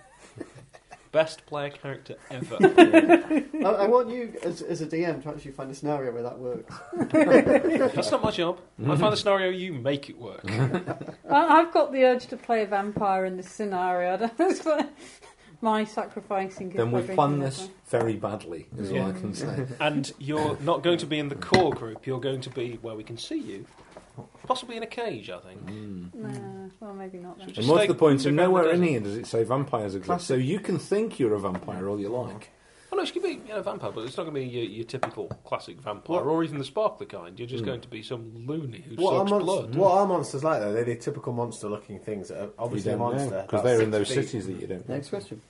S3: Best player character ever.
S2: [LAUGHS]
S6: [LAUGHS]
S2: I, I want you, as, as a DM, to actually find a scenario where that works.
S3: That's not my job. I find the scenario you make it work.
S5: I, I've got the urge to play a vampire in this scenario. [LAUGHS] I don't know, it's like my sacrificing. is
S4: Then
S5: by
S4: we've
S5: drinking
S4: planned
S5: this
S4: this
S5: one.
S4: very badly, is all I
S3: Yeah.
S4: can
S3: [LAUGHS]
S4: say.
S3: And you're not going to be in the core group. You're going to be where we can see you, possibly in a cage. I think.
S5: No, well, maybe not. Then.
S3: Just
S4: Hmm. And what's
S3: take-
S4: the point?
S3: take
S4: And
S3: out the
S4: nowhere in
S3: desert.
S4: here does it say vampires exist. So you can think you're a vampire all you like.
S3: Well, no, she could be you know, a vampire, but it's not going to be your, your typical classic vampire or even the sparkler kind. You're just going to be some loony who
S6: What are,
S3: sucks
S6: monst-
S3: blood.
S6: what are monsters like though? They're the typical monster-looking things that are obviously
S4: you
S6: a
S4: don't
S6: monster
S4: because
S6: about
S4: they're
S6: six
S4: in those
S6: feet.
S4: cities that you don't.
S2: Next question.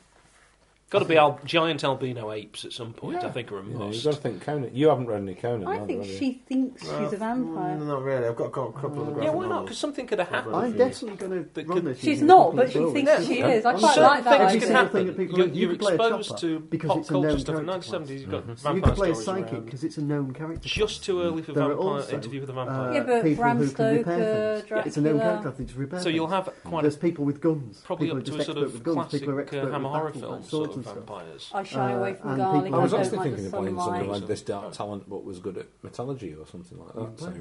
S3: Got to be al- giant albino apes at some point. I think are a
S4: You know,
S3: must.
S4: you've got to think Conan. You haven't read any Conan,
S5: I
S4: either,
S5: think
S4: have you?
S5: she thinks she's a vampire.
S6: Mm, not really. I've got, got a couple of the
S3: yeah,
S6: graphic
S3: why not?
S6: novels.
S3: Because something could have happened.
S2: I'm definitely going to
S3: But
S2: run
S3: could-
S2: this.
S5: She's
S2: using
S5: not,
S2: Google
S5: but she
S2: Dogs.
S5: thinks she is. I
S2: I'm
S5: quite
S2: certain
S5: like that.
S2: things
S3: Things
S2: Every single
S3: can
S5: idea.
S3: happen.
S2: thing that people-
S3: you're
S2: you
S3: you're
S2: could play a
S3: exposed
S2: chopper
S3: to
S2: because
S3: pop
S2: it's a
S3: culture
S2: known
S3: stuff in the
S2: character
S3: 1970s. You've got
S2: You
S3: vampire
S2: could play a
S3: stories
S2: psychic
S3: around.
S2: because it's a known character.
S3: Just too early for
S2: There are
S3: vampire
S2: also,
S3: interview with a
S2: Uh,
S3: vampire.
S5: Yeah, but
S2: people
S5: Bram
S2: who can repair
S5: Stoker,
S2: things. It's a known
S5: Dracula.
S2: character. They just repair
S3: so you'll
S2: things.
S3: have quite
S2: There's
S3: a,
S2: people with guns.
S3: probably
S2: people
S3: up
S2: are
S3: to
S2: just
S3: a sort
S2: expert
S3: of
S2: with guns.
S3: classic
S2: People are expert
S3: uh,
S2: with
S3: Hammer horror
S2: battles, like
S3: film sort
S2: swords
S3: of
S2: and stuff.
S3: vampires.
S5: I shy
S2: Uh,
S5: away from
S2: and
S5: garlic.
S2: people-
S4: I was
S5: don't
S4: actually
S5: like
S4: thinking
S5: the
S4: of playing something
S5: sunlight.
S4: like this dark talent, but was good at metallurgy or something like
S3: Oh,
S4: that. So,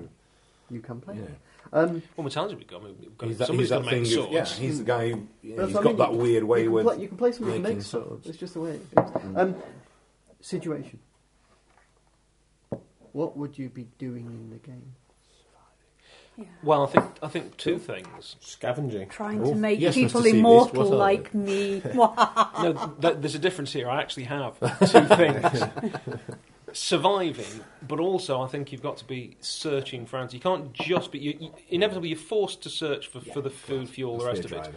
S2: You can play.
S4: you know,
S2: Um,
S3: Well, Metallica would go. I mean, we've got,
S4: he's that, he's
S3: somebody's
S4: that
S3: got to
S4: thing.
S3: make
S4: Of,
S3: swords.
S4: yeah, he's the guy who you know,
S2: That's
S4: he's
S2: what I
S4: got
S2: mean.
S4: that weird way
S2: you, can
S4: with.
S2: play, you can play something that
S4: making
S2: makes
S4: swords.
S2: swords. It's just the way it goes. Um, situation. What would you be doing in the game?
S5: Yeah.
S3: Well, I think I think two things.
S6: Scavenging.
S5: Trying
S4: Oh,
S5: to make
S4: yes, Mr.
S5: people
S4: Seabeast,
S5: immortal
S4: what are
S3: [LAUGHS]
S5: like me. Wah.
S3: No, th- there's a difference here. I actually have
S4: [LAUGHS]
S3: two things. Surviving, but also I think you've got to be searching for answers. You can't just be. You, you, inevitably, you're forced to search for, for the food, fuel, the rest of it.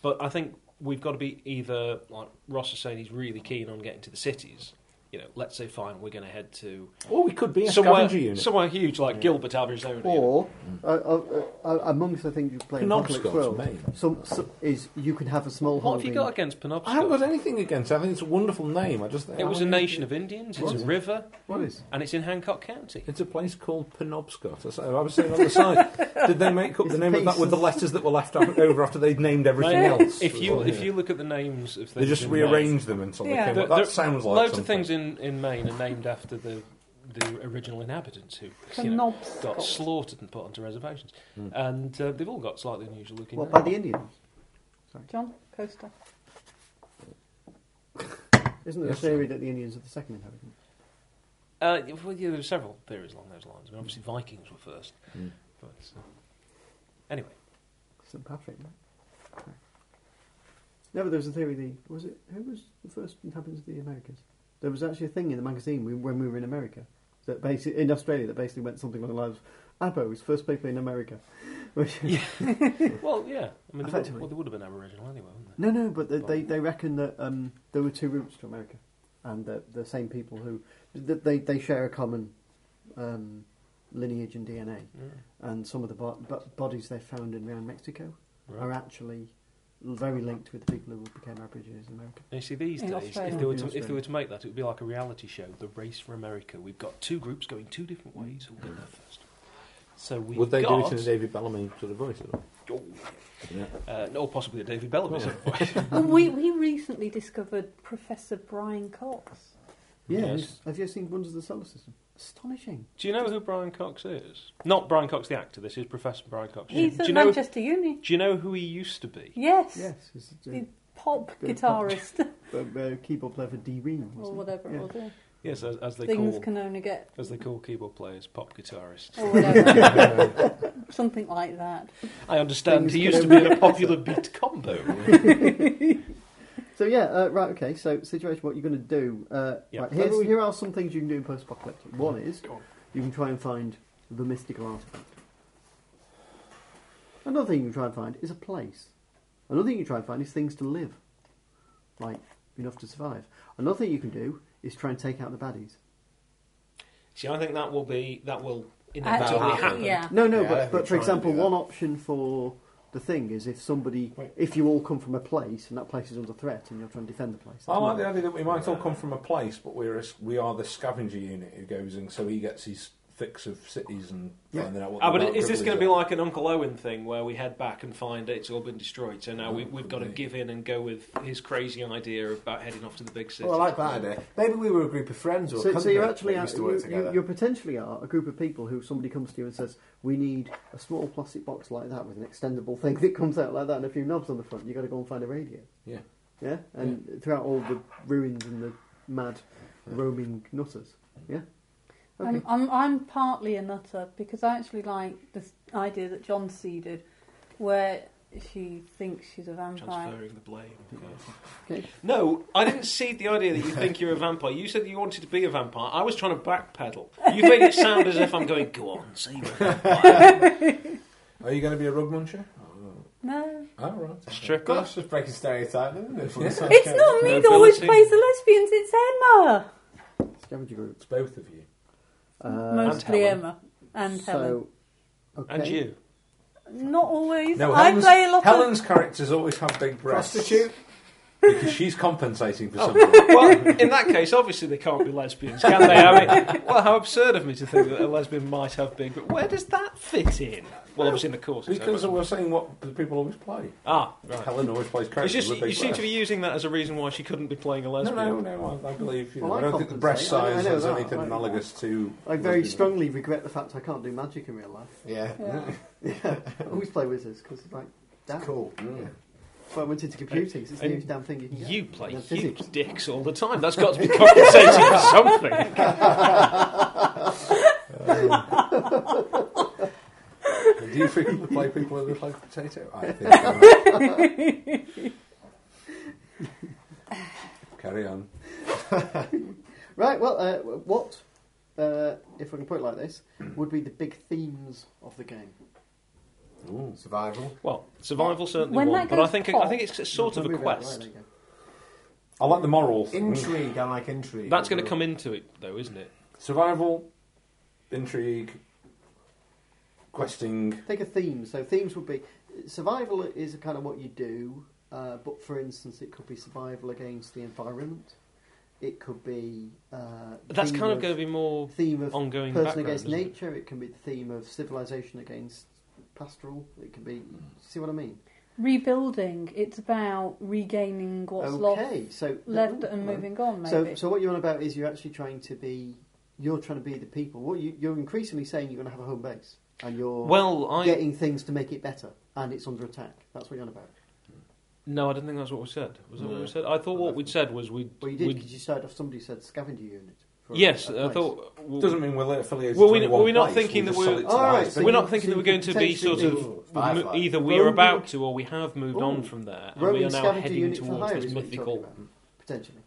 S3: But I think we've got to be either like Ross is saying he's really keen on getting to the cities. You know, let's say fine, we're going to head to
S4: Or we could be a
S3: somewhere,
S4: scavenger unit.
S3: somewhere huge like Gilbert Arizona.
S2: Or uh, uh, uh, amongst the things you play in Apocalypse
S4: Penobscot's
S2: World,
S4: main.
S2: some, some is you can have a small
S3: what have
S2: holding.
S3: you got
S4: I
S3: against
S4: haven't got
S3: Penobscot?
S4: anything against. it. I think it's a wonderful name. I just
S3: It was a nation of Indians. It's a
S4: What?
S3: river,
S2: What is?
S3: and it's in Hancock County.
S4: It's a place called Penobscot. That's- I was saying on the [LAUGHS] side, did they make up
S2: It's
S4: the
S2: a
S4: name of that
S2: piece.
S4: with the letters that were left af- over after they'd named everything
S3: Right.
S4: else?
S3: If you
S4: Well,
S3: if
S4: yeah.
S3: you look at the names of things,
S4: they just
S3: in
S4: rearranged them until
S5: Yeah.
S4: they
S3: There-
S4: came. up. That
S3: there-
S4: sounds
S3: Maine,
S4: like
S3: loads of
S4: something.
S3: things in, in Maine are named after the the original inhabitants who you know, got
S5: Penobscot.
S3: slaughtered and put onto reservations,
S4: Hmm.
S3: and uh, they've all got slightly unusual looking.
S2: What
S3: names.
S2: by the Indians?
S5: John Coaster.
S2: Isn't there
S4: Yes.
S2: a theory that the Indians are the second inhabitants?
S3: Uh, well, yeah, there are several theories along those lines. I mean, obviously, Vikings were first.
S4: Mm.
S3: But, uh, anyway,
S2: St Patrick. No? No, but there was a theory. The was it who was the first inhabitants of the Americas? There was actually a thing in the magazine we, when we were in America that basically in Australia that basically went something along the lines of Abos, first people in America. [LAUGHS] Which,
S3: well, yeah. I mean, they would,
S2: Effectively.
S3: well, they would have been Aboriginal anyway, wouldn't they?
S2: No, no, but they, they, they reckon that um, there were two routes to America, and the the same people who that they they share a common um, lineage and DNA,
S3: Hmm.
S2: and some of the bo- bo- bodies they found in around Mexico
S3: Yeah,
S2: are
S3: right.
S2: actually l- very linked with the people who became Aborigines in America.
S3: And you see, these
S5: In
S3: days,
S5: Australia.
S3: if they, were
S2: In
S3: to, if they
S2: Australia.
S3: were to make that, it would be like a reality show, The Race for America. We've got two groups going two different ways. Who'll get there first? So we've
S4: Would they
S3: got...
S4: do it in a David Bellamy sort of voice at all?
S3: Oh,
S4: Yeah.
S3: yeah. uh, or possibly a David Bellamy sort of voice.
S5: and we, we recently discovered Professor Brian Cox.
S2: Yeah,
S3: Yes.
S2: have you seen Wonders of the Solar System? Astonishing.
S3: [LAUGHS] Do you know who Brian Cox is? Not Brian Cox, the actor. This is Professor Brian Cox.
S5: He's
S3: do
S5: at
S3: you know?
S5: Manchester Uni.
S3: Do you know who he used to be?
S5: Yes.
S2: Yes, it's a,
S5: He- Pop
S2: Good
S5: guitarist
S3: [LAUGHS]
S2: a- a keyboard player for D Ream
S5: or whatever it
S2: Yeah.
S5: will do.
S3: Yes, as, as they
S5: Things
S3: call
S5: can only get
S3: as they call keyboard players, pop guitarists.
S5: or whatever.
S3: [LAUGHS]
S5: Something like that.
S3: I
S2: Things
S3: understand he
S2: can
S3: used to be
S2: only
S3: in a popular beat
S5: [LAUGHS]
S3: combo.
S2: So yeah, uh, right. Okay. So situation, what you're going to do? Uh,
S3: Yeah.
S2: right, here's, here are some things you can do in post-apocalyptic. One is
S3: Go on.
S2: you can try and find the mystical artifact. Another thing you can try and find is a place. Another thing you can try and find is things to live, like enough to survive. Another thing you can do is try and take out the baddies.
S3: See, I think that will be that will
S5: Actually,
S3: inevitably happen.
S5: yeah.
S2: No, no.
S6: Yeah, I
S2: but,
S6: think
S2: but
S6: try
S2: for
S6: and
S2: example,
S6: do that.
S2: one option for the thing is, if somebody,
S4: Wait.
S2: if you all come from a place and that place is under threat and you're trying to defend the place,
S4: I like the
S2: that's
S4: idea that we might all come from a place, but we're a s we are the scavenger unit who goes in, so he gets his fix of cities and
S2: Yeah.
S4: finding out what.
S3: Ah,
S4: the
S3: but
S4: dark
S3: is this
S4: ribbons
S3: going to be
S4: are.
S3: like an Uncle Owen thing where we head back and find it's all been destroyed? So now we, we've got to give in and go with his crazy idea about heading off to the big city.
S6: Well, I like that idea. Maybe we were a group of friends or a
S2: so, so
S6: company
S2: you're actually
S6: that
S2: out,
S6: used to work
S2: you,
S6: together.
S2: you, you potentially are a group of people who somebody comes to you and says, "We need a small plastic box like that with an extendable thing that comes out like that and a few knobs on the front. You got to go and find a radio."
S4: Yeah.
S2: yeah, and throughout all the ruins and the mad roaming nutters, yeah. Okay.
S5: I'm, I'm, I'm partly a nutter because I actually like this idea that John seeded, where she thinks she's a vampire.
S3: Transferring the blame.
S2: Okay.
S3: No, I didn't see the idea that you think you're a vampire. You said that you wanted to be a vampire. I was trying to backpedal. You made it sound as if I'm going, go on, say you're a
S6: [LAUGHS]
S3: vampire.
S4: Are you going to be a rug muncher? Oh,
S5: No,
S4: all right.
S6: God,
S3: Stripper.
S6: that's just breaking stereotype, isn't it? From the side
S5: it's
S6: character.
S5: not me that
S3: Nobility.
S5: always plays the lesbians. It's Emma,
S2: Scavenger group.
S4: It's both of you.
S2: Uh,
S5: mostly
S3: Helen.
S5: Emma Mm-hmm. and
S2: so,
S5: Helen.
S2: Okay.
S3: And you.
S5: Not always.
S4: No,
S5: I
S4: Helen's,
S5: play a lot
S4: Helen's characters always have big breasts
S6: Prostitute.
S4: because she's compensating for something.
S3: Well, in that case, obviously they can't be lesbians, can they? I mean, well, how absurd of me to think that a lesbian might have big. But where does that fit in? Well, obviously in the course. it's
S4: because
S3: over.
S4: we're saying what the people always play.
S3: ah, right.
S4: Helen always plays
S3: It's
S4: characters
S3: just
S4: with big
S3: you seem
S4: breasts.
S3: to be using that as a reason why she couldn't be playing a
S4: no,
S3: lesbian.
S4: no, no. I, I believe you know,
S2: Well, I
S4: I don't think the
S2: compensate.
S4: breast
S2: I- I
S4: size
S2: know
S4: has
S2: that.
S4: anything
S2: I-
S4: analogous to.
S2: I very
S4: lesbian-
S2: strongly regret the fact I can't do magic in real life. [LAUGHS]
S6: Yeah,
S5: Yeah.
S2: Yeah, I always play wizards because like damn.
S6: cool.
S4: Mm.
S2: That's why I went into computing. 'cause it's the
S3: And
S2: nearest damn thing you can get.
S3: You play
S2: Yeah,
S3: huge
S2: physics.
S3: dicks all the time. That's got to be compensating for something.
S4: Do you frequently play people with a play potato? I think. I
S5: [LAUGHS]
S4: am. Carry on.
S2: [LAUGHS] Right. Well, uh, what uh, if I can put it like this would be the big themes of the game?
S4: Ooh.
S6: Survival.
S3: Well, survival certainly
S5: When
S3: one,
S5: that
S3: but I
S5: goes
S3: think I
S5: pop-
S3: think it's sort of a
S2: Remove it. Right,
S3: quest.
S2: there you go.
S4: I like the moral.
S6: Intrigue. I like intrigue.
S3: That's going to come into it, though, isn't it?
S4: Survival, intrigue, questing.
S2: Take a theme. So themes would be survival is kind of what you do, uh, but for instance, it could be survival against the environment. It could be. Uh,
S3: But that's
S2: theme
S3: kind of going to be more
S2: theme of
S3: ongoing.
S2: person
S3: background,
S2: against
S3: isn't it?
S2: nature. It? can be the theme of civilization against pastoral. It can
S3: Mm.
S2: be. See what I mean?
S5: rebuilding. It's about regaining what's lost,
S2: okay, so
S5: left,
S2: Ooh,
S5: and
S2: right.
S5: moving on.
S2: So,
S5: Maybe.
S2: so what you're on about is you're actually trying to be. You're trying to be the people. What you, you're increasingly saying you're going to have a home base, and you're
S3: Well, I
S2: getting things to make it better, and it's under attack. That's what you're on about.
S3: no, I don't think that's what we said. Was that what
S4: No.
S3: we said? I thought what we'd said was we'd.
S2: Well, you did
S3: we'd-
S2: because you started off. Somebody said scavenger unit. for a-
S3: yes,
S2: a
S3: I
S2: place.
S3: thought.
S4: Doesn't mean we're affiliated.
S3: Well, we-
S4: to any one
S3: we're not
S4: place,
S3: thinking
S4: we
S3: that
S4: just
S3: we're-
S4: sell it to
S2: All
S4: the
S2: right,
S4: next
S2: so
S4: bit.
S3: we're
S2: you-
S3: not thinking
S2: you
S3: that we're
S2: could
S3: going to be sort
S2: potentially do
S3: of
S6: Firefly.
S3: mo- either we're
S2: Roaming-
S3: about to or we have moved on
S2: Ooh.
S3: from there, and we
S2: roaming
S3: are now
S2: scavenger
S3: heading
S2: unit for
S3: towards
S2: hire
S3: this
S2: is what you're talking
S3: mythical.
S2: about, potentially.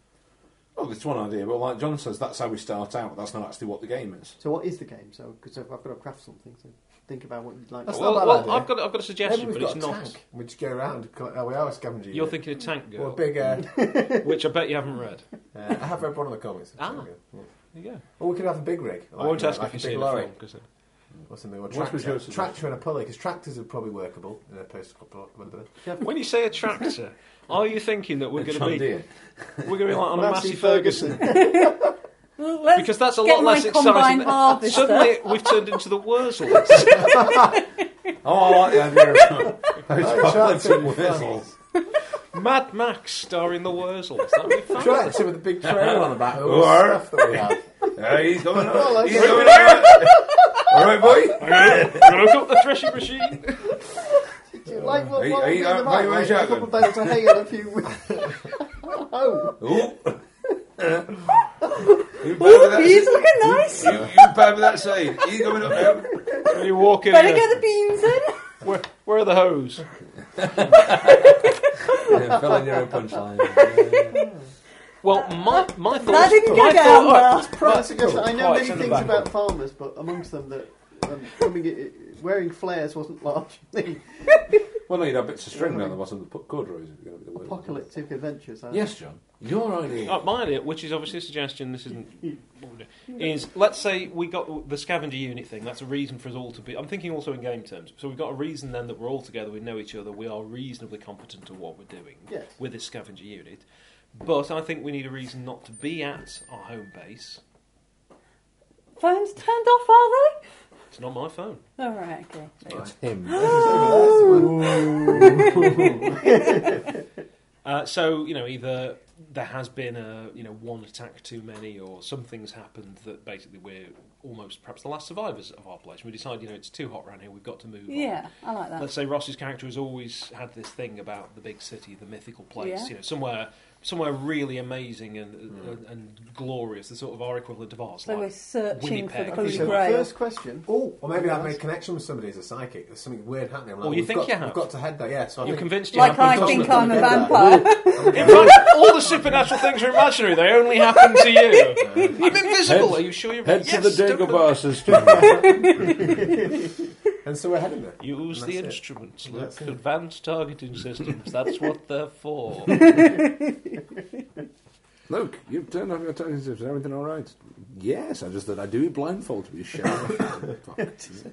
S4: Oh, that's one idea, but like John says, that's how we start out. That's not actually what the game is.
S2: So, what is the game? So, because I've got to craft something, so think about what you'd like.
S6: That's
S3: well,
S6: not a bad
S3: well,
S6: idea.
S3: I've got I've got a suggestion,
S6: Maybe
S3: but
S6: we've
S3: it's
S6: got a
S3: not.
S6: tank. We just go around. Oh, we are a scavenger.
S3: You're
S6: unit.
S3: thinking of Tank Girl,
S6: Or a big. Uh,
S3: which I bet you haven't read.
S6: uh, I have read one of the comics.
S3: Ah.
S6: actually, yeah.
S3: There you go.
S6: Or we could have a big rig.
S3: I won't
S6: you know,
S3: ask if
S6: a
S3: you see
S6: big
S3: the
S6: lorry
S3: film because
S6: or something. Or
S4: What was
S6: tractor.
S4: your suggestion?
S6: Tractor and a pulley because tractors are probably workable in a post-apocalyptic.
S3: when you say a tractor, are you thinking that we're going to
S4: John
S3: be
S4: Deere.
S3: we're going to be like on a
S2: Massey
S3: Massey Ferguson?
S5: Well, let's
S3: Because that's a
S5: get
S3: lot
S5: my
S3: less
S5: combine
S3: exciting. than-
S5: harvester.
S3: Suddenly, we've turned into the Wurzels.
S4: Oh, I like the
S6: [LAUGHS]
S4: idea of
S6: Tractor
S4: post-apocalyptic
S6: with
S4: whistles.
S3: Mad Max starring the Wurzels. That'd be fun.
S6: Tractor with a big trailer on the back. All
S4: Or-
S6: the stuff that we have. [LAUGHS]
S4: Yeah, he's going
S6: I
S4: up.
S6: like
S4: He's
S6: it.
S4: going up. All right, boy.
S3: Look up the threshing machine.
S2: Do you like what,
S4: Hey,
S2: what
S4: hey,
S2: would be
S4: uh,
S2: in the
S4: hey,
S2: mind,
S4: where's
S2: like, a
S4: Jack
S2: couple of bales of hay and a few. [LAUGHS]
S4: [LAUGHS]
S2: oh,
S4: Ooh. You better with
S5: Bees
S4: that-
S5: look nice.
S4: You, you better with that side. He's going up now.
S3: You walk in.
S5: Better
S3: here.
S5: get the beans in.
S3: Where, where are the hose?
S4: Yeah, fill in your own punchline. Yeah.
S3: Well, my my
S5: That
S3: thoughts.
S5: didn't
S3: my
S5: go down
S3: thought-
S5: well.
S2: promising us. I know
S3: Quite
S2: many
S3: in the
S2: things
S3: back.
S2: about farmers, [LAUGHS] but amongst them that um, coming, i- i- wearing flares wasn't large.
S4: Well, no, you'd have bits of string down the bottom of the corduroys. If you're going to be the word.
S2: Apocalyptic adventures. huh?
S7: Yes, John. Your idea.
S3: Uh, my idea, which is obviously a suggestion, this isn't. what we do, Is let's say we got the scavenger unit thing. That's a reason for us all to be. I'm thinking also in game terms. So we've got a reason then that we're all together. We know each other. We are reasonably competent at what we're doing
S2: Yes.
S3: with this scavenger unit. But I think we need a reason not to be at our home base.
S5: Phone's turned off, are
S3: It's not my phone.
S5: they? All right, okay.
S4: It's him.
S3: Uh, so you know, either there has been a you know one attack too many, or something's happened that basically we're almost perhaps the last survivors of our place. We decide you know it's too hot around here. We've got to move. on.
S5: Yeah, I like that.
S3: Let's say Ross's character has always had this thing about the big city, the mythical place,
S5: Yeah.
S3: you know, somewhere, somewhere really amazing and
S4: Hmm.
S3: and, and glorious, the sort of our equivalent of ours.
S5: So we're
S3: like,
S5: searching for the
S3: Winnipeg.
S5: Holy
S2: So the
S5: Grail.
S2: first question.
S6: Oh, or maybe I've made connection with somebody as a psychic. There's something weird happening. I'm like,
S3: Well, Oh, you
S6: we've
S3: think
S6: got,
S3: you have.
S6: We've got to head there. Yeah, so I
S3: you're
S6: think
S3: convinced you
S5: Like
S3: have
S5: I
S3: because
S5: think
S3: the-
S5: I'm a
S6: Yeah.
S5: vampire.
S3: In fact, all the supernatural things are imaginary. They only happen to
S5: [LAUGHS]
S3: you. I'm invisible.
S4: Head-
S3: are you sure you're
S4: Head to
S3: yes,
S4: the
S3: don't look-
S4: Dagobah system.
S6: and so we're heading there.
S3: Use
S6: And
S3: the
S6: that's it.
S3: instruments,
S6: And that's
S3: look.
S6: it.
S3: Advanced
S6: [LAUGHS]
S3: targeting systems. That's what they're for.
S4: Look, you've turned off your targeting system. Is everything all right? Yes, I just thought I'd do it blindfold to be sure. Fuck.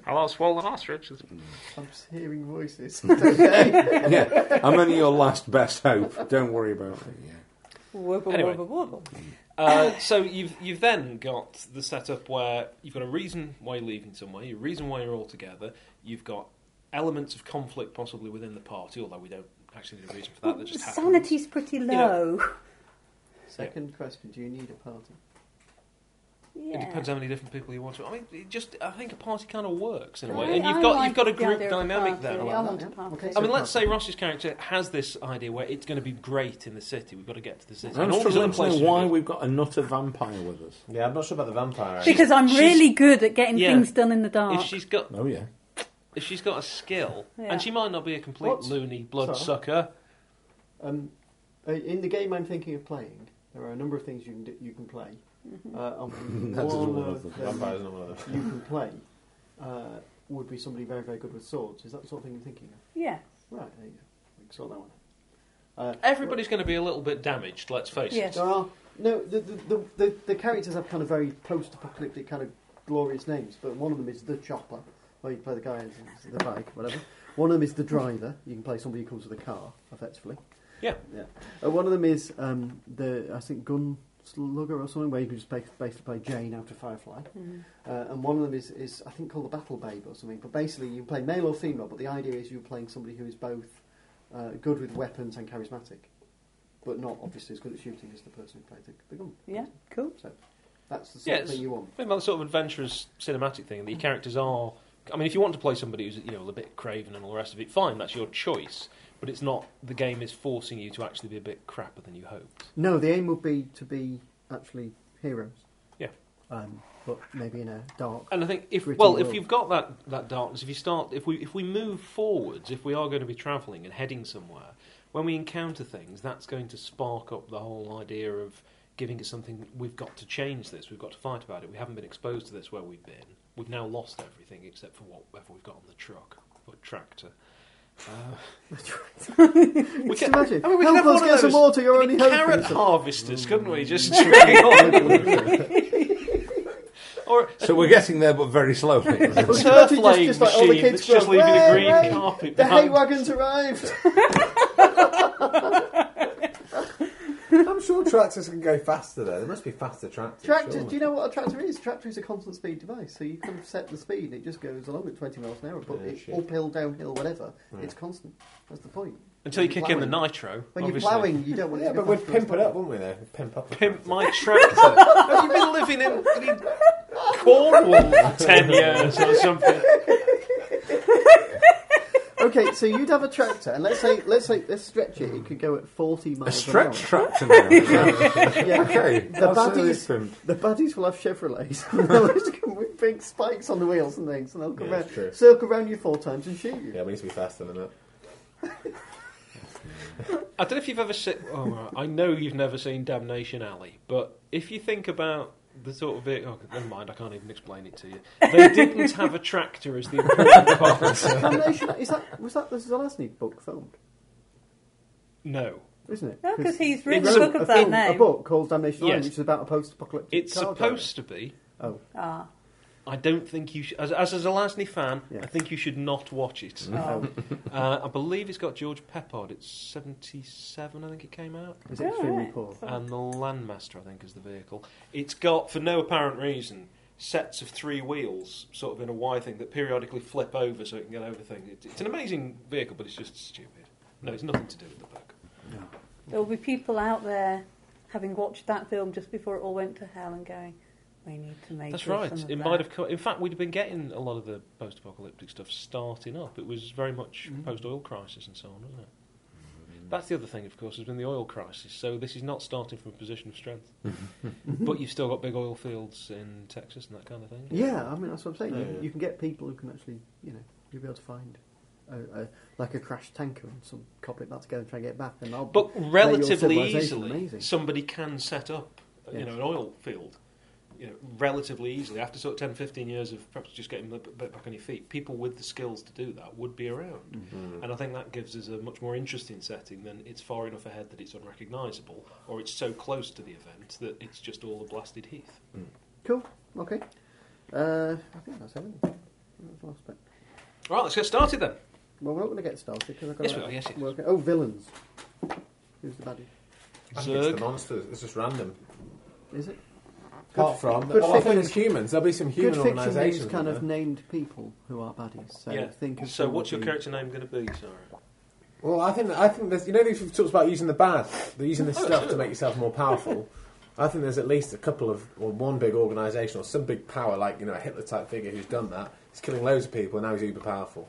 S3: I'll swallow an ostrich.
S2: I'm just hearing voices.
S4: yeah, I'm only your last best hope. Don't worry about it. Yeah.
S5: Wobble,
S3: Anyway.
S5: wobble, wobble.
S3: Uh, so you've you've then got the setup where you've got a reason why you're leaving somewhere, a reason why you're all together. You've got elements of conflict possibly within the party, although we don't actually need a reason for that. That just happens.
S5: Sanity's pretty low.
S2: Second question: Do you need a party?
S5: Yeah.
S3: It depends how many different people you want to. I mean, it just I think a party kind of works in a way,
S5: I-
S3: and
S5: I
S3: you've got
S5: like
S3: you've got a
S5: the
S3: group
S5: idea of a
S3: dynamic
S5: party.
S3: there.
S5: I want a party.
S2: Okay,
S5: I
S2: so
S3: I mean, let's
S2: party.
S3: say Ross's character has this idea where it's going to be great in the city. We've got to get to the city.
S4: I'm
S3: And all these
S4: struggling
S3: other
S4: to know
S3: places
S4: why
S3: we-
S4: we've got a nutter vampire with us.
S6: Yeah, I'm not sure about the vampire.
S5: Because I'm
S3: she's-
S5: really good at getting
S3: Yeah.
S5: things done in the dark.
S3: if she's got
S4: Oh yeah.
S3: if she's got a skill,
S5: Yeah.
S3: and she might not be a complete
S2: What?
S3: loony bloodsucker.
S2: Um, uh, in the game I'm thinking of playing, there are a number of things you can do, you can play.
S5: Mm-hmm.
S2: Uh, and
S4: That is
S2: one
S4: one of
S2: of
S4: them.
S2: them
S6: Vampire's not one of them.
S2: you can play uh, would be somebody very very good with swords. Is that the sort of thing you're thinking of?
S5: Yeah.
S2: Right, there you go. We can sort that one. out. Uh,
S3: Everybody's going to be a little bit damaged. Let's face
S5: Yeah.
S3: it.
S2: There are no the the, the, the the characters have kind of very post-apocalyptic kind of glorious names, but one of them is the chopper, where you play the guy in the bike, whatever. One of them is the driver. You can play somebody who comes with a car, effectively.
S3: Yeah.
S2: Yeah. Uh, one of them is um, the I think gun slugger or something, where you can just ba- basically play Jane out of Firefly. Uh, and one of them is, is I think called the Battle Babe or something. But basically, you play male or female, but the idea is you're playing somebody who is both uh, good with weapons and charismatic, but not obviously as good at shooting as the person who played the, the gun.
S5: Yeah, cool.
S2: So that's the
S3: Yeah,
S2: sort of
S3: it's-
S2: thing you want.
S3: Think about the sort of adventurous cinematic thing. that your characters are. I mean, if you want to play somebody who's you know a bit craven and all the rest of it, fine, that's your choice. But it's not. The game is forcing you to actually be a bit crapper than you hoped.
S2: No, the aim would be to be actually heroes.
S3: Yeah.
S2: Um, but maybe in a dark. [LAUGHS]
S3: And I think if
S2: Gritty
S3: well, if
S2: world.
S3: you've got that, that darkness, if you start, if we if we move forwards, if we are going to be travelling and heading somewhere, when we encounter things, that's going to spark up the whole idea of giving us something. We've got to change this. We've got to fight about it. We haven't been exposed to this where we've been. We've now lost everything except for whatever we've got on the truck or tractor. Uh, we
S2: Just
S3: can,
S2: imagine.
S3: I mean, we
S2: Help
S3: can
S2: us
S3: have one of
S2: get some
S3: those
S2: water. You're only
S3: carrot
S2: hoping.
S3: harvesters, couldn't
S2: Mm.
S3: we? Just [LAUGHS]
S2: [LAUGHS]
S3: or
S4: So we're getting there, but very slowly.
S3: a
S2: Just-
S3: turf
S2: just-
S3: laying
S2: just
S3: machine
S2: like all the kids
S3: that's just
S2: grow
S3: leaving
S2: up.
S3: a
S2: Way,
S3: green
S2: way.
S3: carpet
S2: The hay
S3: behind.
S2: wagon's arrived.
S6: [LAUGHS] I'm sure tractors can go faster there. There must be faster tractors.
S2: Tractors,
S6: surely.
S2: do you know what a tractor is? A tractor is a constant speed device, so you kind of set the speed and it just goes along at 20 miles an hour, but
S6: Yeah,
S2: it,
S6: shit.
S2: uphill, downhill, whatever, it's constant. That's the point.
S3: Until you kick in the
S2: Plowing.
S3: nitro.
S2: When
S3: obviously.
S2: you're ploughing, you don't want it
S6: Yeah,
S2: to go
S6: but we'd
S2: faster
S6: pimp
S2: as
S6: it up, wouldn't we? There, pimp up. a
S3: Pimp
S6: tractor.
S3: my
S2: [LAUGHS]
S3: tractor. Have you been living in bloody Cornwall for 10 years or something?
S2: well. Okay, so you'd have a tractor, and let's say, let's say, let's stretch it, it could go at 40
S4: A
S2: miles
S4: stretch
S2: an
S4: tractor. Now.
S2: hour. Yeah.
S4: okay.
S2: The
S4: I'll say
S2: baddies-
S4: this pimped.
S2: The baddies will have Chevrolets, [LAUGHS] and they'll just come with big spikes on the wheels and things, and they'll come
S6: Yeah,
S2: round,
S6: that's true.
S2: circle round you four times and shoot you.
S6: Yeah, we need to be faster than that.
S3: I don't know if you've ever seen. Oh, right. I know you've never seen Damnation Alley, but if you think about the sort of vehicle. Oh, never mind, I can't even explain it to you. They didn't have a tractor as the important part.
S2: Damnation, is that, was that the Zelazny book filmed?
S3: No,
S2: Isn't it?
S5: No, because he's
S3: It's
S5: written a
S3: a-
S5: book of that
S2: film- A
S5: name.
S2: book called Damnation Island,
S3: Yes.
S2: which is about a post-apocalyptic.
S3: it's
S2: car
S3: supposed to be.
S2: driver.
S5: Ah,
S3: I don't think you should. As, as a Zelazny fan,
S2: Yeah.
S3: I think you should not watch it.
S2: Oh,
S5: oh.
S3: Uh, I believe it's got George Peppard. It's 77, I think it came out.
S2: is it extremely poor?
S5: Alright.
S3: And the Landmaster, I think, is the vehicle. It's got, for no apparent reason, sets of three wheels, sort of in a Y thing, that periodically flip over so it can get over things. It, it's an amazing vehicle, but it's just stupid. No, it's nothing to do with the book.
S5: There will be people out there having watched that film just before it all went to hell and going, we need to make
S3: That's
S5: this
S3: right.
S5: and
S3: It
S5: that."
S3: might have come. In fact, we'd have been getting a lot of the post-apocalyptic stuff starting up. It was very much post-oil crisis and so on, wasn't it? That's the other thing, of course, has been the oil crisis. So this is not starting from a position of strength, but you've still got big oil fields in Texas and that kind of thing.
S2: Yeah, I mean that's what I'm saying.
S4: Yeah,
S2: you,
S4: yeah.
S2: you can get people who can actually, you know, you'll be able to find a, a, like a crashed tanker and some cop about to go and try and get back. And I'll
S3: But relatively
S2: civilization
S3: easily,
S2: amazing.
S3: somebody can set up,
S2: Yeah.
S3: you know, an oil field, you know, relatively easily. After sort of 10, 15 years of perhaps just getting a little bit back on your feet, people with the skills to do that would be around.
S2: Mm-hmm.
S3: And I think that gives us a much more interesting setting than it's far enough ahead that it's unrecognisable, or it's so close to the event that it's just all the blasted heath.
S2: cool. Okay, uh, I think that's everything. That's the last bit.
S3: Right, let's get started then.
S2: Well, we're not going to get started because I've got
S3: Yes,
S2: to
S3: we are, yes, yes.
S2: work. Oh, villains. Who's the baddie?
S6: I think it's the
S3: Zerg.
S6: monsters. It's just random.
S2: Is it?
S6: Apart from,
S2: good
S6: well, I think
S2: fiction-
S6: it's humans. There'll be some
S2: Good
S6: human
S2: fiction
S6: organisations.
S2: means kind
S6: won't
S2: of
S6: there?
S2: named people who are baddies. So
S3: yeah.
S2: think of
S3: so
S2: who
S3: what's
S2: would
S3: your
S2: be-
S3: character name going to be, Sarah?
S6: Well, I think I think there's you know these people talks about using the bad, the using
S3: Oh,
S6: this stuff to make yourself more powerful. I think there's at least a couple of or one big organisation or some big power like you know a Hitler type figure who's done that. He's killing loads of people and now he's uber powerful.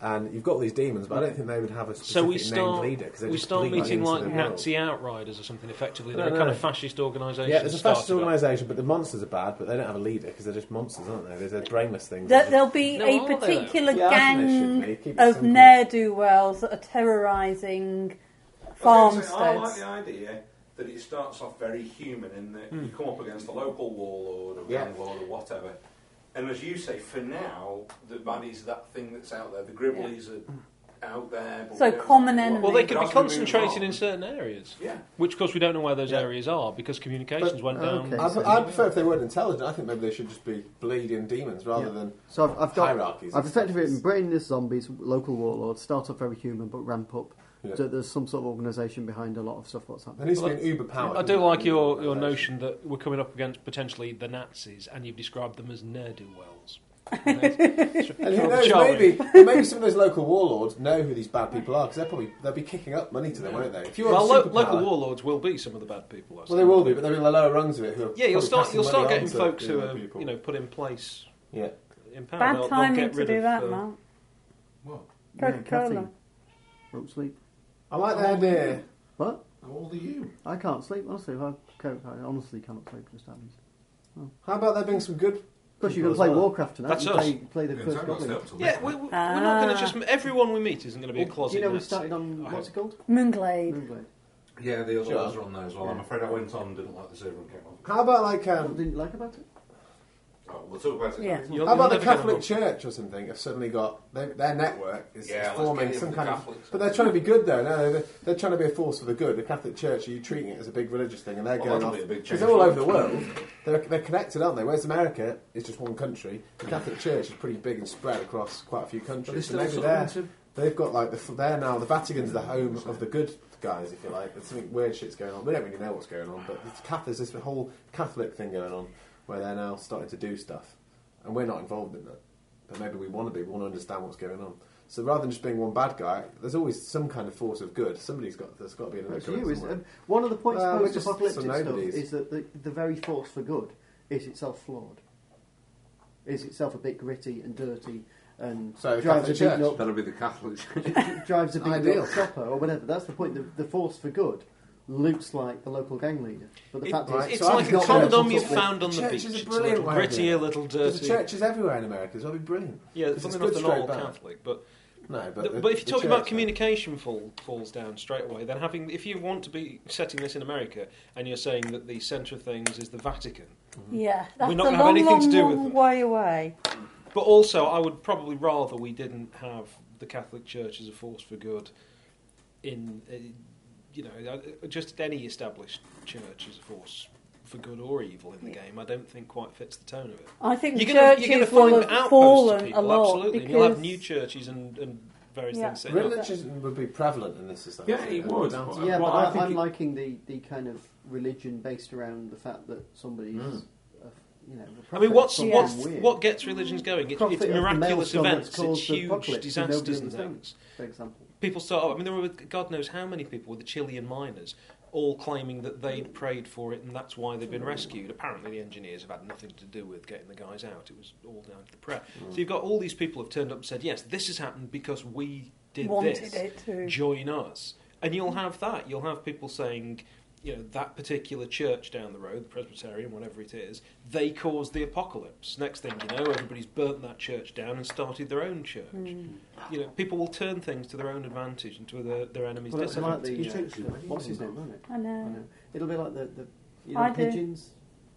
S6: And you've got all these demons, but I don't think they would have a specific
S3: So we
S6: named
S3: start,
S6: leader because
S3: we start meeting like
S6: the
S3: Nazi
S6: world.
S3: outriders or something. Effectively,
S6: No,
S3: they're a
S6: no,
S3: kind
S6: no.
S3: of fascist organisation.
S6: Yeah, there's a fascist
S3: started up.
S6: organisation, but the monsters are bad, but they don't have a leader because they're just monsters, aren't they? They're, they're brainless things.
S5: There, there'll be
S3: No, are
S5: a
S3: they, though?
S5: particular
S6: Yeah, I think they should be.
S5: gang
S6: Keep it
S5: of
S6: simple.
S5: ne'er do wells that are terrorising farmsteads.
S4: I like the idea that it starts off very human and that
S7: Hmm.
S4: you come up against a local warlord or
S6: Yeah.
S4: landlord or whatever. And as you say, for now, the baddie's that thing that's out there. The Gribblies are out there. but
S5: So
S4: we don't
S5: common
S4: know what-
S5: enemy.
S3: Well, they could be
S4: Because we move
S3: concentrated
S4: on.
S3: in certain areas,
S4: Yeah.
S3: which, of course, we don't know where those
S6: Yeah.
S3: areas are because communications
S6: But-
S3: went down.
S2: okay.
S6: I, I prefer if they weren't intelligent. I think maybe they should just be bleeding demons rather
S2: Yeah.
S6: than
S2: So I've, I've got
S6: hierarchies.
S2: I've effectively written brainless zombies, local warlords, start off very human but ramp up.
S6: Yeah.
S2: So there's some sort of organisation behind a lot of stuff. What's happening?
S6: There needs to be an uber power.
S3: I do like your, your notion that we're coming up against potentially the Nazis, and you've described them as ne'er do
S6: [LAUGHS]
S3: wells.
S6: And who knows?
S3: Shall we?
S6: Maybe maybe some of those local warlords know who these bad people are because they'll probably they'll be kicking up money to them, won't they? If you're
S3: Well,
S6: a
S3: lo-
S6: superpower-
S3: local warlords will be some of the bad people. I
S6: well, they will be, but they're in the lower rungs of it. Who are
S3: Yeah, you'll
S6: probably
S3: start
S6: passing
S3: you'll start
S6: money on
S3: getting
S6: to
S3: folks
S6: the
S3: who
S6: other
S3: are
S6: people.
S3: you know put in place
S6: yeah.
S3: in power.
S5: Bad
S3: They'll- they'll
S5: timing
S3: get
S5: to
S3: rid
S5: do
S3: of,
S5: that,
S3: uh,
S5: Mark.
S4: What?
S2: Yeah,
S5: Coca-Cola.
S2: Kathy. Won't sleep.
S6: I like the idea.
S2: What?
S4: How old are you?
S2: I can't sleep. Honestly, if I, coke, I honestly cannot sleep. Just happens.
S6: How about there being some good?
S2: Of course, you can
S6: people as
S2: play
S6: well?
S2: Warcraft tonight.
S3: That's
S2: and
S3: us.
S2: Play, play the
S4: Yeah,
S2: first
S4: I've got to
S2: goblin.
S4: stay up till
S3: Yeah,
S4: midnight.
S3: we, we- we're not going
S5: Ah.
S3: to just everyone we meet isn't going to be a
S2: Well,
S3: closet.
S2: do you know we
S3: Nazi.
S2: started on
S3: I
S2: what's it
S3: hope.
S2: called?
S5: Moonglade.
S2: Moonblade.
S4: Yeah, the other
S6: Sure.
S4: ones are on there as well. I'm afraid I went on and didn't like the server and came off.
S6: How about like
S2: What
S6: um,
S2: didn't you like about it?
S4: Oh, we'll talk about it.
S5: Yeah.
S4: later.
S3: You'll-
S6: How about
S3: you'll never
S6: the
S3: get
S6: Catholic
S3: on.
S6: Church or something? Have suddenly got they, their network is,
S4: Yeah,
S6: is
S4: let's
S6: forming
S4: get in
S6: some
S4: with
S6: kind
S4: the
S6: of.
S4: Catholics.
S6: But they're trying to be good though. No, they're, they're trying to be a force for the good. The Catholic Church are you treating it as a big religious thing, and they're
S4: Well,
S6: going
S4: that'll
S6: off
S4: be a big
S6: because
S4: change
S6: they're all
S4: for
S6: over the
S4: them.
S6: world. They're, they're connected, aren't they? Whereas America is just one country. The Catholic Church is pretty big and spread across quite a few
S4: But it's
S6: countries. So
S4: still
S6: maybe
S4: sort of
S6: they're,
S4: into-
S6: they've got like the, f- they're now the Vatican's the home of the good guys, if you like. There's something weird shit's going on. We don't really know what's going on, but it's Cath- there's this whole Catholic thing going on where they're now starting to do stuff, and we're not involved in that. But maybe we want to be. We want to understand what's going on. So rather than just being one bad guy, there's always some kind of force of good. Somebody's got. There's got to be another.
S2: That's
S6: good
S2: you, isn't
S6: somewhere.
S2: it? One of the points
S3: Uh,
S6: Well,
S2: of
S6: we're just
S2: post-apocalyptic
S6: some
S2: stuff
S6: nobodies.
S2: is that the, the very force for good is itself flawed. Is itself a bit gritty and dirty and
S6: So,
S2: drives a
S6: Catholic
S2: beaten up
S6: Church.
S7: That'll be the Catholic
S4: [LAUGHS]
S7: Church.
S2: drives a big
S6: Ideal.
S2: Ideal. chopper or whatever. That's the point. The, the force for good looks like the local gang leader, but the
S3: It-
S2: fact
S6: Right,
S2: is,
S3: It's
S6: so
S3: like
S6: I've
S3: a
S6: got there
S3: condom
S6: some
S3: you
S6: sort of-
S3: found on the
S6: Church
S3: beach.
S6: is a
S3: It's a
S6: brilliant
S3: little
S6: way of
S3: gritty,
S6: doing
S3: a
S6: it.
S3: little
S6: There's
S3: dirty.
S6: churches everywhere in America. So it'd be brilliant.
S3: Yeah,
S6: It's
S3: it's something
S6: good
S3: that's not
S6: straight
S3: all
S6: back.
S3: Catholic, but
S6: No, but
S3: Th-
S6: the-
S3: but if
S6: the
S3: you're talking about
S6: church, though.
S3: communication fall, falls down straight away, then having if you want to be setting this in America and you're saying that the centre of things is the Vatican,
S8: Yeah, that's
S3: We're not
S8: a
S3: gonna have
S8: long,
S3: anything to
S8: long,
S3: do with
S8: long
S3: them.
S8: way away.
S3: But also, I would probably rather we didn't have the Catholic Church as a force for good in, uh, you know, uh, just any established church as a force for good or evil in the game. I don't think quite fits the tone of it.
S5: I think
S3: You're gonna-
S5: churches
S3: you're gonna
S5: will
S3: find
S5: have
S3: outposts of
S5: fallen
S3: people,
S5: a lot
S3: absolutely.
S5: because
S3: and you'll have new churches and, and various
S5: Yeah.
S3: things. set up.
S6: Religion would be prevalent in this society.
S4: Yeah, it
S6: and
S4: would.
S6: down to-
S2: Yeah,
S4: Well, I
S2: but I,
S4: think
S2: I'm
S4: it-
S2: liking the, the kind of religion based around the fact that somebody's,
S4: Mm.
S2: a, you know, a
S3: I mean, what's,
S2: prophet,
S3: what's
S2: something weird,
S3: what gets religions going? It's,
S2: Prophet
S3: it's
S2: of the
S3: miraculous
S2: maelstrom
S3: events,
S2: that's caused
S3: it's
S2: the
S3: huge
S2: apocalypse that nobody
S3: disasters and
S2: understands.
S3: things.
S2: for example.
S3: People start. oh, I mean, there were God knows how many people with the Chilean miners, all claiming that they'd prayed for it and that's why they've been rescued. Apparently, the engineers have had nothing to do with getting the guys out. It was all down to the prayer. So you've got all these people have turned up and said, "Yes, this has happened because we did
S5: wanted
S3: this."
S5: it to.
S3: join us. And you'll have that. You'll have people saying, you know, that particular church down the road, the Presbyterian, whatever it is, they caused the apocalypse. Next thing you know, everybody's burnt that church down and started their own church. You know, people will turn things to their own advantage and to their, their enemies'
S2: Well, it's like
S3: disadvantage.
S2: the, uh,
S4: Disadvantage.
S2: what's his name, isn't it?
S5: I
S2: I
S5: know.
S2: know. It'll be like the, the you know,
S5: I do.
S2: pigeons,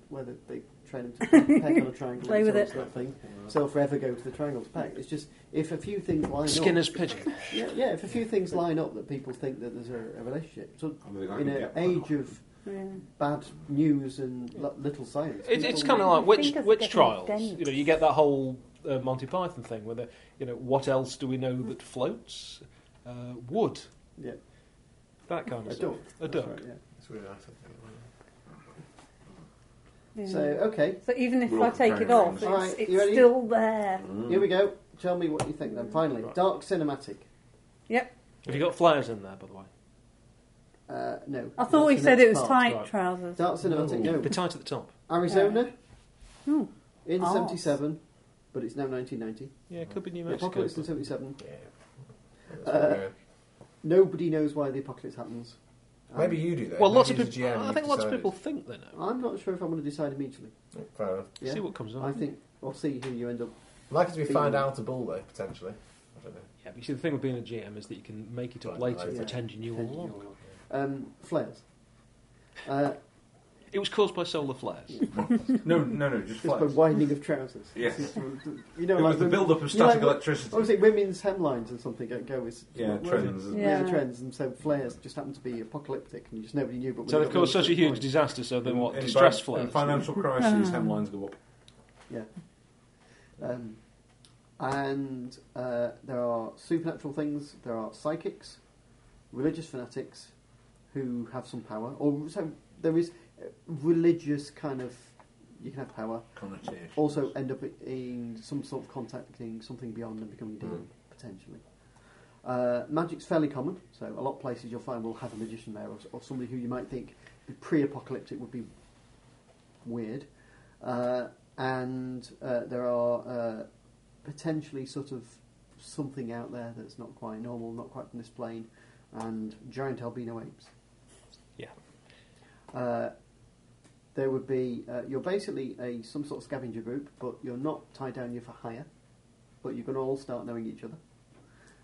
S2: where the, they train them to peck
S5: [LAUGHS]
S2: on a triangle.
S5: Play
S2: and
S5: with
S2: so
S5: it.
S2: it's That thing. So they'll forever go to the triangle to peck. It's just, if a few things line up...
S3: Skinner's pigeon.
S2: Yeah, yeah, if a few things line up that people think that there's a, a relationship. So
S4: I mean, I
S2: in
S4: can
S2: an
S4: get
S2: age of
S5: Yeah.
S2: bad news and li- little science...
S3: It, it's
S2: people-
S3: kind of like
S8: I
S3: witch,
S8: think it's
S3: witch
S8: getting
S3: trials.
S8: dense.
S3: You know, you get that whole uh, Monty Python thing where, the, you know, what else do we know that floats? Uh, wood.
S2: Yeah,
S3: That kind of
S2: a
S3: stuff.
S2: duck.
S3: A
S2: That's
S3: duck.
S2: right, yeah.
S6: It's really nice. I think.
S5: Yeah.
S2: So, okay,
S5: So even if
S7: We're
S5: I
S7: all
S5: take it
S7: comparing
S5: off,
S7: things.
S5: it's,
S2: Alright,
S5: it's
S2: you ready?
S5: still there.
S4: Mm.
S2: here we go. Tell me what you think then, finally. Dark cinematic.
S3: Have you got flowers in there, by the way?
S2: Uh, no.
S3: Mm.
S5: I thought we
S2: That's the
S5: said
S2: next
S5: it was
S2: part.
S5: tight
S3: right.
S5: trousers.
S2: Dark cinematic, no.
S3: They're tight at the top.
S2: Arizona
S5: Hmm.
S2: in
S5: Oh.
S2: 77, but it's now 1990.
S3: Yeah, it could be New
S2: The
S3: Mexico.
S2: apocalypse in 77.
S6: That's what we're-
S2: Nobody knows why the apocalypse happens. Um,
S6: Maybe you do that.
S3: Well, lots of
S6: Maybe
S3: people.
S6: as a GM,
S3: I
S6: you've
S3: think lots of
S6: decided.
S3: people think they know.
S2: I'm not sure if I'm going to decide immediately.
S6: Fair enough.
S2: Yeah?
S3: See what comes up.
S2: I think we'll see who you end up.
S6: Likely to be
S2: Being-
S6: found out a ball though, potentially. I don't know.
S3: Yeah, but you see, the thing with being a GM is that you can make it up
S6: Right,
S3: later
S6: right.
S3: and
S2: Yeah.
S3: pretend you knew all along.
S2: Um, flares. Uh,
S3: It was caused by solar flares.
S4: No, no, no, just
S2: just by
S4: flares.
S2: widening of trousers.
S4: [LAUGHS] Yes.
S2: You know,
S4: It
S2: like
S4: was the
S2: women-
S4: build-up of
S2: you like
S4: static
S2: what-
S4: electricity.
S2: Obviously, women's hemlines and something go, go with
S4: Yeah,
S2: what was
S4: trends,
S2: it?
S4: isn't
S5: it?
S2: Yeah,
S5: Yeah.
S2: trends, and so flares just happened to be apocalyptic, and you just nobody knew. But
S3: so
S2: we
S3: they've
S2: got
S3: caused such a
S2: really
S3: huge
S2: good
S3: disaster. So then what?
S4: In- in
S3: Distress
S4: fin-
S3: flares.
S4: In financial crises,
S5: Uh-huh.
S4: hemlines go up.
S2: Um, and uh, there are supernatural things, there are psychics, religious fanatics who have some power, or so there is uh, religious kind of you can have power.
S7: Connotation.
S2: Also, end up in some sort of contacting something beyond and becoming a demon potentially. Uh, magic's fairly common, so a lot of places you'll find will have a magician there, or, or somebody who you might think pre-apocalyptic would be weird. Uh, and uh, there are uh, potentially sort of something out there that's not quite normal, not quite from this plane, and giant albino apes.
S3: Yeah.
S2: Uh, there would be uh, you're basically a some sort of scavenger group, but you're not tied down. You're for hire, but you're going to all start knowing each other,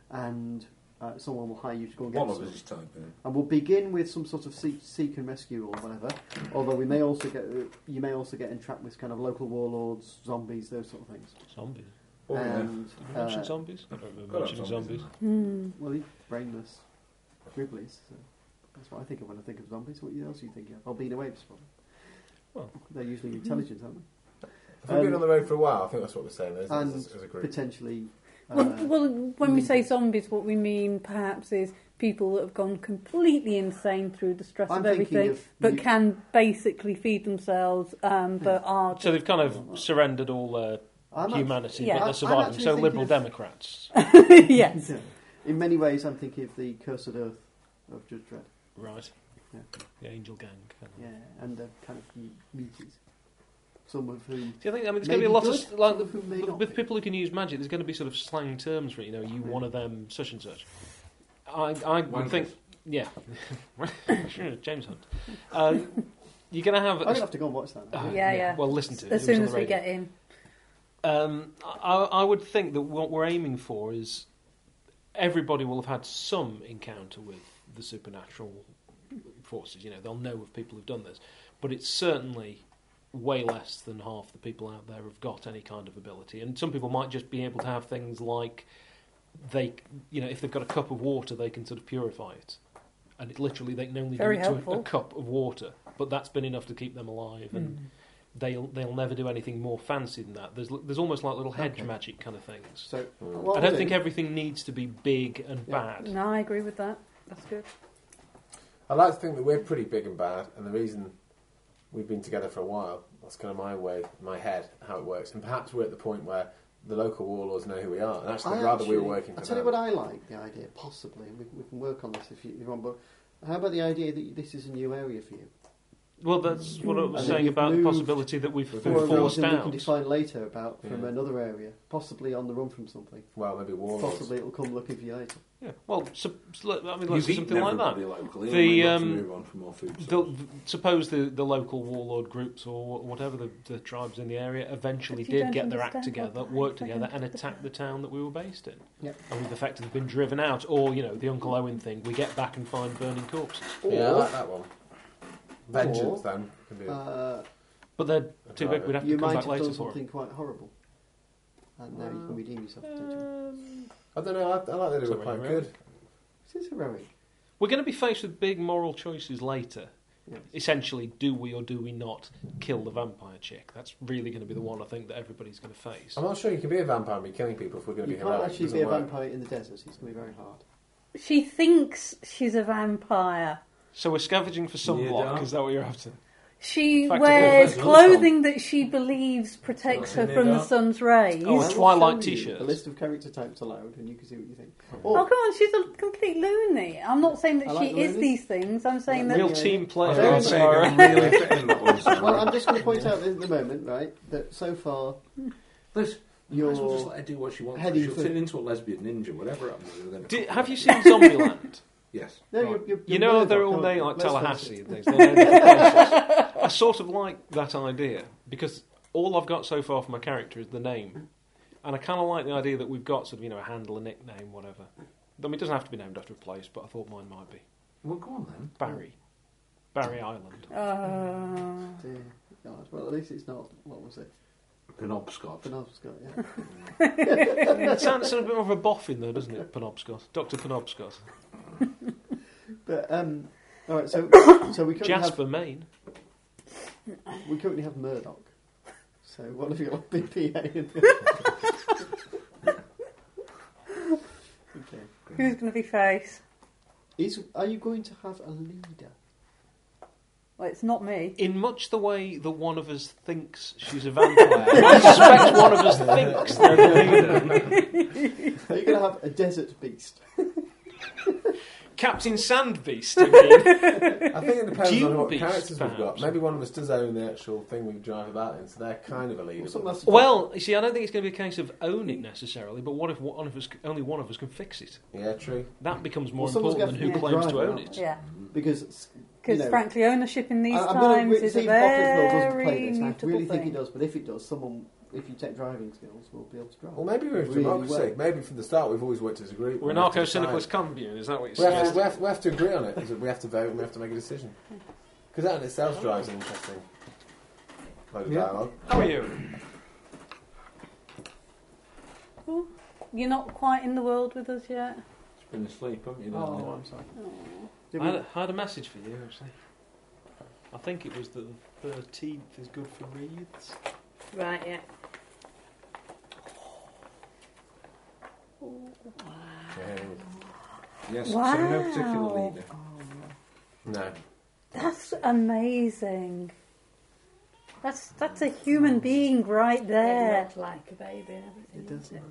S2: and uh, someone will hire you to go and get
S7: One of
S2: some.
S7: us is typing.
S2: And we'll begin with some sort of seek, seek and rescue or whatever. Although we may also get uh, you may also get entrapped with kind of local warlords, zombies, those sort of things.
S3: Zombies.
S2: Uh,
S4: Oh, yeah.
S2: and
S3: Did you
S2: uh,
S3: mention zombies? I don't remember
S4: Got
S3: mentioning
S4: zombies.
S3: zombies.
S5: Hmm.
S2: well, these brainless gribblies. So that's what I think of when I think of zombies. What else do you think of? Albino apes, probably.
S3: Well.
S2: they're usually intelligent, aren't they?
S6: If we've been
S2: Um,
S6: on the road for a while, I think that's what we're saying as,
S2: and
S6: as, as a group.
S2: potentially.
S5: Well,
S2: uh,
S5: well, when we say
S2: leaders.
S5: zombies, what we mean perhaps is people that have gone completely insane through the stress
S2: I'm
S5: of
S2: thinking
S5: everything,
S2: of
S5: but
S2: you-
S5: can basically feed themselves, um, but
S2: [LAUGHS]
S5: are
S3: So they've kind of surrendered all their
S2: I'm act- [LAUGHS]
S3: humanity, but
S5: yeah. I'm-
S3: they're
S5: I'm
S3: surviving.
S2: actually
S3: So
S2: thinking
S3: liberal
S2: of- [LAUGHS]
S3: Democrats,
S5: [LAUGHS] yes,
S2: Yeah. In many ways, I'm thinking of the cursed earth of Judge Dredd.
S3: right?
S2: Yeah.
S3: The Angel Gang. kind of.
S2: Yeah, and uh, kind of mu- muties. Some of whom.
S3: See, I think I mean, there's going to
S2: Maybe
S3: be a lot
S2: good,
S3: of like
S2: some who may
S3: with
S2: not be.
S3: people who can use magic. There's going to be sort of slang terms for it, you know, you
S2: Yeah.
S3: one of them, such and such. I I would think, yeah, [LAUGHS] Sure, James Hunt. Um, you're going to have.
S2: I'm
S3: [SIGHS]
S2: going to have to go and watch that. now.
S3: Uh,
S5: Yeah, yeah.
S3: Well, listen to it.
S5: as
S3: It was on
S5: soon as
S3: the
S5: we
S3: radio.
S5: get in.
S3: Um, I, I would think that what we're aiming for is everybody will have had some encounter with the supernatural forces. You know, they'll know of people who've done this, but it's certainly way less than half the people out there have got any kind of ability. And some people might just be able to have things like they, you know, if they've got a cup of water, they can sort of purify it. And it literally they can only
S5: Very
S3: do it to a- a,
S5: helpful.
S3: cup of water, but that's been enough to keep them alive. And
S5: Hmm.
S3: they'll they'll never do anything more fancy than that. There's l- there's almost like little hedge
S2: Okay.
S3: magic kind of things.
S2: So
S3: I don't think everything needs to be big and
S2: Yeah.
S3: bad.
S5: No, I agree with that. That's good.
S6: I like to think that we're pretty big and bad, and the reason we've been together for a while, that's kind of my way, my head, how it works. And perhaps we're at the point where the local warlords know who we are, and actually,
S2: I
S6: rather we were
S2: actually-
S6: working for
S2: I'll tell
S6: them.
S2: you what I like the idea, possibly, and we, we can work on this if you, you want, but how about the idea that this is a new area for you?
S3: Well, that's what I was
S2: And then
S3: saying
S2: you've
S3: about the
S2: moved
S3: possibility that we've
S6: with
S3: been
S2: For a
S3: forced
S2: reason we can
S3: out.
S2: define later about from
S6: Yeah.
S2: another area, possibly on the run from something.
S6: well, maybe warlords.
S2: Possibly it'll come looking for you later.
S3: Yeah. Well, sup- s- let- I mean, let's
S7: You've
S3: do
S7: eaten
S3: something like that.
S7: everybody locally.
S3: The,
S7: The, um,
S3: um,
S7: move on for more food.
S3: The,
S7: source.
S3: the- suppose the, the local warlord groups or wh- whatever the, the tribes in the area eventually
S5: But you
S3: did
S5: don't
S3: get their act
S5: understand
S3: together,
S5: what
S3: work
S5: happened.
S3: together, and attack the town that we were based in.
S2: Yep.
S3: And we've effectively been driven out, or, you know, the Uncle Owen thing, we get back and find burning corpses.
S6: Yeah, I
S2: Or-
S6: like that one. Vengeance,
S2: Or-
S6: then. Can be
S2: Uh,
S3: But they're too big, we'd have
S2: you
S3: to come
S2: might
S3: back
S2: have
S3: later Uh,
S2: done
S3: for
S2: something
S3: them.
S2: quite horrible, and now you can redeem yourself potentially.
S3: Um,
S6: I don't know, I, I like that it was
S3: Something
S6: quite
S3: around.
S6: good.
S2: This is heroic.
S3: We're going to be faced with big moral choices later.
S2: Yeah.
S3: Essentially, do we or do we not kill the vampire chick? That's really going to be the one I think that everybody's going to face.
S6: I'm not sure you can be a vampire and be killing people if we're going to
S2: You
S6: be
S2: can't
S6: heroic.
S2: actually
S6: Doesn't
S2: be a
S6: work.
S2: vampire in the desert. It's going to be very hard.
S5: She thinks she's a vampire.
S3: So we're scavenging for sunblock.
S7: Yeah.
S3: Is that what you're after?
S5: She
S3: Fact of
S5: wears
S7: life.
S5: clothing that she believes protects her
S7: Nothing
S5: from
S7: in
S5: the
S7: that.
S5: sun's rays.
S3: Oh,
S2: I will
S3: Twilight
S2: show you
S3: t-shirts.
S2: A list of character types allowed, and you can see what you think.
S5: Oh
S3: [LAUGHS]
S2: Or,
S5: come on, she's a complete loony. I'm not saying that
S2: I like
S5: she
S2: loonies.
S5: is these things. I'm saying
S2: Yeah.
S5: that
S3: Real
S2: Yeah.
S3: team
S7: I
S2: Well, there
S3: players.
S7: was going to say,
S3: are-
S7: I'm really
S3: [LAUGHS]
S7: fitting that one. Sarah.
S2: well, I'm just going to point out at the moment, right, that so far
S7: Liz, you
S2: You're
S7: might as well just let her do what she wants.
S2: heading
S7: She'll
S2: for-
S7: turn into a lesbian ninja, whatever happens to her. then.
S3: Do, have you seen Zombieland?
S7: Yes.
S2: No,
S3: Right.
S2: you're, you're,
S3: you
S2: you're
S3: know
S2: murdered,
S3: they're all
S2: can't
S3: named
S2: you?
S3: like
S2: Let's
S3: Tallahassee
S2: face it.
S3: and things. They're named after places.
S2: [LAUGHS]
S3: I sort of like that idea because all I've got so far for my character is the name, and I kind of like the idea that we've got sort of you know a handle, a nickname, whatever. I mean, it doesn't have to be named after a place, but I thought mine might be
S7: Well, go on then.
S3: Barry,
S2: [LAUGHS]
S3: Barry Island.
S5: Uh,
S2: Dear God. Well, at least it's not, what was it?
S7: Penobscot.
S2: Penobscot, yeah.
S3: [LAUGHS] It sounds sort of a bit more of a boffin though, doesn't it? Penobscot, Doctor Penobscot,
S2: But, um, all right, so, so we, currently
S3: Jasper, Maine.
S2: Have, we currently have Murdoch. So one of you [LAUGHS] got BPA
S3: [LAUGHS]
S2: and Okay.
S5: who's going to be face?
S2: Is, are you going to have a leader?
S5: Well, it's not me.
S3: In much the way the one of us thinks she's a vampire, I suspect one of us thinks they're the leader.
S2: Are you going to have a desert beast?
S3: Captain Sandbeast, I mean. [LAUGHS]
S6: I think it depends
S3: Dune
S6: on what
S3: beast,
S6: characters we've got.
S3: perhaps.
S6: Maybe one of us does own the actual thing we drive about in, so they're kind of a leader.
S2: Or something else?
S3: Well, you see, I don't think it's going to be a case of own it necessarily, but what if one of us, only one of us can fix it?
S6: Yeah, true.
S3: That becomes more
S2: Well, someone's
S3: important than
S2: gonna
S3: who
S5: have to
S3: claims to
S2: drive
S3: own
S2: it.
S3: it.
S5: Yeah,
S2: Because
S5: because
S2: You know,
S5: frankly, ownership in these
S2: I-
S5: times
S2: re-
S5: is a
S2: see if Bottinsville doesn't play
S5: very
S2: this. and I
S5: mutable
S2: really think
S5: thing.
S2: it does, but if it does, someone, if you take driving skills, will be able to drive.
S7: Oh,
S6: Well, maybe we're a
S2: Really
S6: democracy.
S2: well.
S6: Maybe from the start we've always worked as a group.
S3: We're
S6: We have to
S3: anarcho syndicalist
S6: decide.
S3: commune, is that what you're
S6: We have,
S3: suggesting?
S6: to, we, have, we have to agree on it. is that We have to vote and we have to make a decision. Because that in itself drives an interesting load of
S2: Yeah.
S6: dialogue.
S3: How are you?
S5: You're not quite in the world with us yet.
S7: She's been asleep, haven't you?
S2: Oh, I'm sorry. Did
S3: I
S2: we-
S3: had, a, I had a message for you, actually. I think it was the 13th is good for reads.
S5: Right, yeah.
S6: Yeah.
S7: Yes,
S5: Wow.
S7: so no particular leader.
S6: No.
S5: That's amazing. That's that's a human being right there.
S8: It looked like a baby and everything.
S2: It does.
S8: didn't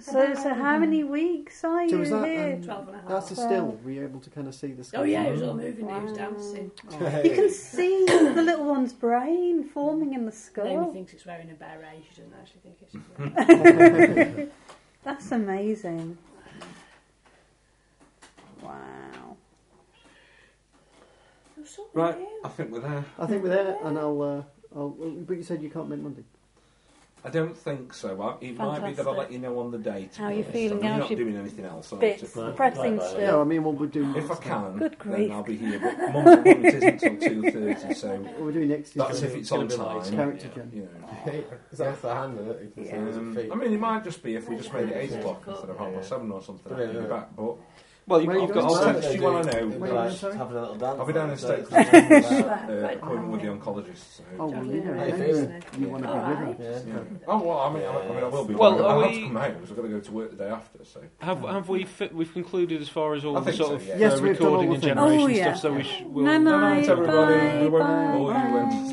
S5: So so how many weeks are
S2: So
S5: you
S2: is that,
S5: here?
S2: um,
S8: it? Twelve and a half.
S2: That's a still. Were you able to kind of see the sky?
S8: Oh yeah, it was all moving. It was
S5: Wow.
S8: dancing.
S2: [LAUGHS]
S5: Oh.
S6: [LAUGHS]
S5: You can
S7: [COUGHS]
S5: see the little one's brain forming in the
S8: Naomi
S5: skull.
S8: thinks it's wearing a beret. She doesn't actually think it's. wearing a beret.
S5: [LAUGHS] That's amazing. Wow.
S8: It was so
S7: Right,
S8: weird.
S7: I think we're there.
S2: I think we're there, and I'll. Uh, I'll well, but you said you can't make Monday.
S7: I don't think so. I, it might be that I'll
S5: Fantastic.
S7: let you know on the day. to
S5: How
S7: be
S5: you
S7: honest.
S5: feeling
S7: I'm
S5: now?
S7: not
S5: She
S7: doing anything else. I'm
S5: Bits
S7: just-
S5: pressing
S6: Right,
S2: Yeah, I
S5: still.
S2: mean, what we're doing.
S7: If I can,
S5: Good
S7: then
S5: grief.
S7: I'll be here. But mum's appointment isn't until two thirty,
S5: [LAUGHS]
S7: so
S2: What we're doing next is
S7: that's
S2: gonna
S7: if
S2: be
S7: it's on
S3: It's gonna be
S7: time.
S3: late.
S2: character
S3: Yeah.
S2: gen.
S7: You know.
S6: Is that the hand in it? You can see it as a
S7: Um,
S6: feet.
S7: I mean, it might just be if we just made it 8 o'clock instead of half past 7 or something, I'd be
S6: Yeah.
S7: back. But uh,
S3: Well, you,
S2: Where are you
S3: I've
S2: going
S3: got.
S7: I'll
S3: I'll
S6: Sorry,
S7: text
S6: they
S7: you when I
S6: do.
S7: know.
S6: They'd
S2: Wait,
S6: be like,
S2: I'm sorry?
S6: Having a little dance.
S7: I'll be down in
S6: Thursday.
S7: Stoke uh, appointment with the
S2: Oh,
S7: oncologist. So.
S2: well, you know,
S6: Hey,
S2: then
S6: Fiona.
S2: you want to be
S8: All
S2: with
S8: right.
S2: her.
S6: Yeah.
S7: Yeah. Oh, well, I mean, I, I mean, I will be.
S3: Well,
S7: Well, I'll
S3: are
S7: have to
S3: we-
S7: come home because I've got to go to work the day after. So
S3: Have, have we fi- we've concluded as far as all
S7: I
S3: the
S7: think
S3: sort
S7: so,
S3: of
S7: yeah.
S3: uh,
S2: Yes, we've done all
S3: recording
S2: the
S3: and
S2: things.
S3: generation
S5: Oh, yeah.
S3: stuff? So we sh- we'll
S5: Night night.
S7: everybody.
S5: Bye.
S7: All you
S5: Bye.
S7: went